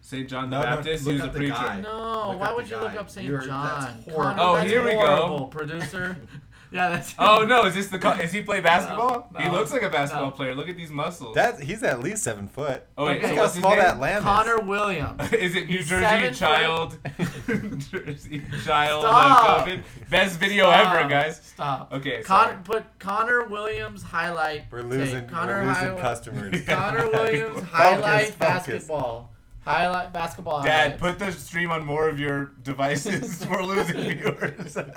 [SPEAKER 2] St. John the
[SPEAKER 5] No, no,
[SPEAKER 2] Baptist. he
[SPEAKER 5] look
[SPEAKER 2] was a
[SPEAKER 5] up the
[SPEAKER 2] preacher.
[SPEAKER 5] guy.
[SPEAKER 3] No,
[SPEAKER 5] Look
[SPEAKER 3] why
[SPEAKER 5] up
[SPEAKER 3] would
[SPEAKER 5] the
[SPEAKER 3] you look
[SPEAKER 5] guy.
[SPEAKER 3] up Saint
[SPEAKER 5] You're-
[SPEAKER 3] John?
[SPEAKER 5] that's horrible.
[SPEAKER 3] Connor,
[SPEAKER 2] Oh,
[SPEAKER 3] that's
[SPEAKER 2] here we go.
[SPEAKER 3] horrible, Producer. yeah, that's.
[SPEAKER 2] Oh no! Is this the? Co- is he play basketball?
[SPEAKER 3] No,
[SPEAKER 2] He
[SPEAKER 3] no,
[SPEAKER 2] looks like a basketball
[SPEAKER 3] no.
[SPEAKER 2] player. Look at these muscles.
[SPEAKER 5] That he's at least seven foot.
[SPEAKER 2] oh wait,
[SPEAKER 5] Look
[SPEAKER 2] so
[SPEAKER 5] how
[SPEAKER 2] what's his
[SPEAKER 5] small
[SPEAKER 2] name?
[SPEAKER 5] that lamb
[SPEAKER 3] Connor
[SPEAKER 5] is.
[SPEAKER 3] Williams.
[SPEAKER 2] Is it New
[SPEAKER 3] He's
[SPEAKER 2] Jersey
[SPEAKER 3] seven
[SPEAKER 2] child? Jersey child. uh,
[SPEAKER 3] Stop.
[SPEAKER 2] COVID? Best video ever,
[SPEAKER 3] Stop.
[SPEAKER 2] guys.
[SPEAKER 3] Stop.
[SPEAKER 2] Okay, sorry.
[SPEAKER 3] Con- put Connor Williams highlight.
[SPEAKER 5] We're
[SPEAKER 3] tape.
[SPEAKER 5] losing,
[SPEAKER 3] Connor
[SPEAKER 5] we're losing
[SPEAKER 3] highlight-
[SPEAKER 5] customers.
[SPEAKER 3] Connor Williams
[SPEAKER 5] Focus,
[SPEAKER 3] highlight
[SPEAKER 5] focus.
[SPEAKER 3] basketball. Highlight basketball. highlights.
[SPEAKER 2] Dad, put the stream on more of your devices. We're losing viewers.
[SPEAKER 5] Don't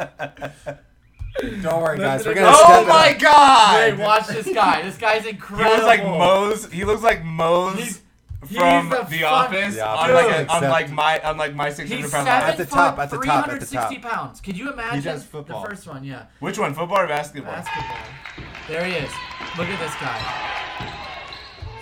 [SPEAKER 5] worry, guys. We're gonna
[SPEAKER 2] oh
[SPEAKER 5] step
[SPEAKER 2] my
[SPEAKER 5] it up.
[SPEAKER 3] Hey,
[SPEAKER 2] god!
[SPEAKER 3] watch this guy. This guy's
[SPEAKER 2] He
[SPEAKER 3] incredible.
[SPEAKER 2] looks like Moe's. He looks like Moe's
[SPEAKER 3] He's- he's
[SPEAKER 2] from
[SPEAKER 3] the
[SPEAKER 2] the,
[SPEAKER 3] fuck-
[SPEAKER 2] office,
[SPEAKER 5] The
[SPEAKER 2] on
[SPEAKER 5] Office.
[SPEAKER 2] like
[SPEAKER 5] Except-
[SPEAKER 2] a, on like my on like my six
[SPEAKER 3] He's
[SPEAKER 2] hundred
[SPEAKER 3] seven
[SPEAKER 2] pound life.
[SPEAKER 5] At the top, at the top, at the
[SPEAKER 3] 360 pounds. Could you imagine
[SPEAKER 5] does football.
[SPEAKER 3] the first one? Yeah,
[SPEAKER 2] Which one, football or basketball?
[SPEAKER 3] basketball. There he is. Look at this guy.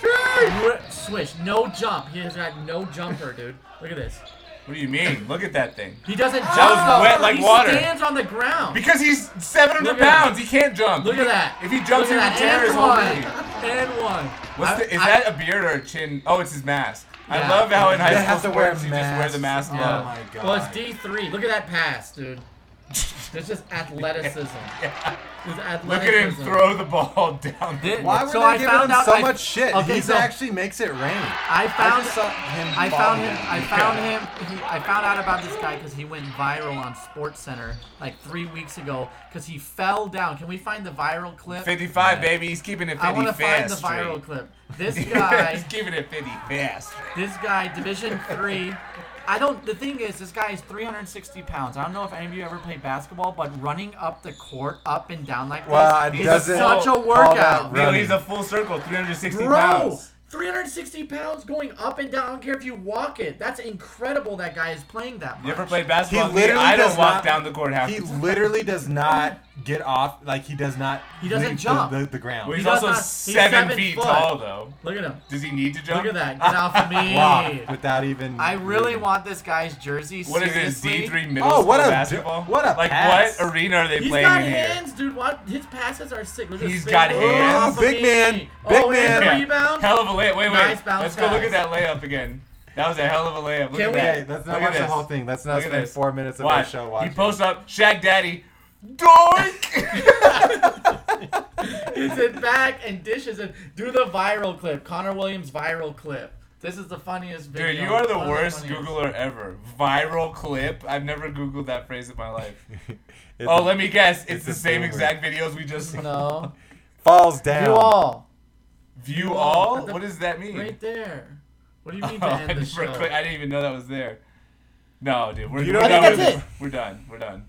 [SPEAKER 3] Ri- Swish, no jump. He has got no jumper, dude. Look at this.
[SPEAKER 2] What do you mean? Look at that thing.
[SPEAKER 3] He doesn't jump.
[SPEAKER 2] was
[SPEAKER 3] though.
[SPEAKER 2] wet like
[SPEAKER 3] he
[SPEAKER 2] water.
[SPEAKER 3] stands on the ground.
[SPEAKER 2] Because he's seven hundred
[SPEAKER 3] Look at-
[SPEAKER 2] pounds, he can't jump.
[SPEAKER 3] Look at that.
[SPEAKER 2] If he jumps, he
[SPEAKER 3] Look
[SPEAKER 2] would
[SPEAKER 3] at
[SPEAKER 2] tear his whole
[SPEAKER 3] that.
[SPEAKER 2] knee.
[SPEAKER 3] And one. And one.
[SPEAKER 2] What's
[SPEAKER 3] I-
[SPEAKER 2] the, is
[SPEAKER 3] I-
[SPEAKER 2] that a beard or a chin? Oh, it's his mask. I
[SPEAKER 3] Yeah.
[SPEAKER 2] love how in high
[SPEAKER 5] They
[SPEAKER 2] school
[SPEAKER 5] have to wear
[SPEAKER 2] Oh sports you just wear the
[SPEAKER 5] masks.
[SPEAKER 2] mask.
[SPEAKER 5] Oh
[SPEAKER 2] now.
[SPEAKER 5] my
[SPEAKER 3] Well, it's D three. Look at that pass, dude. There's just athleticism. There's athleticism.
[SPEAKER 2] Look at him throw the ball down.
[SPEAKER 3] Did-
[SPEAKER 5] Why were
[SPEAKER 3] so
[SPEAKER 5] they
[SPEAKER 3] I
[SPEAKER 5] giving
[SPEAKER 3] found
[SPEAKER 5] him
[SPEAKER 3] out
[SPEAKER 5] so
[SPEAKER 3] I-
[SPEAKER 5] much shit?
[SPEAKER 3] okay,
[SPEAKER 5] He's
[SPEAKER 3] so-
[SPEAKER 5] actually makes it rain.
[SPEAKER 3] I found
[SPEAKER 5] just saw him
[SPEAKER 3] I found
[SPEAKER 5] balling.
[SPEAKER 3] him. I found him. He, I found out about this guy because he went viral on Sports Center like three weeks ago because he fell down. Can we find the viral clip?
[SPEAKER 2] 55, baby. He's keeping it 50
[SPEAKER 3] I want to find the
[SPEAKER 2] fast.
[SPEAKER 3] viral
[SPEAKER 2] straight.
[SPEAKER 3] clip. This guy.
[SPEAKER 2] He's keeping it 50 fast.
[SPEAKER 3] This guy, Division Three. I don't. The thing is, this guy is 360 pounds. I don't know if any of you ever played basketball, but running up the court, up and down like
[SPEAKER 5] Well, it
[SPEAKER 3] this, is
[SPEAKER 5] doesn't
[SPEAKER 3] such a
[SPEAKER 5] call that
[SPEAKER 3] workout.
[SPEAKER 2] Leo, he's a full circle, 360
[SPEAKER 3] Bro,
[SPEAKER 2] pounds.
[SPEAKER 3] 360 pounds going up and down. I don't care if you walk it. That's incredible. That guy is playing that much.
[SPEAKER 2] You ever played
[SPEAKER 5] He
[SPEAKER 2] basketball?
[SPEAKER 5] literally
[SPEAKER 2] I don't
[SPEAKER 5] does
[SPEAKER 2] walk
[SPEAKER 5] not-
[SPEAKER 2] down the court half
[SPEAKER 5] He
[SPEAKER 2] the time.
[SPEAKER 5] literally does not get off. Like he does not.
[SPEAKER 3] He doesn't
[SPEAKER 5] leave the-
[SPEAKER 3] jump.
[SPEAKER 5] the, the ground.
[SPEAKER 2] Well, he's
[SPEAKER 3] He does
[SPEAKER 2] also
[SPEAKER 3] not- he's
[SPEAKER 2] seven,
[SPEAKER 3] seven
[SPEAKER 2] feet
[SPEAKER 3] foot.
[SPEAKER 2] tall, though.
[SPEAKER 3] Look at him.
[SPEAKER 2] Does he need to jump?
[SPEAKER 3] Look at that. Get off of me.
[SPEAKER 5] Wow, without even.
[SPEAKER 3] I really
[SPEAKER 5] moving.
[SPEAKER 3] want this guy's jersey.
[SPEAKER 2] What is this,
[SPEAKER 3] seriously.
[SPEAKER 2] D3 middle
[SPEAKER 5] Oh,
[SPEAKER 2] school
[SPEAKER 5] what a-
[SPEAKER 2] basketball?
[SPEAKER 5] what a
[SPEAKER 2] Like,
[SPEAKER 5] pass.
[SPEAKER 2] what arena are they
[SPEAKER 3] He's
[SPEAKER 2] playing
[SPEAKER 3] got
[SPEAKER 2] in here?
[SPEAKER 3] hands, dude. What? His passes are sick. Look at
[SPEAKER 2] He's
[SPEAKER 3] this
[SPEAKER 2] got
[SPEAKER 3] big-
[SPEAKER 2] hands.
[SPEAKER 3] Oh,
[SPEAKER 5] Big
[SPEAKER 3] for
[SPEAKER 5] man.
[SPEAKER 3] me.
[SPEAKER 5] Big
[SPEAKER 3] Oh, and
[SPEAKER 5] man.
[SPEAKER 2] Yeah.
[SPEAKER 3] Rebound.
[SPEAKER 2] Hell of a layup. Wait, wait.
[SPEAKER 3] Nice bounce
[SPEAKER 2] Let's go look
[SPEAKER 3] pass.
[SPEAKER 2] at that layup again. That was a hell of a layup. Look
[SPEAKER 3] Can
[SPEAKER 2] at
[SPEAKER 3] we-
[SPEAKER 2] that.
[SPEAKER 5] Hey, let's not
[SPEAKER 2] Look
[SPEAKER 5] watch
[SPEAKER 2] at
[SPEAKER 5] the
[SPEAKER 2] this.
[SPEAKER 5] whole thing. Let's not
[SPEAKER 2] Look at
[SPEAKER 5] spend
[SPEAKER 2] this.
[SPEAKER 5] four minutes of our show
[SPEAKER 2] He
[SPEAKER 5] watching.
[SPEAKER 2] posts up, Shaq Daddy, doink!
[SPEAKER 3] It's in back and dishes and do the viral clip. Connor Williams viral clip. This is the funniest video.
[SPEAKER 2] Dude, you are the
[SPEAKER 3] One of
[SPEAKER 2] worst
[SPEAKER 3] funniest.
[SPEAKER 2] Googler ever. Viral clip. I've never Googled that phrase in my life.
[SPEAKER 5] It's
[SPEAKER 2] oh,
[SPEAKER 5] a-
[SPEAKER 2] let me guess. It's,
[SPEAKER 5] it's
[SPEAKER 2] the
[SPEAKER 5] a
[SPEAKER 2] same
[SPEAKER 5] boomer.
[SPEAKER 2] exact videos we just
[SPEAKER 3] No.
[SPEAKER 5] falls down.
[SPEAKER 3] You all.
[SPEAKER 2] view all.
[SPEAKER 3] At the-
[SPEAKER 2] What does that mean?
[SPEAKER 3] Right there. What do you mean
[SPEAKER 2] Oh,
[SPEAKER 3] to
[SPEAKER 2] I,
[SPEAKER 3] end the
[SPEAKER 2] never
[SPEAKER 3] show?
[SPEAKER 2] click- I didn't even know that was there. No, dude, we're,
[SPEAKER 5] You
[SPEAKER 2] we're
[SPEAKER 5] don't
[SPEAKER 2] done
[SPEAKER 5] think
[SPEAKER 2] with
[SPEAKER 3] that's
[SPEAKER 2] this. We're done. We're done.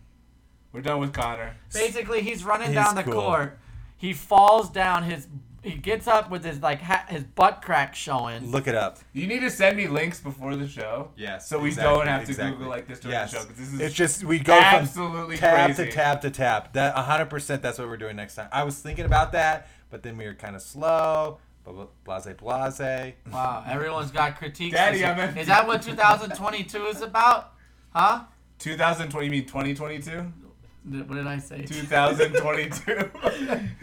[SPEAKER 2] We're done with Connor.
[SPEAKER 3] Basically, he's running
[SPEAKER 5] He's
[SPEAKER 3] down the
[SPEAKER 5] cool.
[SPEAKER 3] court. He falls down. His he gets up with his like ha- his butt crack showing.
[SPEAKER 5] Look it up.
[SPEAKER 2] You need to send me links before the show.
[SPEAKER 5] Yes.
[SPEAKER 2] So we
[SPEAKER 5] exactly,
[SPEAKER 2] don't have to
[SPEAKER 5] exactly.
[SPEAKER 2] Google like this during
[SPEAKER 5] yes.
[SPEAKER 2] the show because this is
[SPEAKER 5] it's just we go
[SPEAKER 2] absolutely
[SPEAKER 5] from tab
[SPEAKER 2] crazy.
[SPEAKER 5] to tab to tab. That 100% that's what we're doing next time. I was thinking about that, but then we were kind of slow. blah, blah, Blase, blase.
[SPEAKER 3] Wow, everyone's got critiques.
[SPEAKER 2] Daddy,
[SPEAKER 3] is,
[SPEAKER 2] I'm a-
[SPEAKER 3] is that what 2022 is about? Huh?
[SPEAKER 2] 2020. You mean 2022?
[SPEAKER 3] Did- What did I say?
[SPEAKER 2] 2022.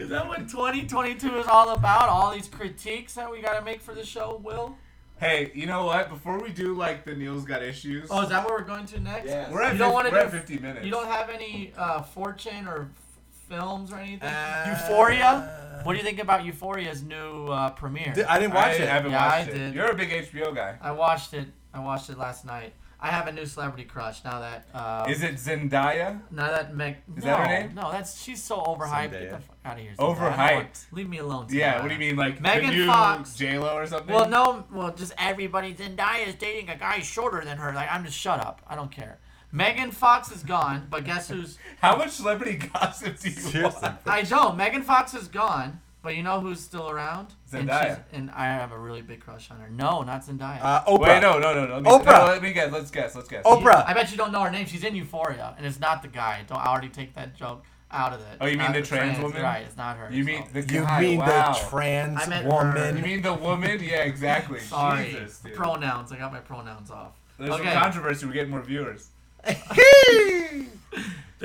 [SPEAKER 3] Is that what 2022 is all about? All these critiques that we gotta make for the show, Will?
[SPEAKER 2] hey, you know what? Before we do like the Neil's got issues.
[SPEAKER 3] Oh, is that where we're going to next?
[SPEAKER 5] Yes.
[SPEAKER 2] we're at,
[SPEAKER 3] You don't
[SPEAKER 2] fif-
[SPEAKER 3] wanna
[SPEAKER 2] we're
[SPEAKER 3] do-
[SPEAKER 2] at 50 minutes.
[SPEAKER 3] You don't have any uh, fortune or f- films or anything?
[SPEAKER 5] Uh,
[SPEAKER 3] Euphoria? What do you think about Euphoria's new uh, premiere?
[SPEAKER 5] Did- I didn't watch
[SPEAKER 2] I
[SPEAKER 5] it.
[SPEAKER 2] haven't
[SPEAKER 3] Yeah,
[SPEAKER 2] watched
[SPEAKER 3] I
[SPEAKER 2] it.
[SPEAKER 3] did.
[SPEAKER 2] You're a big HBO guy.
[SPEAKER 3] I watched it. I watched it last night. I have a new celebrity crush now that. Uh,
[SPEAKER 2] Is it Zendaya?
[SPEAKER 3] Now that Meg.
[SPEAKER 2] Is
[SPEAKER 3] no,
[SPEAKER 2] that her name?
[SPEAKER 3] No, that's she's so overhyped. Get
[SPEAKER 5] Zendaya.
[SPEAKER 3] the fuck out of here. Zendaya. I don't want-
[SPEAKER 2] Overhyped.
[SPEAKER 3] Leave me alone.
[SPEAKER 2] Yeah.
[SPEAKER 3] Zendaya.
[SPEAKER 2] What do you mean, like
[SPEAKER 3] Megan
[SPEAKER 2] the new
[SPEAKER 3] Fox.
[SPEAKER 2] J Lo or something?
[SPEAKER 3] Well, no, well, just everybody. Zendaya is dating a guy shorter than her. Like, I'm just shut up. I don't care. Megan Fox is gone, but guess who's?
[SPEAKER 2] How much celebrity gossip do you
[SPEAKER 5] Seriously.
[SPEAKER 2] want?
[SPEAKER 3] I don't. Megan Fox is gone, but you know who's still around? And,
[SPEAKER 2] Zendaya.
[SPEAKER 3] she's- and I have a really big crush on her. No, not Zendaya.
[SPEAKER 5] Uh, Oprah.
[SPEAKER 2] Wait, no, no, no, no. Let me,
[SPEAKER 5] Oprah.
[SPEAKER 2] no, let me guess. Let's guess. Let's guess.
[SPEAKER 5] Oprah.
[SPEAKER 3] I bet you don't know her name. She's in Euphoria, and it's not the guy. Don't I already take that joke out of it.
[SPEAKER 2] Oh, you
[SPEAKER 3] It's
[SPEAKER 2] mean
[SPEAKER 3] not
[SPEAKER 2] the trans woman?
[SPEAKER 3] Right, it's not her.
[SPEAKER 2] You mean
[SPEAKER 3] so.
[SPEAKER 2] the
[SPEAKER 5] You
[SPEAKER 2] guy,
[SPEAKER 5] mean
[SPEAKER 2] wow.
[SPEAKER 5] the trans
[SPEAKER 3] I meant
[SPEAKER 5] woman?
[SPEAKER 2] You mean the woman? Yeah, exactly.
[SPEAKER 3] Sorry,
[SPEAKER 2] Jesus, dude.
[SPEAKER 3] pronouns. I got my pronouns off.
[SPEAKER 2] There's
[SPEAKER 3] okay,
[SPEAKER 2] some controversy. We're getting more viewers.
[SPEAKER 3] they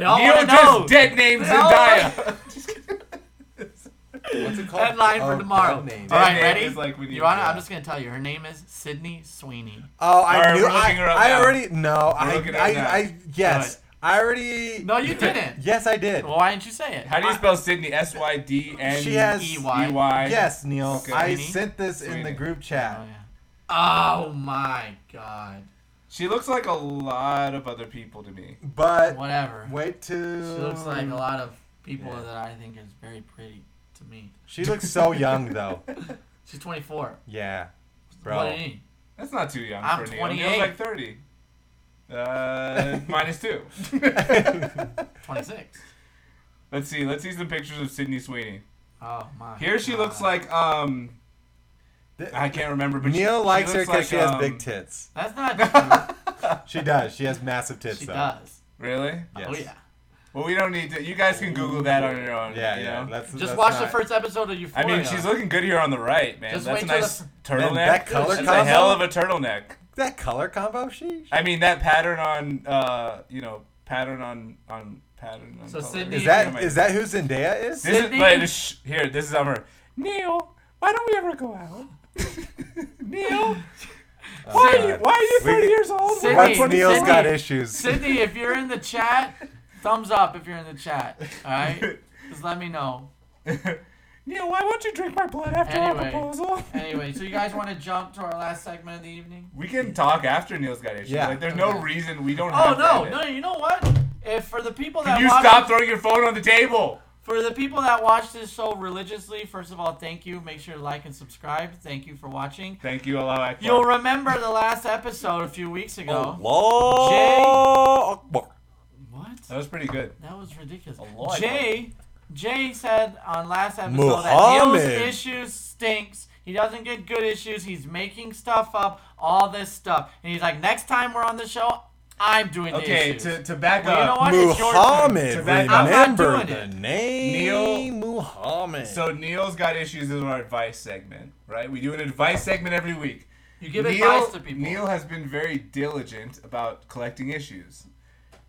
[SPEAKER 3] all
[SPEAKER 2] Neil
[SPEAKER 3] want to know.
[SPEAKER 2] just dead named
[SPEAKER 3] They all
[SPEAKER 2] Zendaya.
[SPEAKER 5] What's it called?
[SPEAKER 3] Headline for
[SPEAKER 5] Oh,
[SPEAKER 3] tomorrow.
[SPEAKER 5] that name.
[SPEAKER 3] All right,
[SPEAKER 2] That name
[SPEAKER 3] ready?
[SPEAKER 2] is like we need-
[SPEAKER 3] Your Honor,
[SPEAKER 2] yeah.
[SPEAKER 3] I'm just gonna tell you. Her name is Sydney Sweeney.
[SPEAKER 5] Oh, I
[SPEAKER 2] Alright,
[SPEAKER 5] knew.
[SPEAKER 2] we're
[SPEAKER 5] I,
[SPEAKER 2] looking her up
[SPEAKER 5] I
[SPEAKER 2] now.
[SPEAKER 5] already no. I,
[SPEAKER 2] looking her up
[SPEAKER 5] I,
[SPEAKER 2] now.
[SPEAKER 5] I yes. I already.
[SPEAKER 3] No, you didn't.
[SPEAKER 5] Yes, I did.
[SPEAKER 3] Well, why didn't you say it?
[SPEAKER 2] How do you spell Sydney? S Y D N
[SPEAKER 5] She has-
[SPEAKER 2] E
[SPEAKER 3] EY.
[SPEAKER 2] Y.
[SPEAKER 5] Yes, Neil.
[SPEAKER 2] Okay.
[SPEAKER 5] I
[SPEAKER 3] Sweeney?
[SPEAKER 5] sent this in the
[SPEAKER 2] Sweeney.
[SPEAKER 5] group
[SPEAKER 3] I-
[SPEAKER 5] chat.
[SPEAKER 3] Oh, yeah. Oh, my God.
[SPEAKER 2] She looks like a lot of other people to me.
[SPEAKER 5] But
[SPEAKER 3] Whatever.
[SPEAKER 5] wait
[SPEAKER 3] She
[SPEAKER 5] to.
[SPEAKER 3] looks like a lot of people
[SPEAKER 5] Yeah.
[SPEAKER 3] that I think is very pretty to me.
[SPEAKER 5] She looks so young though.
[SPEAKER 3] She's 24.
[SPEAKER 5] Yeah,
[SPEAKER 3] What do you
[SPEAKER 5] bro.
[SPEAKER 3] mean?
[SPEAKER 2] That's not too young
[SPEAKER 3] I'm
[SPEAKER 2] for Neil. Neil's
[SPEAKER 3] 28.
[SPEAKER 2] like 30. Uh, minus two.
[SPEAKER 3] 26.
[SPEAKER 2] let's see. Let's see some pictures of Sydney Sweeney.
[SPEAKER 3] Oh my.
[SPEAKER 2] Here she looks
[SPEAKER 3] God.
[SPEAKER 2] like um.
[SPEAKER 5] Ah. The-
[SPEAKER 2] I can't remember. But she,
[SPEAKER 5] Neil
[SPEAKER 2] she
[SPEAKER 5] likes her
[SPEAKER 2] looks
[SPEAKER 5] because
[SPEAKER 2] like,
[SPEAKER 5] she has
[SPEAKER 2] um,
[SPEAKER 5] big tits.
[SPEAKER 3] That's not
[SPEAKER 5] She does. She has massive tits
[SPEAKER 3] true. she
[SPEAKER 5] though.
[SPEAKER 3] does.
[SPEAKER 2] Really?
[SPEAKER 5] Yes.
[SPEAKER 3] Oh yeah.
[SPEAKER 2] Well, we don't need to. You guys can Google that on your own.
[SPEAKER 5] Yeah,
[SPEAKER 2] you
[SPEAKER 5] yeah.
[SPEAKER 2] know?
[SPEAKER 5] That's,
[SPEAKER 3] Just
[SPEAKER 5] that's
[SPEAKER 3] watch the
[SPEAKER 5] not-
[SPEAKER 3] first episode of
[SPEAKER 2] I
[SPEAKER 3] Euphoria.
[SPEAKER 2] mean, she's looking good here on the right, man.
[SPEAKER 3] Just
[SPEAKER 2] That's a
[SPEAKER 3] wait till
[SPEAKER 2] nice
[SPEAKER 3] the-
[SPEAKER 2] turtleneck.
[SPEAKER 5] Man, that color
[SPEAKER 2] That's a
[SPEAKER 5] combo?
[SPEAKER 2] hell of a turtleneck.
[SPEAKER 5] that color combo. She.
[SPEAKER 2] I mean, that pattern on, uh, you know, pattern on on pattern. On
[SPEAKER 3] So
[SPEAKER 2] color.
[SPEAKER 3] Sydney-
[SPEAKER 5] Is
[SPEAKER 2] Oh
[SPEAKER 5] that
[SPEAKER 2] my
[SPEAKER 5] is that who Zendaya is?
[SPEAKER 2] This is,
[SPEAKER 3] Sydney-
[SPEAKER 2] wait, sh- here, this is on her. Neil, why don't we ever go out? Neil, why are you, why are you
[SPEAKER 5] We-
[SPEAKER 2] 30 years old?
[SPEAKER 3] Sydney-
[SPEAKER 5] Once Neil's
[SPEAKER 3] Sydney-
[SPEAKER 5] got issues.
[SPEAKER 3] Sydney, if you're in the chat, Thumbs up if you're in the chat. All right, just let me know.
[SPEAKER 4] Neil, why won't you drink my blood after
[SPEAKER 3] Anyway,
[SPEAKER 4] our proposal?
[SPEAKER 3] anyway, so you guys want to jump to our last segment of the evening?
[SPEAKER 2] We can talk after Neil's got issues.
[SPEAKER 4] Yeah.
[SPEAKER 2] Like, there's
[SPEAKER 3] Okay.
[SPEAKER 2] no reason we don't
[SPEAKER 3] Oh
[SPEAKER 2] have to
[SPEAKER 3] no,
[SPEAKER 2] edit.
[SPEAKER 3] no, you know what? If for the people that
[SPEAKER 2] Can you
[SPEAKER 3] watch-
[SPEAKER 2] stop throwing your phone on the table?
[SPEAKER 3] For the people that watch this show religiously, first of all, thank you. Make sure to like and subscribe. Thank you for watching.
[SPEAKER 2] Thank you, Allah Akbar.
[SPEAKER 3] You'll remember the last episode a few weeks
[SPEAKER 2] Oh,
[SPEAKER 3] ago.
[SPEAKER 5] Allah Akbar.
[SPEAKER 3] What?
[SPEAKER 2] That was pretty good.
[SPEAKER 3] That was ridiculous.
[SPEAKER 2] Allah
[SPEAKER 3] Jay, Jay said on last episode that
[SPEAKER 5] Muhammad.
[SPEAKER 3] Neil's issues stinks. He doesn't get good issues. He's making stuff up, all this stuff, and he's like, next time we're on the show, I'm doing
[SPEAKER 2] Okay,
[SPEAKER 3] the issues.
[SPEAKER 2] to- to back
[SPEAKER 3] Well, you know
[SPEAKER 2] up,
[SPEAKER 3] what? It's your turn.
[SPEAKER 5] Muhammad,
[SPEAKER 2] To back up.
[SPEAKER 5] remember
[SPEAKER 2] I'm not
[SPEAKER 5] the
[SPEAKER 2] doing it.
[SPEAKER 5] name Muhammad.
[SPEAKER 2] So Neil's got issues is our advice segment, right? We do an advice segment every week.
[SPEAKER 3] You give
[SPEAKER 2] Neil,
[SPEAKER 3] advice to people.
[SPEAKER 2] Neil has been very diligent about collecting issues.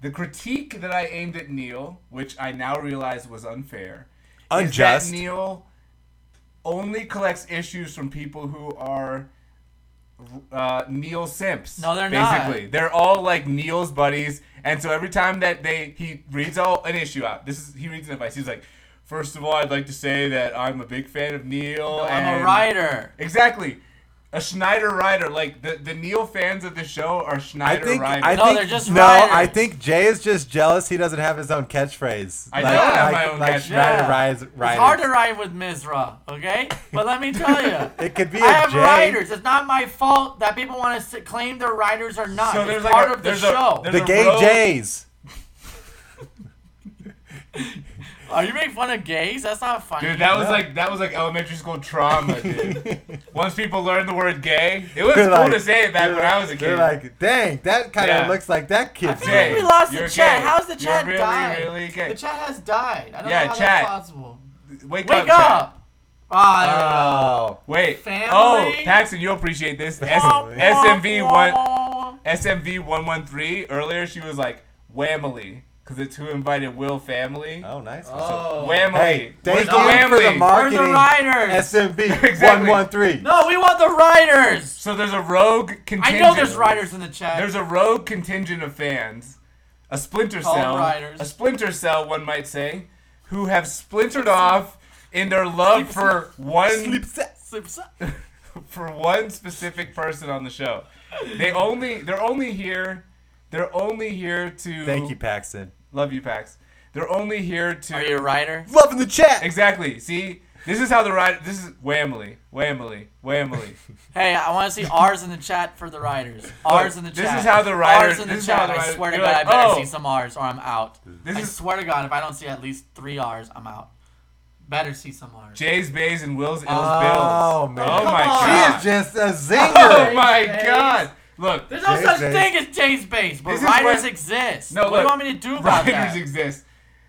[SPEAKER 2] The critique that I aimed at Neil, which I now realize was unfair,
[SPEAKER 5] Unjust.
[SPEAKER 2] is that Neil only collects issues from people who are uh, Neil simps.
[SPEAKER 3] No, they're not.
[SPEAKER 2] basically. They're all like Neil's buddies, and so every time that they he reads all an issue out, this is he reads an advice. He's like, first of all, I'd like to say that I'm a big fan of Neil.
[SPEAKER 3] I'm a
[SPEAKER 2] and-"
[SPEAKER 3] writer.
[SPEAKER 2] Exactly. A Schneider writer, like the, the Neil fans of the show are
[SPEAKER 5] I
[SPEAKER 2] Schneider
[SPEAKER 5] think
[SPEAKER 2] writers.
[SPEAKER 5] I think no. I think Jay is just jealous he doesn't have his own catchphrase.
[SPEAKER 2] I don't have my own
[SPEAKER 5] like
[SPEAKER 2] catchphrase.
[SPEAKER 5] Schneider
[SPEAKER 2] Yeah.
[SPEAKER 5] Rise-
[SPEAKER 3] It's
[SPEAKER 5] Riders.
[SPEAKER 3] hard to ride with Mizra, okay? But let me tell you,
[SPEAKER 5] It could be
[SPEAKER 3] I
[SPEAKER 5] a
[SPEAKER 3] have
[SPEAKER 5] J.
[SPEAKER 3] writers. It's not my fault that people want to s- claim they're writers or not.
[SPEAKER 2] So
[SPEAKER 3] it's
[SPEAKER 2] there's like
[SPEAKER 3] part
[SPEAKER 2] a-
[SPEAKER 3] of the
[SPEAKER 2] there's a-
[SPEAKER 3] show.
[SPEAKER 2] there's
[SPEAKER 5] the
[SPEAKER 2] a
[SPEAKER 5] gay
[SPEAKER 2] road-
[SPEAKER 5] Jays.
[SPEAKER 3] Are you making fun of gays? That's not funny.
[SPEAKER 2] Dude, that was like that was like elementary school trauma, dude. Once people learn the word gay, it was
[SPEAKER 5] They're
[SPEAKER 2] cool
[SPEAKER 5] like-
[SPEAKER 2] to say it back
[SPEAKER 5] they're
[SPEAKER 2] when I was a
[SPEAKER 5] like-
[SPEAKER 2] kid.
[SPEAKER 5] They're like, dang, that kind of
[SPEAKER 2] Yeah.
[SPEAKER 5] looks like that kid.
[SPEAKER 2] feel like we
[SPEAKER 3] We lost
[SPEAKER 2] You're
[SPEAKER 3] the chat.
[SPEAKER 2] gay.
[SPEAKER 3] How's the
[SPEAKER 2] You're
[SPEAKER 3] chat
[SPEAKER 2] really,
[SPEAKER 3] died?
[SPEAKER 2] really gay.
[SPEAKER 3] The chat has died. I don't
[SPEAKER 2] Yeah,
[SPEAKER 3] know how
[SPEAKER 2] chat.
[SPEAKER 3] that's possible.
[SPEAKER 2] Wake,
[SPEAKER 3] Wake
[SPEAKER 2] up! chat.
[SPEAKER 3] up! Ah,
[SPEAKER 5] Oh,
[SPEAKER 2] Wait.
[SPEAKER 3] Family?
[SPEAKER 2] Oh, Paxton, you'll appreciate this. Uh, S- SMV one SMV one one three. Earlier, she was like Whamily because it's who invited Will family.
[SPEAKER 5] oh, nice.
[SPEAKER 3] Oh.
[SPEAKER 2] Whamily.
[SPEAKER 5] Hey,
[SPEAKER 2] Where's
[SPEAKER 5] thank
[SPEAKER 2] the
[SPEAKER 5] you for the
[SPEAKER 2] Whamily?
[SPEAKER 5] marketing.
[SPEAKER 3] We're the writers.
[SPEAKER 5] SMB
[SPEAKER 2] Exactly.
[SPEAKER 5] one one three.
[SPEAKER 3] no, we want the writers.
[SPEAKER 2] So there's a rogue
[SPEAKER 3] I
[SPEAKER 2] contingent.
[SPEAKER 3] know there's writers in the chat.
[SPEAKER 2] There's a rogue contingent of fans, a splinter
[SPEAKER 3] Called
[SPEAKER 2] cell,
[SPEAKER 3] writers.
[SPEAKER 2] a splinter cell, one might say, who have splintered off in their love for one for one specific person on the show. They only they're only here they're only here to
[SPEAKER 5] Thank you, Paxton.
[SPEAKER 2] Love you, Pax. They're only here to
[SPEAKER 3] Are you a writer?
[SPEAKER 5] Loving the chat.
[SPEAKER 2] Exactly. See? This is how the ride this is Whamily. Whamily. Whamily.
[SPEAKER 3] Hey, I want to see R's in the chat for the writers. R's in the
[SPEAKER 2] This
[SPEAKER 3] chat.
[SPEAKER 2] is how the writers-
[SPEAKER 3] R's in the
[SPEAKER 2] this is how
[SPEAKER 3] chat.
[SPEAKER 2] the
[SPEAKER 3] I
[SPEAKER 2] writers-
[SPEAKER 3] swear to
[SPEAKER 2] you're
[SPEAKER 3] God, I
[SPEAKER 2] like,
[SPEAKER 3] better
[SPEAKER 2] oh.
[SPEAKER 3] see some R's or I'm out.
[SPEAKER 2] This
[SPEAKER 3] I
[SPEAKER 2] is-
[SPEAKER 3] swear to God, if I don't see at least three R's, I'm out. Better see some R's.
[SPEAKER 2] Jay's Bays and Will's Ill's
[SPEAKER 5] Oh
[SPEAKER 2] Bills.
[SPEAKER 5] man,
[SPEAKER 2] Oh my
[SPEAKER 5] she
[SPEAKER 2] god.
[SPEAKER 5] is just a
[SPEAKER 2] Oh
[SPEAKER 5] zinger.
[SPEAKER 2] my
[SPEAKER 3] Jay's
[SPEAKER 2] god. Look.
[SPEAKER 3] There's no
[SPEAKER 5] Jay's
[SPEAKER 3] such
[SPEAKER 5] base.
[SPEAKER 3] thing as Jay's base, but
[SPEAKER 2] This is
[SPEAKER 3] writers
[SPEAKER 2] what-
[SPEAKER 3] exist.
[SPEAKER 2] No,
[SPEAKER 3] what do you
[SPEAKER 2] look,
[SPEAKER 3] want me to do about
[SPEAKER 2] Writers
[SPEAKER 3] that?
[SPEAKER 2] exist.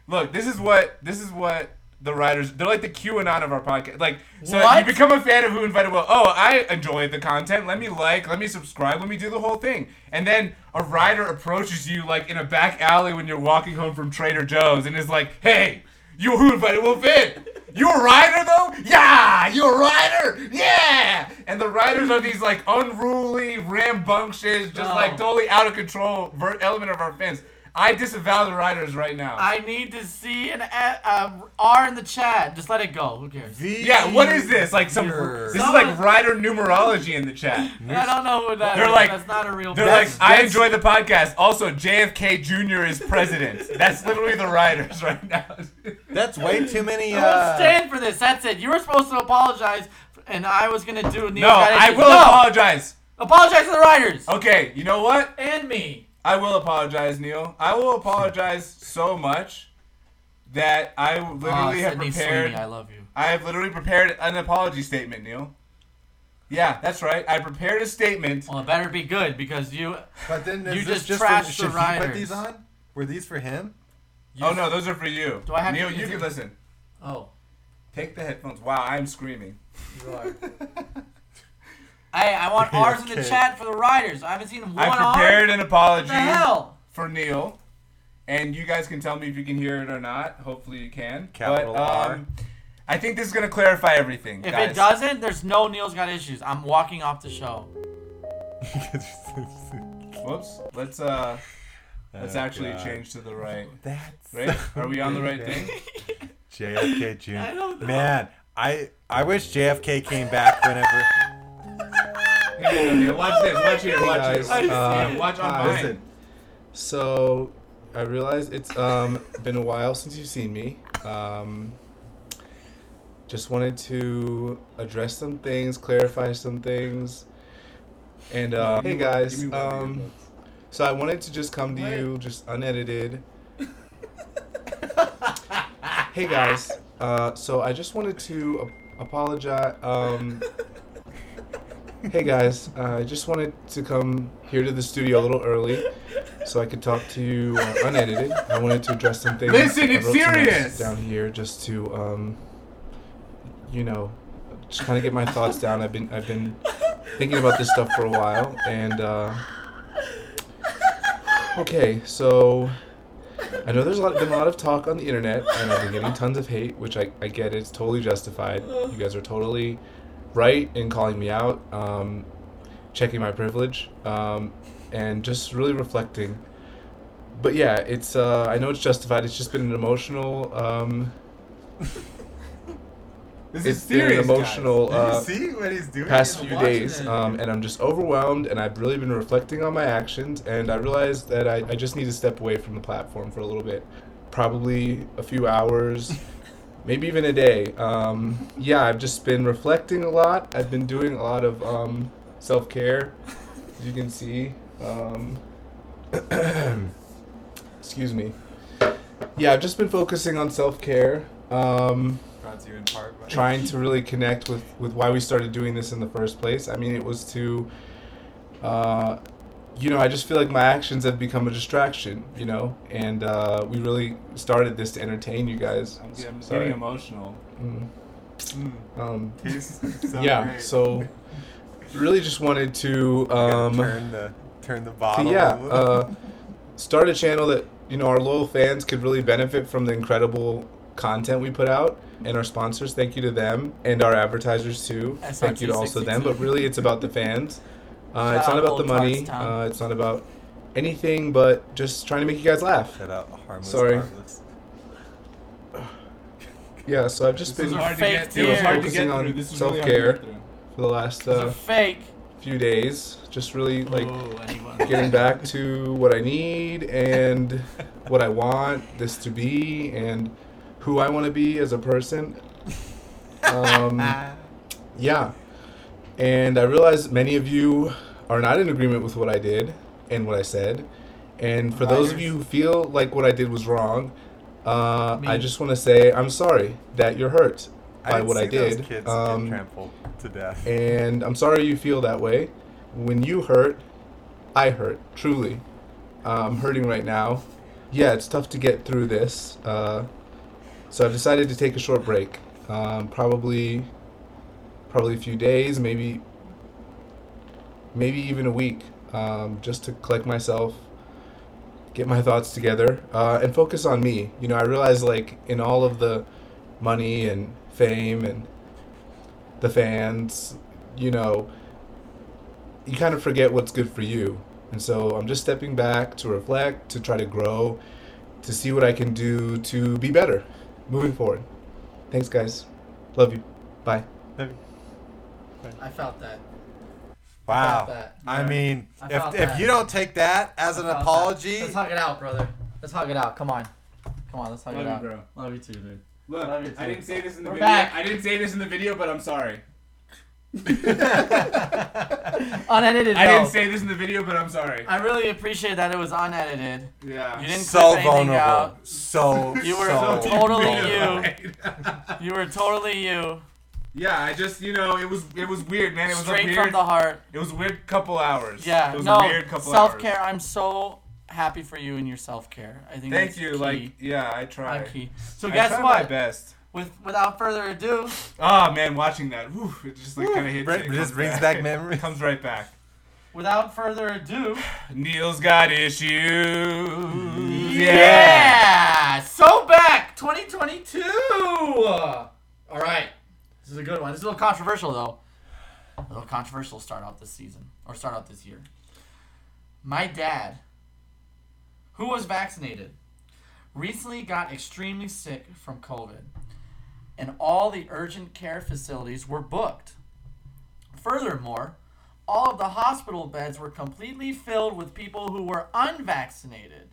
[SPEAKER 2] Look, this is what this is what the writers they're like the QAnon of our podcast. Like so
[SPEAKER 3] What?
[SPEAKER 2] you become a fan of who invited Will. Oh, I enjoy the content. Let me like, let me subscribe, let me do the whole thing. And then a writer approaches you like in a back alley when you're walking home from Trader Joe's and is like, Hey, you who invited Will Finn? You a writer though? Yeah, you a writer? Yeah. And the writers are these like unruly, rambunctious, just
[SPEAKER 3] No.
[SPEAKER 2] like totally out of control ver- element of our fans. I disavow the writers right now.
[SPEAKER 3] I need to see an a, um, R in the chat. Just let it go. Who cares?
[SPEAKER 2] yeah, what is this? Like some
[SPEAKER 5] Here.
[SPEAKER 2] this is like writer numerology in the chat.
[SPEAKER 3] I don't know who that
[SPEAKER 2] They're
[SPEAKER 3] is.
[SPEAKER 2] like-
[SPEAKER 3] That's not a real
[SPEAKER 2] They're like,
[SPEAKER 3] person.
[SPEAKER 2] I enjoy the podcast. Also, JFK Jr. is president. That's literally the writers right now.
[SPEAKER 5] That's way too many.
[SPEAKER 3] I won't
[SPEAKER 5] Uh,
[SPEAKER 3] stand for this. That's it. You were supposed to apologize, and I was gonna do.
[SPEAKER 2] no, I will apologize.
[SPEAKER 3] apologize to the writers
[SPEAKER 2] Okay, you know what?
[SPEAKER 3] and me.
[SPEAKER 2] I will apologize, Neil. I will apologize so much that I literally
[SPEAKER 3] Ah,
[SPEAKER 2] have
[SPEAKER 3] Sydney
[SPEAKER 2] prepared.
[SPEAKER 3] Sweeney, I love you.
[SPEAKER 2] I have literally prepared an apology statement, Neil. Yeah, that's right. I prepared a statement.
[SPEAKER 3] Well, it better be good because you.
[SPEAKER 5] but then is
[SPEAKER 3] You
[SPEAKER 5] this
[SPEAKER 3] just
[SPEAKER 5] for-
[SPEAKER 3] trashed the
[SPEAKER 5] should he
[SPEAKER 3] writers.
[SPEAKER 5] put these on? Were these for him?
[SPEAKER 2] Oh no, those are for you.
[SPEAKER 3] Do I have
[SPEAKER 2] Neil,
[SPEAKER 3] to-
[SPEAKER 2] you can listen.
[SPEAKER 3] Oh,
[SPEAKER 2] Take the headphones. Wow, I'm screaming.
[SPEAKER 3] you are. hey, I want R's in the
[SPEAKER 5] Okay.
[SPEAKER 3] chat for the writers. I haven't seen one
[SPEAKER 2] I prepared
[SPEAKER 3] R.
[SPEAKER 2] an apology
[SPEAKER 3] What the hell?
[SPEAKER 2] for Neil, and you guys can tell me if you can hear it or not. Hopefully, you can.
[SPEAKER 5] Capital
[SPEAKER 2] but, um,
[SPEAKER 5] R.
[SPEAKER 2] I think this is gonna clarify everything,
[SPEAKER 3] If
[SPEAKER 2] guys.
[SPEAKER 3] it doesn't, there's no Neil's got issues. I'm walking off the show.
[SPEAKER 2] whoops. Let's uh,
[SPEAKER 12] Let's
[SPEAKER 5] Oh,
[SPEAKER 12] actually
[SPEAKER 5] God.
[SPEAKER 12] change to the right.
[SPEAKER 5] That's
[SPEAKER 12] right. Are we on the right thing?
[SPEAKER 5] JFK Jr.
[SPEAKER 12] I don't know.
[SPEAKER 5] Man, I I wish JFK came back whenever.
[SPEAKER 12] Hey, hey, hey, watch this. Watch
[SPEAKER 2] Hey
[SPEAKER 12] here. Watch
[SPEAKER 2] guys,
[SPEAKER 12] this.
[SPEAKER 5] Uh,
[SPEAKER 2] um,
[SPEAKER 12] Watch on
[SPEAKER 2] hi.
[SPEAKER 12] mine.
[SPEAKER 2] So I realize it's um, been a while since you've seen me. Um, just wanted to address some things, clarify some things, and uh,
[SPEAKER 12] Give me
[SPEAKER 2] hey
[SPEAKER 12] one-
[SPEAKER 2] guys.
[SPEAKER 12] give me one of your
[SPEAKER 2] Um, so I wanted to just come to you, just unedited. hey guys. Uh, so I just wanted to ap- apologize. Um, hey guys, uh, I just wanted to come here to the studio a little early so I could talk to you uh, unedited. I wanted to address some things.
[SPEAKER 12] Listen,
[SPEAKER 2] I
[SPEAKER 12] it's
[SPEAKER 2] wrote some notes
[SPEAKER 12] serious!
[SPEAKER 2] Down here, just to um, you know, just kind of get my thoughts down. I've been I've been thinking about this stuff for a while, and uh, okay, so I know there's a lot, been a lot of talk on the internet, and I've been getting tons of hate, which I, I get. It's totally justified. You guys are totally right in calling me out, um, checking my privilege, um, and just really reflecting. But yeah, it's uh, I know it's justified. It's just been an emotional. Um,
[SPEAKER 12] This
[SPEAKER 2] it's
[SPEAKER 12] is
[SPEAKER 2] been an
[SPEAKER 12] serious, guys.
[SPEAKER 2] emotional.
[SPEAKER 12] Did you
[SPEAKER 2] uh,
[SPEAKER 12] see what he's doing?
[SPEAKER 2] Past
[SPEAKER 12] He's
[SPEAKER 2] few
[SPEAKER 12] watching
[SPEAKER 2] days,
[SPEAKER 12] it.
[SPEAKER 2] um, and I'm just overwhelmed, and I've really been reflecting on my actions, and I realized that I, I just need to step away from the platform for a little bit, probably a few hours, maybe even a day. Um, yeah, I've just been reflecting a lot. I've been doing a lot of um, self care, as you can see. Um, excuse me. Yeah, I've just been focusing on self care. Um,
[SPEAKER 12] Brought to you in part by-
[SPEAKER 2] trying to really connect with with why we started doing this in the first place. I mean, it was to, uh, you know, I just feel like my actions have become a distraction, you know, and uh, we really started this to entertain you guys.
[SPEAKER 12] I'm getting
[SPEAKER 2] Sorry.
[SPEAKER 12] emotional.
[SPEAKER 2] Mm.
[SPEAKER 12] Mm.
[SPEAKER 2] Um,
[SPEAKER 12] Tastes so
[SPEAKER 2] yeah,
[SPEAKER 12] great.
[SPEAKER 2] so really just wanted to um,
[SPEAKER 5] turn the turn the
[SPEAKER 2] to,
[SPEAKER 5] bottle.
[SPEAKER 2] yeah,
[SPEAKER 5] a little.
[SPEAKER 2] uh, start a channel that you know our loyal fans could really benefit from the incredible content we put out and our sponsors. Thank you to them and our advertisers too. Thank you to also them, but really it's about the fans. Uh, it's
[SPEAKER 5] Shout out
[SPEAKER 2] not about the
[SPEAKER 5] Old
[SPEAKER 2] money.
[SPEAKER 5] Tarts Town.
[SPEAKER 2] Uh, it's not about anything, but just trying to make you guys laugh.
[SPEAKER 5] Shout out harmless.
[SPEAKER 2] Sorry.
[SPEAKER 5] harmless.
[SPEAKER 2] Yeah, so I've just
[SPEAKER 12] This
[SPEAKER 2] been
[SPEAKER 12] was hard to Fake get- it was hard to get
[SPEAKER 2] focusing
[SPEAKER 12] through.
[SPEAKER 2] on
[SPEAKER 12] This was really
[SPEAKER 2] self
[SPEAKER 12] hard to
[SPEAKER 2] care
[SPEAKER 12] get through.
[SPEAKER 2] for the last uh,
[SPEAKER 3] fake.
[SPEAKER 2] few days. Just really like
[SPEAKER 3] Ooh, anyone.
[SPEAKER 2] getting back to what I need and what I want this to be and who I want to be as a person. Um, yeah. And I realize many of you are not in agreement with what I did and what I said. And for those of you who feel like what I did was wrong, uh, I
[SPEAKER 5] Me.
[SPEAKER 2] just want to say I'm sorry that you're hurt
[SPEAKER 5] I
[SPEAKER 2] by
[SPEAKER 5] didn't
[SPEAKER 2] what I
[SPEAKER 5] see those
[SPEAKER 2] did.
[SPEAKER 5] kids get
[SPEAKER 2] Um,
[SPEAKER 5] trampled to death.
[SPEAKER 2] and I'm sorry you feel that way. When you hurt, I hurt, truly. Uh, I'm hurting right now. Yeah, it's tough to get through this. Uh, so I've decided to take a short break. Um, probably, probably a few days, maybe, maybe even a week, um, just to collect myself, get my thoughts together, uh, and focus on me. You know, I realize like in all of the money and fame and the fans, you know, you kind of forget what's good for you. And so I'm just stepping back to reflect, to try to grow, to see what I can do to be better moving forward. Thanks, guys. Love you. Bye.
[SPEAKER 3] I felt that. I felt
[SPEAKER 5] Wow.
[SPEAKER 3] that.
[SPEAKER 5] I mean,
[SPEAKER 3] I
[SPEAKER 5] if,
[SPEAKER 3] felt
[SPEAKER 5] if
[SPEAKER 3] that.
[SPEAKER 5] you don't take that as an
[SPEAKER 3] I felt that.
[SPEAKER 5] apology,
[SPEAKER 3] Let's hug it out, brother. Let's hug it out. Come on. Come on, let's hug
[SPEAKER 12] Love
[SPEAKER 3] it
[SPEAKER 12] you,
[SPEAKER 3] out.
[SPEAKER 12] bro.
[SPEAKER 3] Love you too, dude.
[SPEAKER 12] Look,
[SPEAKER 3] Love you too.
[SPEAKER 12] I didn't say this in the
[SPEAKER 3] We're
[SPEAKER 12] video.
[SPEAKER 3] back.
[SPEAKER 12] I didn't say this in the video, but I'm sorry.
[SPEAKER 3] Unedited.
[SPEAKER 12] I didn't
[SPEAKER 3] though.
[SPEAKER 12] say this in the video, but I'm sorry.
[SPEAKER 3] I really appreciate that it was unedited.
[SPEAKER 12] Yeah.
[SPEAKER 3] You didn't
[SPEAKER 5] so
[SPEAKER 3] clip anything
[SPEAKER 5] vulnerable.
[SPEAKER 3] out.
[SPEAKER 5] So
[SPEAKER 3] You were
[SPEAKER 5] so
[SPEAKER 3] totally
[SPEAKER 5] vulnerable.
[SPEAKER 3] you. You were totally you.
[SPEAKER 12] Yeah, I just you know it was it was weird, man. It was a
[SPEAKER 3] Straight
[SPEAKER 12] weird,
[SPEAKER 3] from the heart.
[SPEAKER 12] It was a weird couple hours.
[SPEAKER 3] Yeah.
[SPEAKER 12] It was
[SPEAKER 3] no.
[SPEAKER 12] a weird couple
[SPEAKER 3] self care.
[SPEAKER 12] hours.
[SPEAKER 3] I'm so happy for you and your self care. I think.
[SPEAKER 12] Thank
[SPEAKER 3] that's
[SPEAKER 12] you.
[SPEAKER 3] Key.
[SPEAKER 12] Like yeah, I try.
[SPEAKER 3] I'm key. So
[SPEAKER 12] I
[SPEAKER 3] guess
[SPEAKER 12] try
[SPEAKER 3] what?
[SPEAKER 12] My best.
[SPEAKER 3] With without further ado,
[SPEAKER 12] Ah man, watching that, whew, it just like kind of hits.
[SPEAKER 5] Br-
[SPEAKER 12] you. It
[SPEAKER 5] just
[SPEAKER 12] comes
[SPEAKER 5] brings back memories.
[SPEAKER 12] Comes right back.
[SPEAKER 3] without further ado.
[SPEAKER 12] Neil's got issues.
[SPEAKER 3] Yeah. So back 2022. All right. This is a good one. This is a little controversial though. A little controversial start out this season or start out this year. My dad who was vaccinated, recently got extremely sick from COVID, and all the urgent care facilities were booked. Furthermore, all of the hospital beds were completely filled with people who were unvaccinated.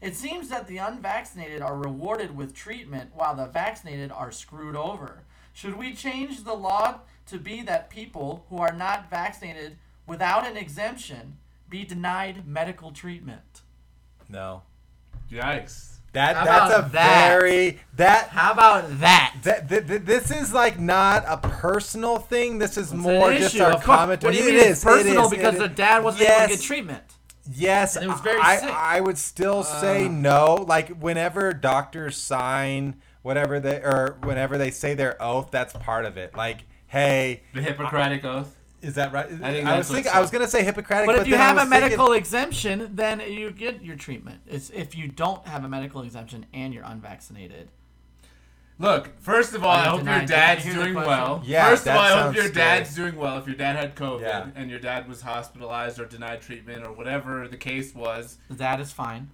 [SPEAKER 3] It seems that the unvaccinated are rewarded with treatment while the vaccinated are screwed over. Should we change the law to be that people who are not vaccinated without an exemption be denied medical treatment?
[SPEAKER 5] No.
[SPEAKER 2] Yikes.
[SPEAKER 5] That
[SPEAKER 3] How
[SPEAKER 5] that's
[SPEAKER 3] about
[SPEAKER 5] a
[SPEAKER 3] that?
[SPEAKER 5] very that
[SPEAKER 3] How about that?
[SPEAKER 5] That, th- th- this is like not a personal thing. This is
[SPEAKER 3] It's
[SPEAKER 5] more
[SPEAKER 3] an
[SPEAKER 5] just
[SPEAKER 3] issue,
[SPEAKER 5] our
[SPEAKER 3] of course.
[SPEAKER 5] commentary.
[SPEAKER 3] What do you mean
[SPEAKER 5] It
[SPEAKER 3] it's
[SPEAKER 5] is, it
[SPEAKER 3] personal
[SPEAKER 5] is, it
[SPEAKER 3] because
[SPEAKER 5] is.
[SPEAKER 3] the dad wasn't able
[SPEAKER 5] Yes.
[SPEAKER 3] to get treatment?
[SPEAKER 5] Yes,
[SPEAKER 3] And it was very
[SPEAKER 5] I,
[SPEAKER 3] sick. Uh,
[SPEAKER 5] I would still say no. Like whenever doctors sign whatever they or whenever they say their oath, that's part of it. Like, hey,
[SPEAKER 2] The Hippocratic Oath.
[SPEAKER 5] is that right?
[SPEAKER 2] I think
[SPEAKER 5] was
[SPEAKER 2] that's
[SPEAKER 5] thinking
[SPEAKER 2] what's
[SPEAKER 5] I was
[SPEAKER 2] up.
[SPEAKER 5] gonna say Hippocratic,
[SPEAKER 3] But if you
[SPEAKER 5] then I
[SPEAKER 3] have a
[SPEAKER 5] was thinking-
[SPEAKER 3] medical exemption, then you get your treatment. It's if you don't have a medical exemption and you're unvaccinated.
[SPEAKER 2] Look, first of all,
[SPEAKER 3] I
[SPEAKER 2] I hope
[SPEAKER 3] denied
[SPEAKER 2] your
[SPEAKER 3] it.
[SPEAKER 2] dad's
[SPEAKER 3] Did you hear the
[SPEAKER 2] doing
[SPEAKER 3] question?
[SPEAKER 2] well.
[SPEAKER 5] Yeah,
[SPEAKER 2] first of
[SPEAKER 5] that
[SPEAKER 2] all, I
[SPEAKER 5] sounds
[SPEAKER 2] hope your
[SPEAKER 5] scary.
[SPEAKER 2] dad's doing well. If your dad had COVID
[SPEAKER 5] Yeah.
[SPEAKER 2] and your dad was hospitalized or denied treatment or whatever the case was,
[SPEAKER 3] That is fine.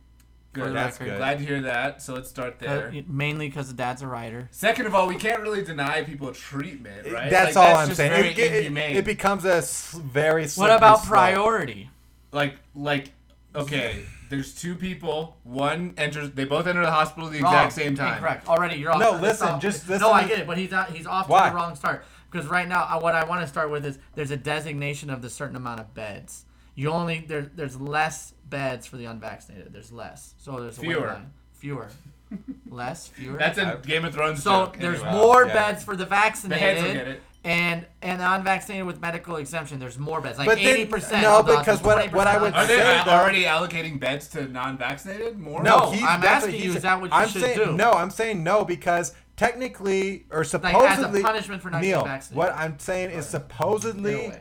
[SPEAKER 2] good.
[SPEAKER 5] That's
[SPEAKER 2] record.
[SPEAKER 5] good.
[SPEAKER 2] Glad to hear that. So let's start there.
[SPEAKER 3] Uh, mainly because the dad's a writer.
[SPEAKER 2] Second of all, we can't really deny people treatment, right?
[SPEAKER 5] That's
[SPEAKER 2] Like,
[SPEAKER 5] all I'm
[SPEAKER 2] just
[SPEAKER 5] saying.
[SPEAKER 2] Very
[SPEAKER 5] It, it- it-
[SPEAKER 2] inhumane.
[SPEAKER 5] it becomes a s- very.
[SPEAKER 3] What
[SPEAKER 5] slippery
[SPEAKER 3] about
[SPEAKER 5] slope.
[SPEAKER 3] priority?
[SPEAKER 2] like like okay there's two people one enters they both enter the hospital at the
[SPEAKER 3] Wrong.
[SPEAKER 2] exact same time
[SPEAKER 3] Incorrect. Already, you're off.
[SPEAKER 5] No,
[SPEAKER 3] it's
[SPEAKER 5] listen,
[SPEAKER 3] off.
[SPEAKER 5] just
[SPEAKER 3] No,
[SPEAKER 5] listen
[SPEAKER 3] I
[SPEAKER 5] to-
[SPEAKER 3] get it, but he's not, he's off
[SPEAKER 5] Why?
[SPEAKER 3] to the wrong start. Because right now, I, what I want to start with is there's a designation of the certain amount of beds. You only there, there's less beds for the unvaccinated. There's less, so there's a wait
[SPEAKER 2] Fewer.
[SPEAKER 3] line. fewer, less, fewer.
[SPEAKER 2] that's a game of thrones
[SPEAKER 3] So
[SPEAKER 2] joke,
[SPEAKER 3] there's
[SPEAKER 2] anyway.
[SPEAKER 3] more
[SPEAKER 5] yeah.
[SPEAKER 3] beds for the vaccinated.
[SPEAKER 2] heads will get it.
[SPEAKER 3] And and the unvaccinated with medical exemption, there's more beds. Like
[SPEAKER 5] But then-
[SPEAKER 3] eighty percent.
[SPEAKER 5] no, because what- what I would
[SPEAKER 2] are they
[SPEAKER 5] Say
[SPEAKER 2] uh,
[SPEAKER 5] though-
[SPEAKER 2] already allocating beds to non-vaccinated more
[SPEAKER 5] No,
[SPEAKER 3] No,
[SPEAKER 5] he-
[SPEAKER 3] I'm
[SPEAKER 5] that's
[SPEAKER 3] asking
[SPEAKER 5] what
[SPEAKER 3] you,
[SPEAKER 5] he's-
[SPEAKER 3] is that what you
[SPEAKER 5] I'm
[SPEAKER 3] should
[SPEAKER 5] saying,
[SPEAKER 3] do?
[SPEAKER 5] No, I'm saying no because technically or
[SPEAKER 3] a
[SPEAKER 5] supposedly
[SPEAKER 3] punishment for not getting
[SPEAKER 5] Neil,
[SPEAKER 3] vaccinated.
[SPEAKER 5] What I'm saying is supposedly,
[SPEAKER 3] way.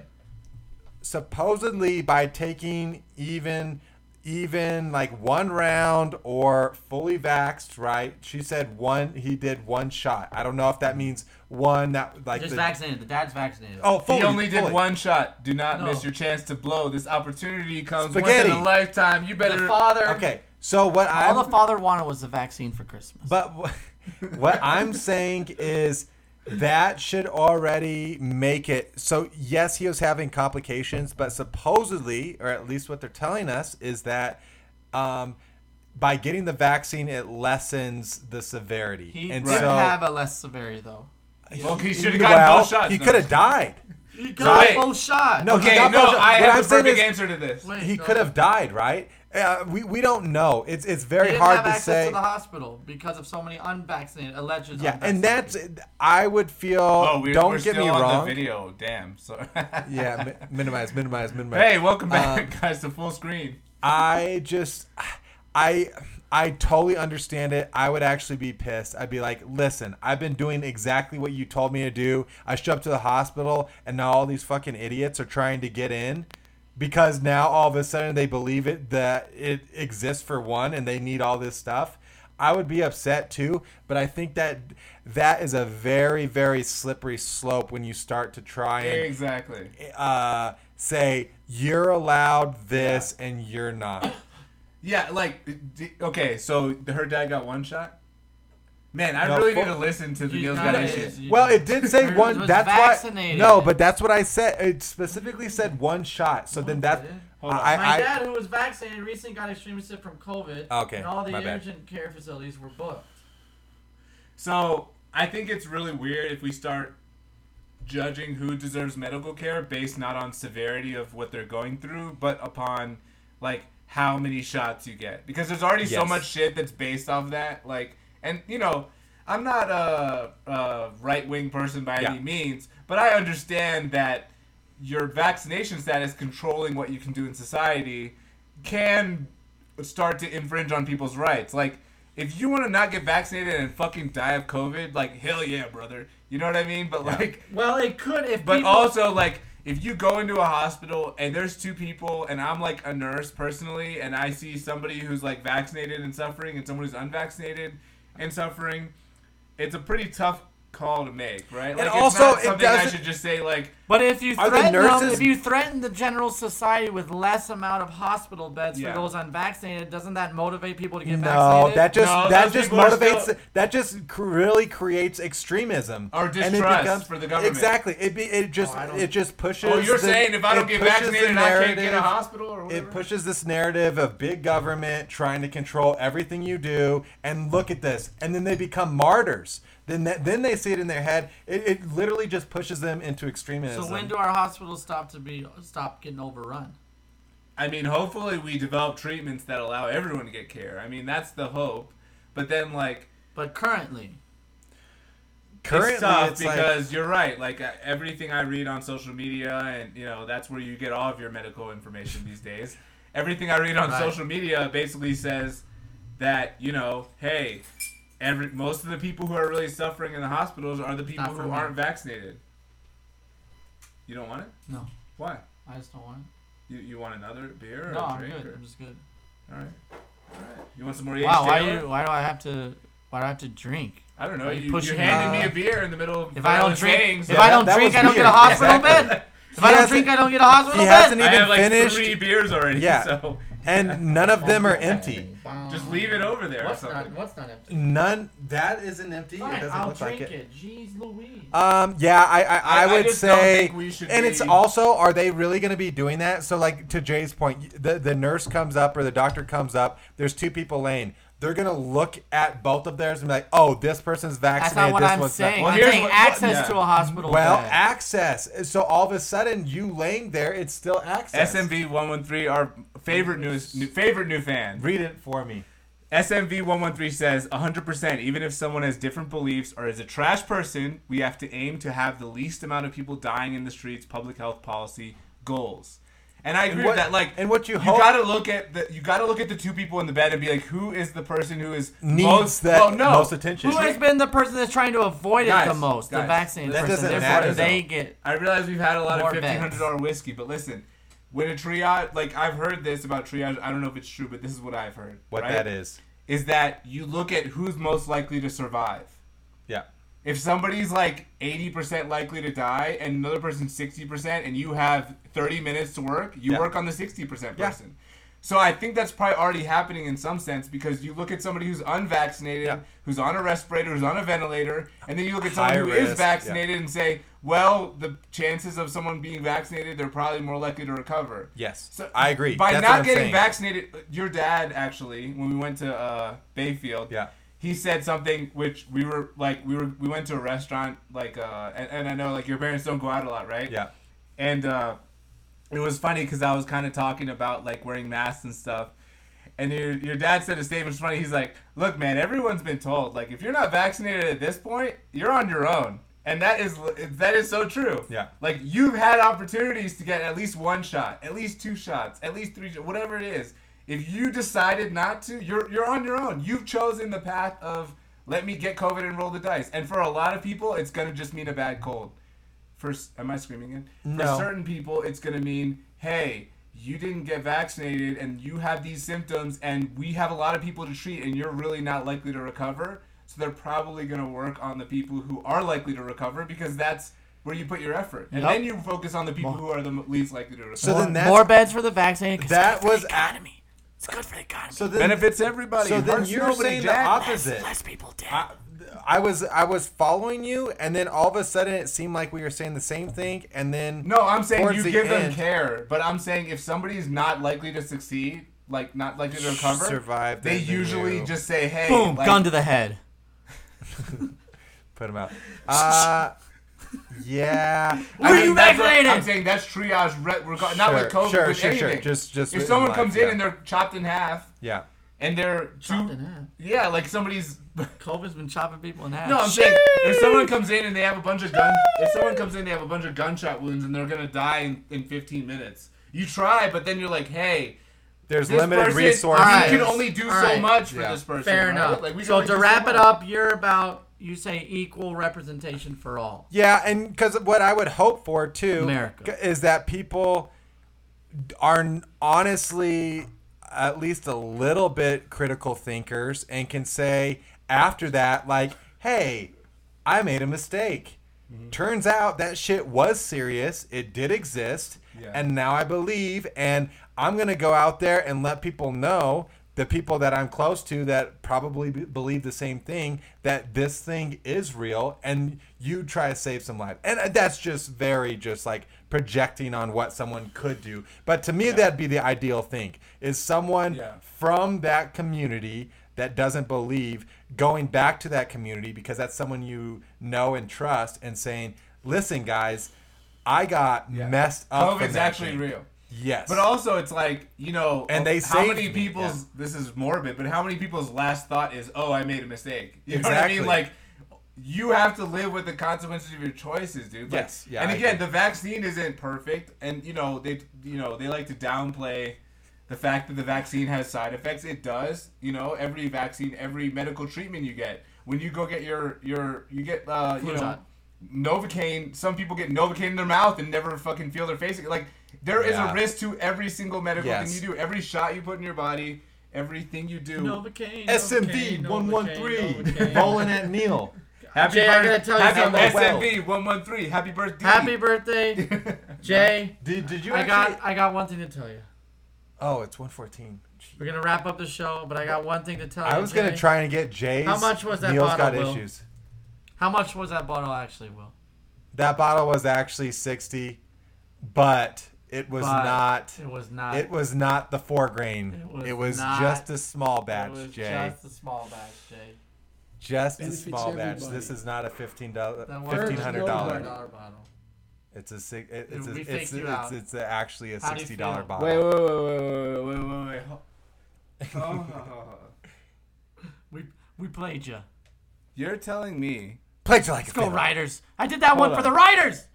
[SPEAKER 5] supposedly by taking even, even like one round or fully vaxxed, right? She said one. He did one shot. I don't know if that means one that like
[SPEAKER 3] Just
[SPEAKER 5] the-
[SPEAKER 3] vaccinated. The dad's vaccinated.
[SPEAKER 5] Oh, fully.
[SPEAKER 2] he only did
[SPEAKER 5] fully.
[SPEAKER 2] one shot do not
[SPEAKER 3] No.
[SPEAKER 2] miss your chance to blow this opportunity comes
[SPEAKER 5] Spaghetti.
[SPEAKER 2] once in a lifetime you better
[SPEAKER 3] the father.
[SPEAKER 5] Okay, so what I'm
[SPEAKER 3] All the father wanted was the vaccine for Christmas.
[SPEAKER 5] But wh- what I'm saying is that should already make it so yes he was having complications but supposedly or at least what they're telling us is that um, by getting the vaccine it lessens the severity
[SPEAKER 3] he
[SPEAKER 5] and
[SPEAKER 3] did
[SPEAKER 5] so
[SPEAKER 3] have a less severity though.
[SPEAKER 2] well he should have gotten
[SPEAKER 5] well,
[SPEAKER 2] both shots
[SPEAKER 5] he
[SPEAKER 2] no.
[SPEAKER 5] could have died
[SPEAKER 3] He
[SPEAKER 2] got
[SPEAKER 3] got
[SPEAKER 2] Right.
[SPEAKER 3] both
[SPEAKER 2] both
[SPEAKER 3] shot.
[SPEAKER 5] No, he
[SPEAKER 2] okay
[SPEAKER 5] got
[SPEAKER 2] no
[SPEAKER 5] both shots.
[SPEAKER 2] i
[SPEAKER 5] What
[SPEAKER 2] have
[SPEAKER 5] I'm
[SPEAKER 2] the
[SPEAKER 5] saying
[SPEAKER 2] perfect
[SPEAKER 5] is-
[SPEAKER 2] answer to this
[SPEAKER 5] he could have died right uh, we, we don't know it's it's very
[SPEAKER 3] He didn't
[SPEAKER 5] hard
[SPEAKER 3] have
[SPEAKER 5] to
[SPEAKER 3] access
[SPEAKER 5] say
[SPEAKER 3] to the hospital because of so many unvaccinated alleged.
[SPEAKER 5] yeah and
[SPEAKER 3] unvaccinated.
[SPEAKER 5] that's i would feel
[SPEAKER 2] oh we're,
[SPEAKER 5] don't
[SPEAKER 2] we're
[SPEAKER 5] get
[SPEAKER 2] still
[SPEAKER 5] me
[SPEAKER 2] on
[SPEAKER 5] wrong
[SPEAKER 2] the video damn so
[SPEAKER 5] yeah, Uh, mi- minimize, minimize, minimize.
[SPEAKER 2] hey welcome back guys to full screen
[SPEAKER 5] I just, I, I totally understand it. I would actually be pissed. I'd be like, listen, I've been doing exactly what you told me to do. I showed up to the hospital, and now all these fucking idiots are trying to get in because now all of a sudden they believe it that it exists for one, and they need all this stuff. I would be upset too, but I think that that is a very, very slippery slope when you start to try and
[SPEAKER 2] exactly
[SPEAKER 5] uh, say you're allowed this and you're not.
[SPEAKER 2] Yeah, like d- okay, so her dad got one shot. Man, I
[SPEAKER 5] No,
[SPEAKER 2] really
[SPEAKER 5] full-
[SPEAKER 2] need to listen to the
[SPEAKER 3] You-
[SPEAKER 2] Neil's
[SPEAKER 3] no,
[SPEAKER 2] got
[SPEAKER 3] no,
[SPEAKER 2] issues.
[SPEAKER 3] you-
[SPEAKER 5] Well, it did say
[SPEAKER 3] It
[SPEAKER 5] one.
[SPEAKER 3] was
[SPEAKER 5] That's why.
[SPEAKER 3] vaccinated.
[SPEAKER 5] No, but that's what I said. It specifically said one shot. So
[SPEAKER 3] Oh,
[SPEAKER 5] then that.
[SPEAKER 2] Hold on.
[SPEAKER 5] I,
[SPEAKER 3] My
[SPEAKER 5] I,
[SPEAKER 3] dad, who was vaccinated, recently got extremely sick from COVID.
[SPEAKER 5] Okay,
[SPEAKER 3] And all the
[SPEAKER 5] my bad.
[SPEAKER 3] urgent care facilities were booked.
[SPEAKER 2] So I think it's really weird if we start judging who deserves medical care based not on severity of what they're going through, but upon like how many shots you get. Because there's already so
[SPEAKER 5] Yes.
[SPEAKER 2] much shit that's based off that. Like, and you know, I'm not a, a right wing person by
[SPEAKER 5] Yeah.
[SPEAKER 2] any means, but I understand that your vaccination status controlling what you can do in society can start to infringe on people's rights. Like, if you want to not get vaccinated and fucking die of COVID, like, hell yeah, brother. You know what I mean? But, like,
[SPEAKER 3] Well, it could if
[SPEAKER 2] but
[SPEAKER 3] people,
[SPEAKER 2] also, like, if you go into a hospital and there's two people, and I'm like a nurse personally, and I see somebody who's like vaccinated and suffering, and someone who's unvaccinated and suffering, it's a pretty tough call to make, right?
[SPEAKER 3] And
[SPEAKER 2] Like
[SPEAKER 3] also,
[SPEAKER 2] it's not
[SPEAKER 3] it
[SPEAKER 2] something I
[SPEAKER 3] doesn't-
[SPEAKER 2] should just say like.
[SPEAKER 3] But if you
[SPEAKER 2] Are the
[SPEAKER 3] threaten them,
[SPEAKER 2] nurses-
[SPEAKER 3] if you threaten the general society with less amount of hospital beds
[SPEAKER 5] Yeah.
[SPEAKER 3] for those unvaccinated, doesn't that motivate people to get
[SPEAKER 5] No,
[SPEAKER 3] vaccinated?
[SPEAKER 5] that just that just motivates
[SPEAKER 3] Still,
[SPEAKER 5] that just cr- really creates extremism
[SPEAKER 2] Or
[SPEAKER 5] it
[SPEAKER 2] distrust for the government.
[SPEAKER 5] Exactly, it be, it just it just pushes.
[SPEAKER 2] Oh, you're
[SPEAKER 5] the-
[SPEAKER 2] saying if I don't
[SPEAKER 5] it
[SPEAKER 2] get
[SPEAKER 5] pushes the
[SPEAKER 2] vaccinated, I can't get a
[SPEAKER 5] narrative-
[SPEAKER 2] hospital or whatever.
[SPEAKER 5] It pushes this narrative of big government trying to control everything you do, and look at this, and then they become martyrs. Then that, then they see it in their head. It, it literally just pushes them into extremism.
[SPEAKER 3] so when do our hospitals stop to be stop getting overrun?
[SPEAKER 2] I mean, hopefully we develop treatments that allow everyone to get care. I mean, that's the hope. But then, like,
[SPEAKER 3] but currently,
[SPEAKER 5] Currently,
[SPEAKER 2] it's tough
[SPEAKER 5] it's like-
[SPEAKER 2] because you're right. Like uh, everything I read on social media, and you know, that's where you get all of your medical information these days. Everything I read on
[SPEAKER 5] Right.
[SPEAKER 2] social media basically says that you know, hey, every most of the people who are really suffering in the hospitals are the people
[SPEAKER 3] Not for
[SPEAKER 2] who
[SPEAKER 3] me.
[SPEAKER 2] aren't vaccinated. You don't want it?
[SPEAKER 3] No.
[SPEAKER 2] Why?
[SPEAKER 3] I just don't want it.
[SPEAKER 2] You you want another beer? Or
[SPEAKER 3] No,
[SPEAKER 2] a
[SPEAKER 3] I'm
[SPEAKER 2] drink
[SPEAKER 3] good.
[SPEAKER 2] Or?
[SPEAKER 3] I'm just good.
[SPEAKER 2] All right. All right. You want some more?
[SPEAKER 3] Wow,
[SPEAKER 2] H.
[SPEAKER 3] why
[SPEAKER 2] Taylor?
[SPEAKER 3] you? Why do I have to? Why do I have to drink?
[SPEAKER 2] I don't know.
[SPEAKER 3] Why are
[SPEAKER 2] You, you
[SPEAKER 3] pushing
[SPEAKER 2] handed
[SPEAKER 3] me?
[SPEAKER 2] me a beer in the middle of
[SPEAKER 3] If I don't
[SPEAKER 2] Valentine's
[SPEAKER 3] drink,
[SPEAKER 2] Things.
[SPEAKER 3] if I don't drink, I don't get a hospital bed. If I don't drink, I don't get a hospital
[SPEAKER 5] he
[SPEAKER 3] bed.
[SPEAKER 5] hasn't even
[SPEAKER 2] I have like
[SPEAKER 5] finished
[SPEAKER 2] three beers already.
[SPEAKER 5] Yeah,
[SPEAKER 2] So Oh
[SPEAKER 5] and none of them are empty.
[SPEAKER 2] just leave it over there.
[SPEAKER 3] What's
[SPEAKER 2] or something.
[SPEAKER 3] not? What's not empty?
[SPEAKER 5] None. That isn't empty. it
[SPEAKER 3] Fine,
[SPEAKER 5] doesn't
[SPEAKER 3] I'll
[SPEAKER 5] look
[SPEAKER 3] drink
[SPEAKER 5] like it.
[SPEAKER 3] it. Jeez Louise.
[SPEAKER 5] Um, yeah, I, I,
[SPEAKER 3] I-
[SPEAKER 5] I,
[SPEAKER 3] I
[SPEAKER 5] would
[SPEAKER 3] just don't
[SPEAKER 5] say,
[SPEAKER 3] think we should
[SPEAKER 5] and it's
[SPEAKER 3] be-
[SPEAKER 5] also, are they really going to be doing that? So, like to Jay's point, the the nurse comes up or the doctor comes up. There's two people laying. They're going to look at both of theirs and be like, "Oh, this person's
[SPEAKER 3] That's
[SPEAKER 5] vaccinated.
[SPEAKER 3] not what
[SPEAKER 5] this
[SPEAKER 3] I'm
[SPEAKER 5] one's
[SPEAKER 3] saying.
[SPEAKER 5] Not.
[SPEAKER 3] I'm saying access to a hospital
[SPEAKER 5] Well,
[SPEAKER 3] bed.
[SPEAKER 5] access. So all of a sudden, you laying there, it's still access.
[SPEAKER 2] SMV one one three, our favorite news, new, favorite new fan.
[SPEAKER 5] Read it for me.
[SPEAKER 2] SMV one one three says hundred percent. Even if someone has different beliefs or is a trash person, we have to aim to have the least amount of people dying in the streets. Public health policy goals. And I agree
[SPEAKER 5] what-
[SPEAKER 2] with that. Like,
[SPEAKER 5] and what you
[SPEAKER 2] you
[SPEAKER 5] hope-
[SPEAKER 2] gotta look at the you gotta look at the two people in the bed and be like, who is the person who is
[SPEAKER 5] Needs
[SPEAKER 2] most
[SPEAKER 5] that
[SPEAKER 2] well, no.
[SPEAKER 5] most attention.
[SPEAKER 3] Who has been the person that's trying to avoid it
[SPEAKER 2] Guys,
[SPEAKER 3] the most? the
[SPEAKER 2] guys,
[SPEAKER 3] vaccinated
[SPEAKER 2] that
[SPEAKER 3] person.
[SPEAKER 2] doesn't
[SPEAKER 3] Therefore,
[SPEAKER 2] matter,
[SPEAKER 3] they
[SPEAKER 2] though.
[SPEAKER 3] get.
[SPEAKER 2] I realize we've had a lot of
[SPEAKER 3] More
[SPEAKER 2] fifteen
[SPEAKER 3] beds.
[SPEAKER 2] hundred dollar whiskey, but listen, when a triage, like I've heard this about triage, I don't know if it's true, but this is what I've heard.
[SPEAKER 5] What
[SPEAKER 2] right?
[SPEAKER 5] that is.
[SPEAKER 2] is that you look at who's most likely to survive.
[SPEAKER 5] Yeah.
[SPEAKER 2] If somebody's like eighty percent likely to die and another person's sixty percent, and you have thirty minutes to work, you
[SPEAKER 5] Yeah.
[SPEAKER 2] work on the sixty percent
[SPEAKER 5] Yeah.
[SPEAKER 2] person. So I think that's probably already happening in some sense because you look at somebody who's unvaccinated, who's on a respirator, who's on a ventilator, and then you look at someone
[SPEAKER 5] High
[SPEAKER 2] who
[SPEAKER 5] risk,
[SPEAKER 2] is
[SPEAKER 5] yeah.
[SPEAKER 2] vaccinated and say, well, the chances of someone being vaccinated, they're probably more likely to recover.
[SPEAKER 5] Yes,
[SPEAKER 2] So
[SPEAKER 5] I agree.
[SPEAKER 2] By
[SPEAKER 5] That's what
[SPEAKER 2] not
[SPEAKER 5] I'm
[SPEAKER 2] getting
[SPEAKER 5] saying.
[SPEAKER 2] vaccinated, your dad actually, when we went to uh, Bayfield,
[SPEAKER 5] Yeah.
[SPEAKER 2] he said something which we were like, we were we went to a restaurant like, uh, and, and I know like your parents don't go out a lot, right?
[SPEAKER 5] Yeah.
[SPEAKER 2] and uh, it was funny because I was kind of talking about like wearing masks and stuff. And your, your dad said a statement it's funny. He's like, "Look, man, everyone's been told like if you're not vaccinated at this point, you're on your own." And that is that is so true.
[SPEAKER 5] Yeah.
[SPEAKER 2] Like you've had opportunities to get at least one shot, at least two shots, at least three, sho- whatever it is. If you decided not to, you're you're on your own. You've chosen the path of let me get COVID and roll the dice. And for a lot of people, it's gonna just mean a bad cold. For s- am I screaming in? For
[SPEAKER 5] No.
[SPEAKER 2] certain people, it's gonna mean hey. You didn't get vaccinated, and you have these symptoms, and we have a lot of people to treat, and you're really not likely to recover. So they're probably going to work on the people who are likely to recover because that's where you put your effort, and
[SPEAKER 3] Yep.
[SPEAKER 2] then you focus on the people who are the m- least likely to recover.
[SPEAKER 5] So then that's
[SPEAKER 3] More beds for the vaccinated. 'cause
[SPEAKER 5] that
[SPEAKER 3] it's good for
[SPEAKER 5] was
[SPEAKER 3] the
[SPEAKER 5] a-
[SPEAKER 3] economy. It's good for the economy.
[SPEAKER 5] So then,
[SPEAKER 2] benefits everybody.
[SPEAKER 5] so then
[SPEAKER 2] hurts
[SPEAKER 5] you're
[SPEAKER 2] nobody,
[SPEAKER 5] saying the
[SPEAKER 2] Jack.
[SPEAKER 5] opposite.
[SPEAKER 3] less people dead.
[SPEAKER 5] I, I was I was following you, and then all of a sudden it seemed like we were saying the same thing, and then
[SPEAKER 2] No, I'm saying
[SPEAKER 5] towards
[SPEAKER 2] you
[SPEAKER 5] the
[SPEAKER 2] give them
[SPEAKER 5] end,
[SPEAKER 2] care, but I'm saying if somebody's not likely to succeed, like not likely to recover,
[SPEAKER 5] survive,
[SPEAKER 2] they
[SPEAKER 5] then you-
[SPEAKER 2] usually just say, "Hey,
[SPEAKER 3] Boom!
[SPEAKER 2] like,
[SPEAKER 3] gun to the head.
[SPEAKER 5] Put them out. Uh, yeah.
[SPEAKER 3] Were
[SPEAKER 2] mean,
[SPEAKER 3] you
[SPEAKER 2] that's what-
[SPEAKER 3] vaccinated?
[SPEAKER 2] I'm saying that's triage, re- reg- not with
[SPEAKER 5] Sure,
[SPEAKER 2] COVID,
[SPEAKER 5] sure,
[SPEAKER 2] with
[SPEAKER 5] sure, sure.
[SPEAKER 2] anything.
[SPEAKER 5] Just- just
[SPEAKER 2] if
[SPEAKER 5] in
[SPEAKER 2] someone
[SPEAKER 5] life,
[SPEAKER 2] comes in
[SPEAKER 5] yeah.
[SPEAKER 2] and they're chopped in half,
[SPEAKER 5] Yeah.
[SPEAKER 2] and they're
[SPEAKER 3] Chopped
[SPEAKER 2] two-
[SPEAKER 3] in half.
[SPEAKER 2] yeah, like somebody's
[SPEAKER 3] COVID's been chopping people in half.
[SPEAKER 2] No, I'm saying if someone comes in and they have a bunch of gun, if someone comes in, they have a bunch of gunshot wounds and they're gonna die in, in 15 minutes. You try, but then you're like, hey,
[SPEAKER 5] There's
[SPEAKER 2] this
[SPEAKER 5] limited
[SPEAKER 2] person,
[SPEAKER 5] resources.
[SPEAKER 2] You
[SPEAKER 3] Alright.
[SPEAKER 2] can only do so
[SPEAKER 3] Alright.
[SPEAKER 2] much for
[SPEAKER 5] Yeah.
[SPEAKER 2] this person.
[SPEAKER 3] Fair
[SPEAKER 2] right?
[SPEAKER 3] enough.
[SPEAKER 2] Like, we can
[SPEAKER 3] so
[SPEAKER 2] only
[SPEAKER 3] to
[SPEAKER 2] do
[SPEAKER 3] wrap
[SPEAKER 2] much.
[SPEAKER 3] it up, you're about you say equal representation for all.
[SPEAKER 5] Yeah, and because what I would hope for too
[SPEAKER 3] America.
[SPEAKER 5] is that people are n- honestly at least a little bit critical thinkers and can say after that, like, hey, I made a mistake. Turns out that shit was serious. It did exist.
[SPEAKER 2] Yeah.
[SPEAKER 5] And now I believe. And I'm going to go out there and let people know the people that I'm close to that probably be- believe the same thing that this thing is real. And you try to save some life. And uh, that's just very, just like projecting on what someone could do. But to me, that'd be the ideal thing is someone from that community that doesn't believe going back to that community because that's someone you know and trust and saying, "Listen, guys, I got messed up." from
[SPEAKER 2] COVID's
[SPEAKER 5] that
[SPEAKER 2] actually
[SPEAKER 5] thing."
[SPEAKER 2] real.
[SPEAKER 5] Yes,
[SPEAKER 2] But also, it's like you know,
[SPEAKER 5] And they
[SPEAKER 2] how
[SPEAKER 5] saved
[SPEAKER 2] many
[SPEAKER 5] me,
[SPEAKER 2] people's this is morbid, but how many people's last thought is, "Oh, I made a mistake." You know what I
[SPEAKER 5] Exactly.
[SPEAKER 2] mean? Like, you have to live with the consequences of your choices, dude. Like,
[SPEAKER 5] Yes. Yeah,
[SPEAKER 2] And
[SPEAKER 5] I
[SPEAKER 2] again, the vaccine isn't perfect, and you know they you know they like to downplay the fact that the vaccine has side effects. It does. You know, every vaccine, every medical treatment you get, when you go get your your you get uh, you
[SPEAKER 3] Flu
[SPEAKER 2] know.
[SPEAKER 3] shot.
[SPEAKER 2] Novocaine. Some people get Novocaine in their mouth and never fucking feel their face. again. Like there is
[SPEAKER 5] Yeah.
[SPEAKER 2] a risk to every single medical
[SPEAKER 5] Yes.
[SPEAKER 2] thing you do, every shot you put in your body, everything you do.
[SPEAKER 3] Novocaine.
[SPEAKER 5] SMV one one three bowling at Neil.
[SPEAKER 2] Happy
[SPEAKER 3] Jay, I
[SPEAKER 2] birthday,
[SPEAKER 3] gotta tell you
[SPEAKER 2] happy
[SPEAKER 3] something.
[SPEAKER 2] SMV one one three. Happy birthday.
[SPEAKER 3] Happy birthday, Jay.
[SPEAKER 5] Did, did you?
[SPEAKER 3] I
[SPEAKER 5] actually-
[SPEAKER 3] got I got one thing to tell you.
[SPEAKER 5] Oh, it's one fourteen.
[SPEAKER 3] We're gonna wrap up the show, but I got one thing to tell you.
[SPEAKER 5] I was gonna
[SPEAKER 3] Jay.
[SPEAKER 5] try and get Jay's.
[SPEAKER 3] How much was that
[SPEAKER 5] Neil's
[SPEAKER 3] bottle,
[SPEAKER 5] got
[SPEAKER 3] Will?
[SPEAKER 5] issues.
[SPEAKER 3] How much was that bottle actually, Will?
[SPEAKER 5] That bottle was actually sixty, but it was
[SPEAKER 3] But
[SPEAKER 5] not.
[SPEAKER 3] It was not.
[SPEAKER 5] It was not the four grain. It
[SPEAKER 3] It
[SPEAKER 5] was,
[SPEAKER 3] was not-
[SPEAKER 5] just a small batch,
[SPEAKER 3] It was
[SPEAKER 5] Jay.
[SPEAKER 3] just a small batch, Jay.
[SPEAKER 5] Just, a
[SPEAKER 6] Benefits
[SPEAKER 5] small batch.
[SPEAKER 6] everybody.
[SPEAKER 5] This is not a fifteen dollar,
[SPEAKER 3] That was
[SPEAKER 5] fifteen hundred
[SPEAKER 3] $1,500
[SPEAKER 5] dollar.
[SPEAKER 6] nobody.
[SPEAKER 3] bottle.
[SPEAKER 5] It's a six. it- It's a,
[SPEAKER 3] We
[SPEAKER 5] it's
[SPEAKER 3] faked
[SPEAKER 5] it's,
[SPEAKER 3] you
[SPEAKER 5] it's,
[SPEAKER 3] out.
[SPEAKER 5] it's a- actually a
[SPEAKER 3] How do you
[SPEAKER 5] sixty dollar
[SPEAKER 3] feel?
[SPEAKER 5] bottle.
[SPEAKER 2] Wait, wait, wait, wait, wait, wait, wait, wait, wait. Oh.
[SPEAKER 3] We we played you.
[SPEAKER 2] You're telling me
[SPEAKER 5] Play till I can
[SPEAKER 3] Go
[SPEAKER 5] feel it.
[SPEAKER 3] Riders. I did that one
[SPEAKER 2] Hold
[SPEAKER 3] for
[SPEAKER 2] on.
[SPEAKER 3] the Riders.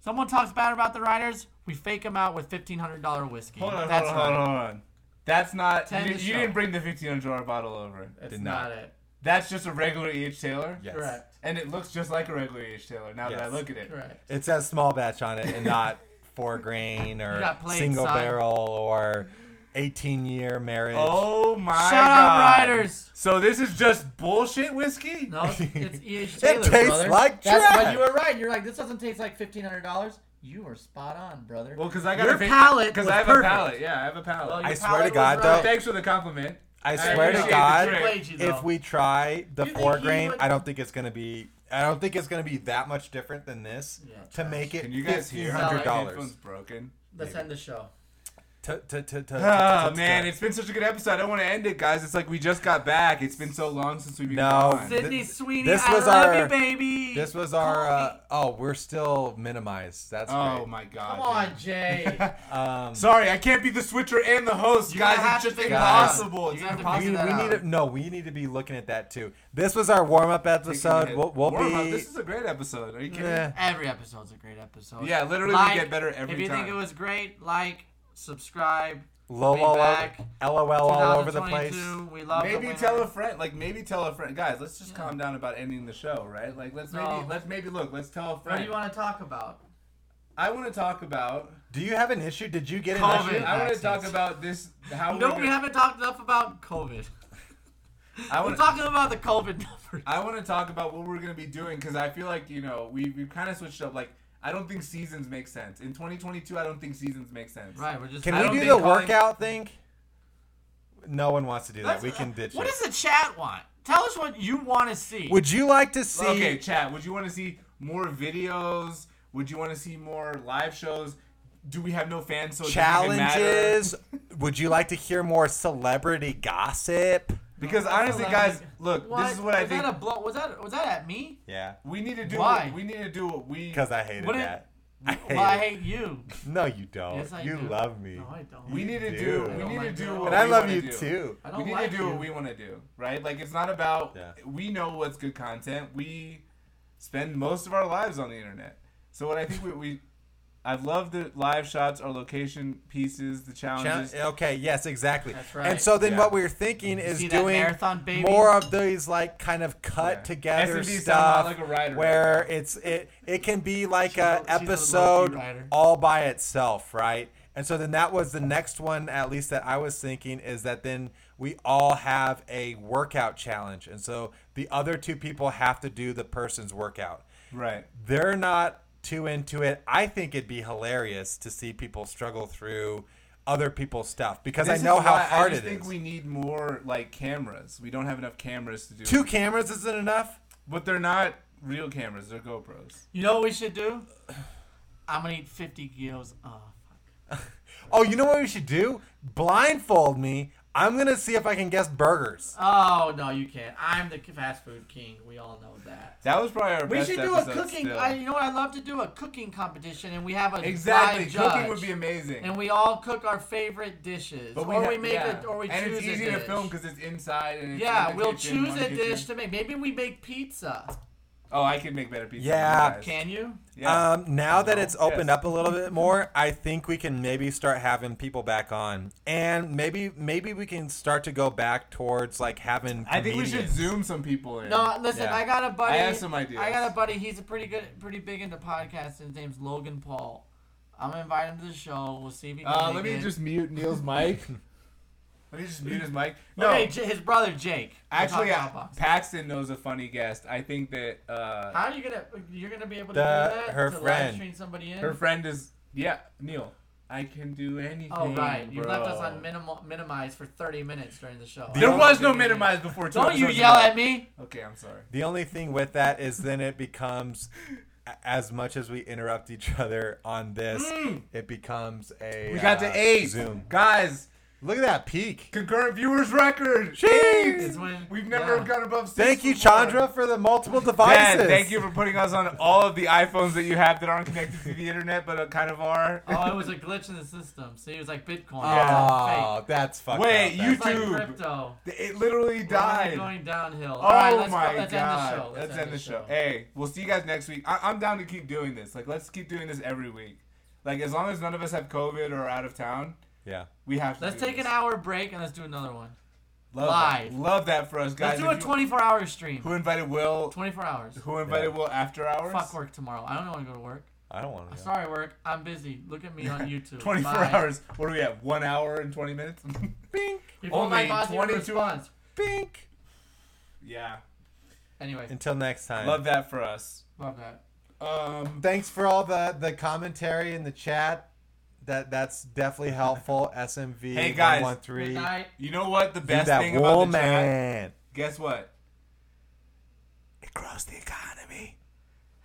[SPEAKER 3] Someone talks bad about the Riders. We fake them out with fifteen hundred dollar whiskey.
[SPEAKER 2] Hold on,
[SPEAKER 3] That's
[SPEAKER 2] hold on,
[SPEAKER 3] right.
[SPEAKER 2] hold on. That's not you,
[SPEAKER 3] Ten to
[SPEAKER 2] didn't- you
[SPEAKER 3] show.
[SPEAKER 2] didn't bring the fifteen hundred dollar bottle over.
[SPEAKER 3] That's
[SPEAKER 5] Did
[SPEAKER 3] not,
[SPEAKER 5] not.
[SPEAKER 3] it.
[SPEAKER 2] That's just a regular E.H. Taylor.
[SPEAKER 5] Yes.
[SPEAKER 3] Correct.
[SPEAKER 2] And it looks just like a regular E.H. Taylor now that I
[SPEAKER 5] Yes.
[SPEAKER 2] look at it.
[SPEAKER 3] Correct.
[SPEAKER 5] It says small batch on it and not four grain or
[SPEAKER 3] got played,
[SPEAKER 5] single
[SPEAKER 3] son.
[SPEAKER 5] barrel or eighteen year marriage.
[SPEAKER 2] Oh my
[SPEAKER 3] Shout out
[SPEAKER 2] god.
[SPEAKER 3] Riders.
[SPEAKER 2] So this is just bullshit whiskey?
[SPEAKER 3] No, it's it's E.H.
[SPEAKER 5] It
[SPEAKER 3] Taylor,
[SPEAKER 5] tastes
[SPEAKER 3] brother.
[SPEAKER 5] like
[SPEAKER 3] That's,
[SPEAKER 5] trash.
[SPEAKER 3] But you were right. You're like this doesn't taste like fifteen hundred dollars. You were spot on, brother.
[SPEAKER 2] Well, because I got
[SPEAKER 3] Your
[SPEAKER 2] a fa-
[SPEAKER 3] palate
[SPEAKER 2] 'cause
[SPEAKER 3] was
[SPEAKER 2] I have
[SPEAKER 3] perfect.
[SPEAKER 2] a palate. Yeah, I have a palate.
[SPEAKER 3] Well,
[SPEAKER 5] I
[SPEAKER 3] your
[SPEAKER 5] swear to
[SPEAKER 3] palate was
[SPEAKER 5] God,
[SPEAKER 3] right.
[SPEAKER 5] though,
[SPEAKER 2] Thanks for the compliment.
[SPEAKER 5] I
[SPEAKER 2] I
[SPEAKER 5] swear
[SPEAKER 2] appreciate
[SPEAKER 5] to
[SPEAKER 2] the
[SPEAKER 5] God,
[SPEAKER 2] trick.
[SPEAKER 3] Played you, though.
[SPEAKER 5] if we try the
[SPEAKER 3] You think
[SPEAKER 5] four
[SPEAKER 3] he
[SPEAKER 5] grain,
[SPEAKER 3] would-
[SPEAKER 5] I don't think it's gonna be. I don't think it's gonna be that much different than this
[SPEAKER 3] Yeah,
[SPEAKER 5] to make it
[SPEAKER 2] Can you guys
[SPEAKER 5] fifteen
[SPEAKER 2] hear?
[SPEAKER 5] hundred
[SPEAKER 2] My
[SPEAKER 5] dollars.
[SPEAKER 2] headphone's broken.
[SPEAKER 3] Let's end the show.
[SPEAKER 2] Oh
[SPEAKER 5] Oh
[SPEAKER 2] man, it's been such a good episode. I don't want to end it, guys. It's like we just got back. It's been so long since we've been
[SPEAKER 5] No.
[SPEAKER 2] gone.
[SPEAKER 5] Th-
[SPEAKER 3] Sydney Sweeney,
[SPEAKER 5] this
[SPEAKER 3] I
[SPEAKER 5] was
[SPEAKER 3] love
[SPEAKER 5] our-
[SPEAKER 3] you, baby.
[SPEAKER 5] This was our.
[SPEAKER 3] Call
[SPEAKER 5] Uh, oh, we're still minimized. That's
[SPEAKER 2] Oh
[SPEAKER 5] great.
[SPEAKER 2] my god.
[SPEAKER 3] Come on, Jay.
[SPEAKER 5] Um,
[SPEAKER 2] Sorry, I can't be the switcher and the host,
[SPEAKER 3] You're
[SPEAKER 2] guys.
[SPEAKER 3] gonna have
[SPEAKER 2] It's just
[SPEAKER 3] to figure it out.
[SPEAKER 2] impossible.
[SPEAKER 3] You're
[SPEAKER 2] It's
[SPEAKER 3] gonna have to
[SPEAKER 2] impossible.
[SPEAKER 5] we,
[SPEAKER 3] that
[SPEAKER 5] we
[SPEAKER 3] out.
[SPEAKER 5] need
[SPEAKER 2] Um,
[SPEAKER 5] to, no. We need to be looking at that too. This was our warm up episode. We'll, we'll
[SPEAKER 2] Warm up.
[SPEAKER 5] be.
[SPEAKER 2] This is a great episode. Are you kidding?
[SPEAKER 5] Yeah.
[SPEAKER 3] Every episode's a great episode.
[SPEAKER 2] Yeah, literally, we get better every
[SPEAKER 3] If you think
[SPEAKER 2] time.
[SPEAKER 3] it was great, like, subscribe.
[SPEAKER 5] lol,
[SPEAKER 3] Be
[SPEAKER 5] lol,
[SPEAKER 3] back.
[SPEAKER 5] lol all over the place.
[SPEAKER 3] 2022, We love the
[SPEAKER 2] Maybe
[SPEAKER 3] winner.
[SPEAKER 2] tell a friend. Like maybe tell a friend, guys. Let's just calm down about ending the show, right? Like let's
[SPEAKER 3] No.
[SPEAKER 2] maybe let's maybe look. Let's tell a
[SPEAKER 3] What do
[SPEAKER 2] friend.
[SPEAKER 3] you want to talk about?
[SPEAKER 2] I want to talk about.
[SPEAKER 5] Do you have an issue? Did you get an
[SPEAKER 3] COVID.
[SPEAKER 5] issue?
[SPEAKER 2] I want to
[SPEAKER 3] vaccines.
[SPEAKER 2] talk about this. How
[SPEAKER 3] No,
[SPEAKER 2] we're
[SPEAKER 3] we
[SPEAKER 2] gonna-
[SPEAKER 3] haven't talked enough about COVID.
[SPEAKER 2] I
[SPEAKER 3] We're
[SPEAKER 2] want.
[SPEAKER 3] talking about the COVID numbers.
[SPEAKER 2] I want to talk about what we're gonna be doing because I feel like you know we we kind of switched up. Like I don't think seasons make sense in 2022. I don't think seasons make sense.
[SPEAKER 3] Right, we're just.
[SPEAKER 5] Can
[SPEAKER 2] I don't
[SPEAKER 5] we do
[SPEAKER 2] think
[SPEAKER 5] the
[SPEAKER 2] calling-
[SPEAKER 5] workout thing? No one wants to do that. We can ditch
[SPEAKER 3] What
[SPEAKER 5] it.
[SPEAKER 3] does the chat want? Tell us what you want to see.
[SPEAKER 5] Would you like to see?
[SPEAKER 2] Okay, chat. Would you want to see more videos? Would you want to see more live shows? Do we have no fans? So it doesn't even matter?
[SPEAKER 5] challenges? Would you like to hear more celebrity gossip?
[SPEAKER 2] Because honestly,
[SPEAKER 3] Celebrity-
[SPEAKER 2] guys, look. This is what I
[SPEAKER 3] was
[SPEAKER 2] think.
[SPEAKER 3] That a blow? Was that was that at me?
[SPEAKER 5] Yeah,
[SPEAKER 2] We need to do.
[SPEAKER 3] Why?
[SPEAKER 2] What, we need to do what we.
[SPEAKER 5] because I hated
[SPEAKER 3] What it-
[SPEAKER 5] that. I hate
[SPEAKER 3] Well, I
[SPEAKER 5] it.
[SPEAKER 3] hate you.
[SPEAKER 5] No, you don't.
[SPEAKER 3] Yes, I
[SPEAKER 5] you
[SPEAKER 3] do.
[SPEAKER 5] love me.
[SPEAKER 3] No, I don't.
[SPEAKER 2] We
[SPEAKER 5] You
[SPEAKER 2] need to
[SPEAKER 5] do.
[SPEAKER 2] do.
[SPEAKER 5] I
[SPEAKER 2] We
[SPEAKER 3] don't
[SPEAKER 2] need to
[SPEAKER 3] like
[SPEAKER 2] do.
[SPEAKER 3] you.
[SPEAKER 2] What
[SPEAKER 5] and I
[SPEAKER 2] we
[SPEAKER 5] love
[SPEAKER 2] wanna
[SPEAKER 5] you
[SPEAKER 2] do.
[SPEAKER 5] too.
[SPEAKER 3] I don't
[SPEAKER 2] We need
[SPEAKER 3] like
[SPEAKER 2] to do
[SPEAKER 3] you.
[SPEAKER 2] what we want to do, right? Like it's not about.
[SPEAKER 5] Yeah.
[SPEAKER 2] We know what's good content. We spend most of our lives on the internet. So what I think we. we I love the live shots, our location pieces, the challenges.
[SPEAKER 5] Challenge- Okay, yes, exactly.
[SPEAKER 3] That's right.
[SPEAKER 5] And so then
[SPEAKER 2] Yeah.
[SPEAKER 5] what we're thinking is
[SPEAKER 3] see that
[SPEAKER 5] doing
[SPEAKER 3] marathon, baby?
[SPEAKER 5] more of these like kind of cut
[SPEAKER 2] Yeah.
[SPEAKER 5] together
[SPEAKER 2] SMD sound
[SPEAKER 5] stuff
[SPEAKER 2] like a rider.
[SPEAKER 5] where it's it it can be like
[SPEAKER 3] She's
[SPEAKER 5] a
[SPEAKER 3] a- she's a low-key
[SPEAKER 5] episode
[SPEAKER 3] rider.
[SPEAKER 5] all by itself, right? And so then that was the next one, at least that I was thinking, is that then we all have a workout challenge. And so the other two people have to do the person's workout.
[SPEAKER 2] Right.
[SPEAKER 5] They're not too into it. I think it'd be hilarious to see people struggle through other people's stuff because
[SPEAKER 2] This
[SPEAKER 5] I
[SPEAKER 2] is
[SPEAKER 5] know how
[SPEAKER 2] why
[SPEAKER 5] hard
[SPEAKER 2] I
[SPEAKER 5] it
[SPEAKER 2] just think
[SPEAKER 5] is.
[SPEAKER 2] we need more like cameras. We don't have enough cameras to do.
[SPEAKER 5] Two cameras isn't enough.
[SPEAKER 2] But they're not real cameras. They're GoPros.
[SPEAKER 3] You know what we should do? I'm gonna eat 50 kilos. Oh,
[SPEAKER 5] Oh, you know what we should do? Blindfold me. I'm gonna see if I can guess burgers.
[SPEAKER 3] oh no, you can't. I'm the fast food king. We all know that.
[SPEAKER 2] That was probably our
[SPEAKER 3] We
[SPEAKER 2] best
[SPEAKER 3] should do a
[SPEAKER 2] episode
[SPEAKER 3] cooking.
[SPEAKER 2] still.
[SPEAKER 3] I, you know what? I love to do a cooking competition, and we have a
[SPEAKER 2] Exactly,
[SPEAKER 3] live
[SPEAKER 2] cooking
[SPEAKER 3] judge.
[SPEAKER 2] would be amazing.
[SPEAKER 3] And we all cook our favorite dishes,
[SPEAKER 2] But
[SPEAKER 3] or
[SPEAKER 2] ha-
[SPEAKER 3] we make
[SPEAKER 2] yeah.
[SPEAKER 3] it, or we
[SPEAKER 2] and
[SPEAKER 3] choose
[SPEAKER 2] it's easy
[SPEAKER 3] a dish.
[SPEAKER 2] to film because it's inside and it's
[SPEAKER 3] yeah,
[SPEAKER 2] in the
[SPEAKER 3] we'll
[SPEAKER 2] kitchen,
[SPEAKER 3] choose
[SPEAKER 2] one
[SPEAKER 3] a
[SPEAKER 2] kitchen.
[SPEAKER 3] dish to make. Maybe we make pizza.
[SPEAKER 2] Oh, I could make better pizza. than
[SPEAKER 5] Yeah.
[SPEAKER 2] you guys.
[SPEAKER 3] Can you?
[SPEAKER 2] Yeah.
[SPEAKER 5] Um, now that
[SPEAKER 2] No.
[SPEAKER 5] it's opened
[SPEAKER 2] Yes.
[SPEAKER 5] up a little bit more, I think we can maybe start having people back on, and maybe maybe we can start to go back towards like having.
[SPEAKER 2] I think we should
[SPEAKER 5] comedians.
[SPEAKER 2] zoom some people in.
[SPEAKER 3] No, listen.
[SPEAKER 5] Yeah.
[SPEAKER 3] I got a buddy.
[SPEAKER 2] I have some ideas.
[SPEAKER 3] I got a buddy. He's a pretty good, pretty big into podcasts. His name's Logan Paul. I'm gonna invite him to the show. We'll see if he can.
[SPEAKER 2] Uh,
[SPEAKER 3] make
[SPEAKER 2] let me
[SPEAKER 3] it.
[SPEAKER 2] just mute Neil's mic. let me just mute his mic. No,
[SPEAKER 3] Okay, J- his brother Jake. We'll
[SPEAKER 2] actually, uh,
[SPEAKER 3] talk
[SPEAKER 2] I-
[SPEAKER 3] about box.
[SPEAKER 2] Paxton knows a funny guest. I think that uh,
[SPEAKER 3] how are you gonna? You're gonna be able to
[SPEAKER 5] The-
[SPEAKER 3] do that
[SPEAKER 5] her
[SPEAKER 3] to live
[SPEAKER 5] friend.
[SPEAKER 3] stream somebody in.
[SPEAKER 2] her friend is yeah Neil. I can do anything.
[SPEAKER 3] Oh right, you left
[SPEAKER 2] bro.
[SPEAKER 3] us on minimal minimize for 30 minutes during the show.
[SPEAKER 2] There was no minimize before. two
[SPEAKER 3] Don't you
[SPEAKER 2] episodes
[SPEAKER 3] yell
[SPEAKER 2] ago.
[SPEAKER 3] at me.
[SPEAKER 2] Okay, I'm sorry.
[SPEAKER 5] The only thing with that is then it becomes, a- as much as we interrupt each other on this, it becomes a.
[SPEAKER 2] Mm. We got to
[SPEAKER 5] uh,
[SPEAKER 2] eight,
[SPEAKER 5] Zoom.
[SPEAKER 2] guys.
[SPEAKER 5] Look at that peak.
[SPEAKER 2] Concurrent viewers record.
[SPEAKER 5] Jeez.
[SPEAKER 3] It's when
[SPEAKER 2] We've never
[SPEAKER 3] yeah.
[SPEAKER 2] gone above six.
[SPEAKER 5] Thank you,
[SPEAKER 2] before.
[SPEAKER 5] Chandra, for the multiple devices.
[SPEAKER 2] Dan, thank you for putting us on all of the iPhones that you have that aren't connected to the internet, but uh, kind of are.
[SPEAKER 3] Oh, it was a glitch in the system. See, it was like Bitcoin.
[SPEAKER 5] Oh,
[SPEAKER 3] Fake.
[SPEAKER 5] that's fucked
[SPEAKER 2] Wait,
[SPEAKER 5] up.
[SPEAKER 2] you
[SPEAKER 3] It's like
[SPEAKER 2] YouTube.
[SPEAKER 3] crypto.
[SPEAKER 2] It literally
[SPEAKER 3] We're only
[SPEAKER 2] died.
[SPEAKER 3] going downhill.
[SPEAKER 2] Oh
[SPEAKER 3] All right, let's go-
[SPEAKER 2] my
[SPEAKER 3] let's
[SPEAKER 2] god!
[SPEAKER 3] End the show.
[SPEAKER 2] Let's, end the show. Hey, we'll see you guys next week. I- I'm down to keep doing this. Like, let's keep doing this every week. Like, as long as none of us have COVID or are out of town,
[SPEAKER 5] Yeah.
[SPEAKER 2] we have to.
[SPEAKER 3] Let's
[SPEAKER 2] do
[SPEAKER 3] take
[SPEAKER 2] this.
[SPEAKER 3] an hour break and let's do another one.
[SPEAKER 2] Love
[SPEAKER 3] live.
[SPEAKER 2] That. Love that for us,
[SPEAKER 3] let's
[SPEAKER 2] guys.
[SPEAKER 3] do a
[SPEAKER 2] If you-
[SPEAKER 3] 24 hour stream.
[SPEAKER 2] Who invited Will?
[SPEAKER 3] 24 hours.
[SPEAKER 2] Who invited Will after hours?
[SPEAKER 3] Fuck work tomorrow. I don't want to go to work.
[SPEAKER 5] I don't want to.
[SPEAKER 3] Sorry, work. I'm busy. Look at me on YouTube.
[SPEAKER 2] 24
[SPEAKER 3] Bye.
[SPEAKER 2] hours. What do we have? One hour and 20 minutes?
[SPEAKER 5] Bink.
[SPEAKER 3] Before my
[SPEAKER 2] Only
[SPEAKER 3] boss even
[SPEAKER 2] 22
[SPEAKER 3] responds.
[SPEAKER 5] Bink.
[SPEAKER 2] yeah.
[SPEAKER 3] Anyway,
[SPEAKER 5] Until next time.
[SPEAKER 2] Love that for us.
[SPEAKER 3] love that.
[SPEAKER 2] Um,
[SPEAKER 5] Thanks for all the the commentary in the chat. That that's definitely helpful. SMV.
[SPEAKER 2] Hey, guys.
[SPEAKER 3] Good
[SPEAKER 5] 113.
[SPEAKER 3] night.
[SPEAKER 2] you know what? The
[SPEAKER 5] Do
[SPEAKER 2] best
[SPEAKER 5] that
[SPEAKER 2] thing about the chat.
[SPEAKER 5] woman.
[SPEAKER 2] Guess what?
[SPEAKER 5] It grows the economy.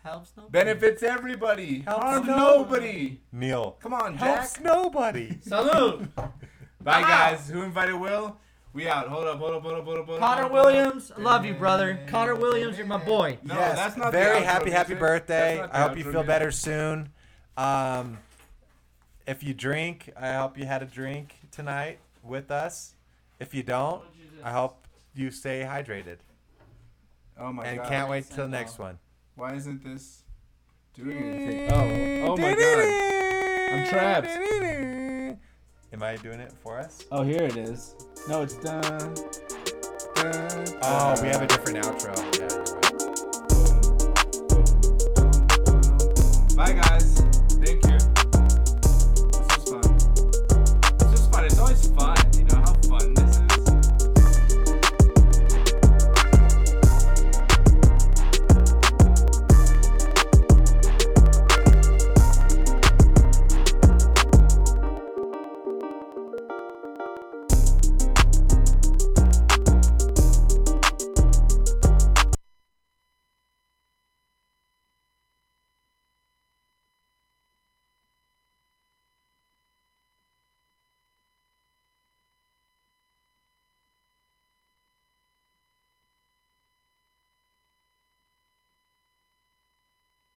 [SPEAKER 3] Helps no.
[SPEAKER 2] Benefits everybody.
[SPEAKER 5] Helps
[SPEAKER 2] Harm
[SPEAKER 5] nobody.
[SPEAKER 2] nobody.
[SPEAKER 5] Neil.
[SPEAKER 2] Come on, Jack.
[SPEAKER 5] Helps nobody.
[SPEAKER 3] Salute.
[SPEAKER 2] Bye, guys. Who invited Will? We out. Hold up. Hold up. Hold up. Hold up. Hold up,
[SPEAKER 3] Connor
[SPEAKER 2] hold up.
[SPEAKER 3] Williams, I love you, brother. Connor Williams, you're my boy.
[SPEAKER 2] No,
[SPEAKER 5] yes.
[SPEAKER 2] that's not the
[SPEAKER 5] very
[SPEAKER 2] outro
[SPEAKER 5] happy happy
[SPEAKER 2] music.
[SPEAKER 5] birthday.
[SPEAKER 2] That's not the
[SPEAKER 5] I hope you
[SPEAKER 2] outro
[SPEAKER 5] feel
[SPEAKER 2] music.
[SPEAKER 5] better soon. Um, if you drink, I hope you had a drink tonight with us. If you don't, I hope you stay hydrated
[SPEAKER 2] Oh my
[SPEAKER 5] and
[SPEAKER 2] god.
[SPEAKER 5] can't wait till the next one.
[SPEAKER 2] Why isn't this doing anything? Oh, oh my god. I'm trapped.
[SPEAKER 5] Am I doing it for us?
[SPEAKER 2] Oh, here it is. No, it's done.
[SPEAKER 5] Oh, we have a different outro. Yeah, you're right.
[SPEAKER 2] Bye, guys.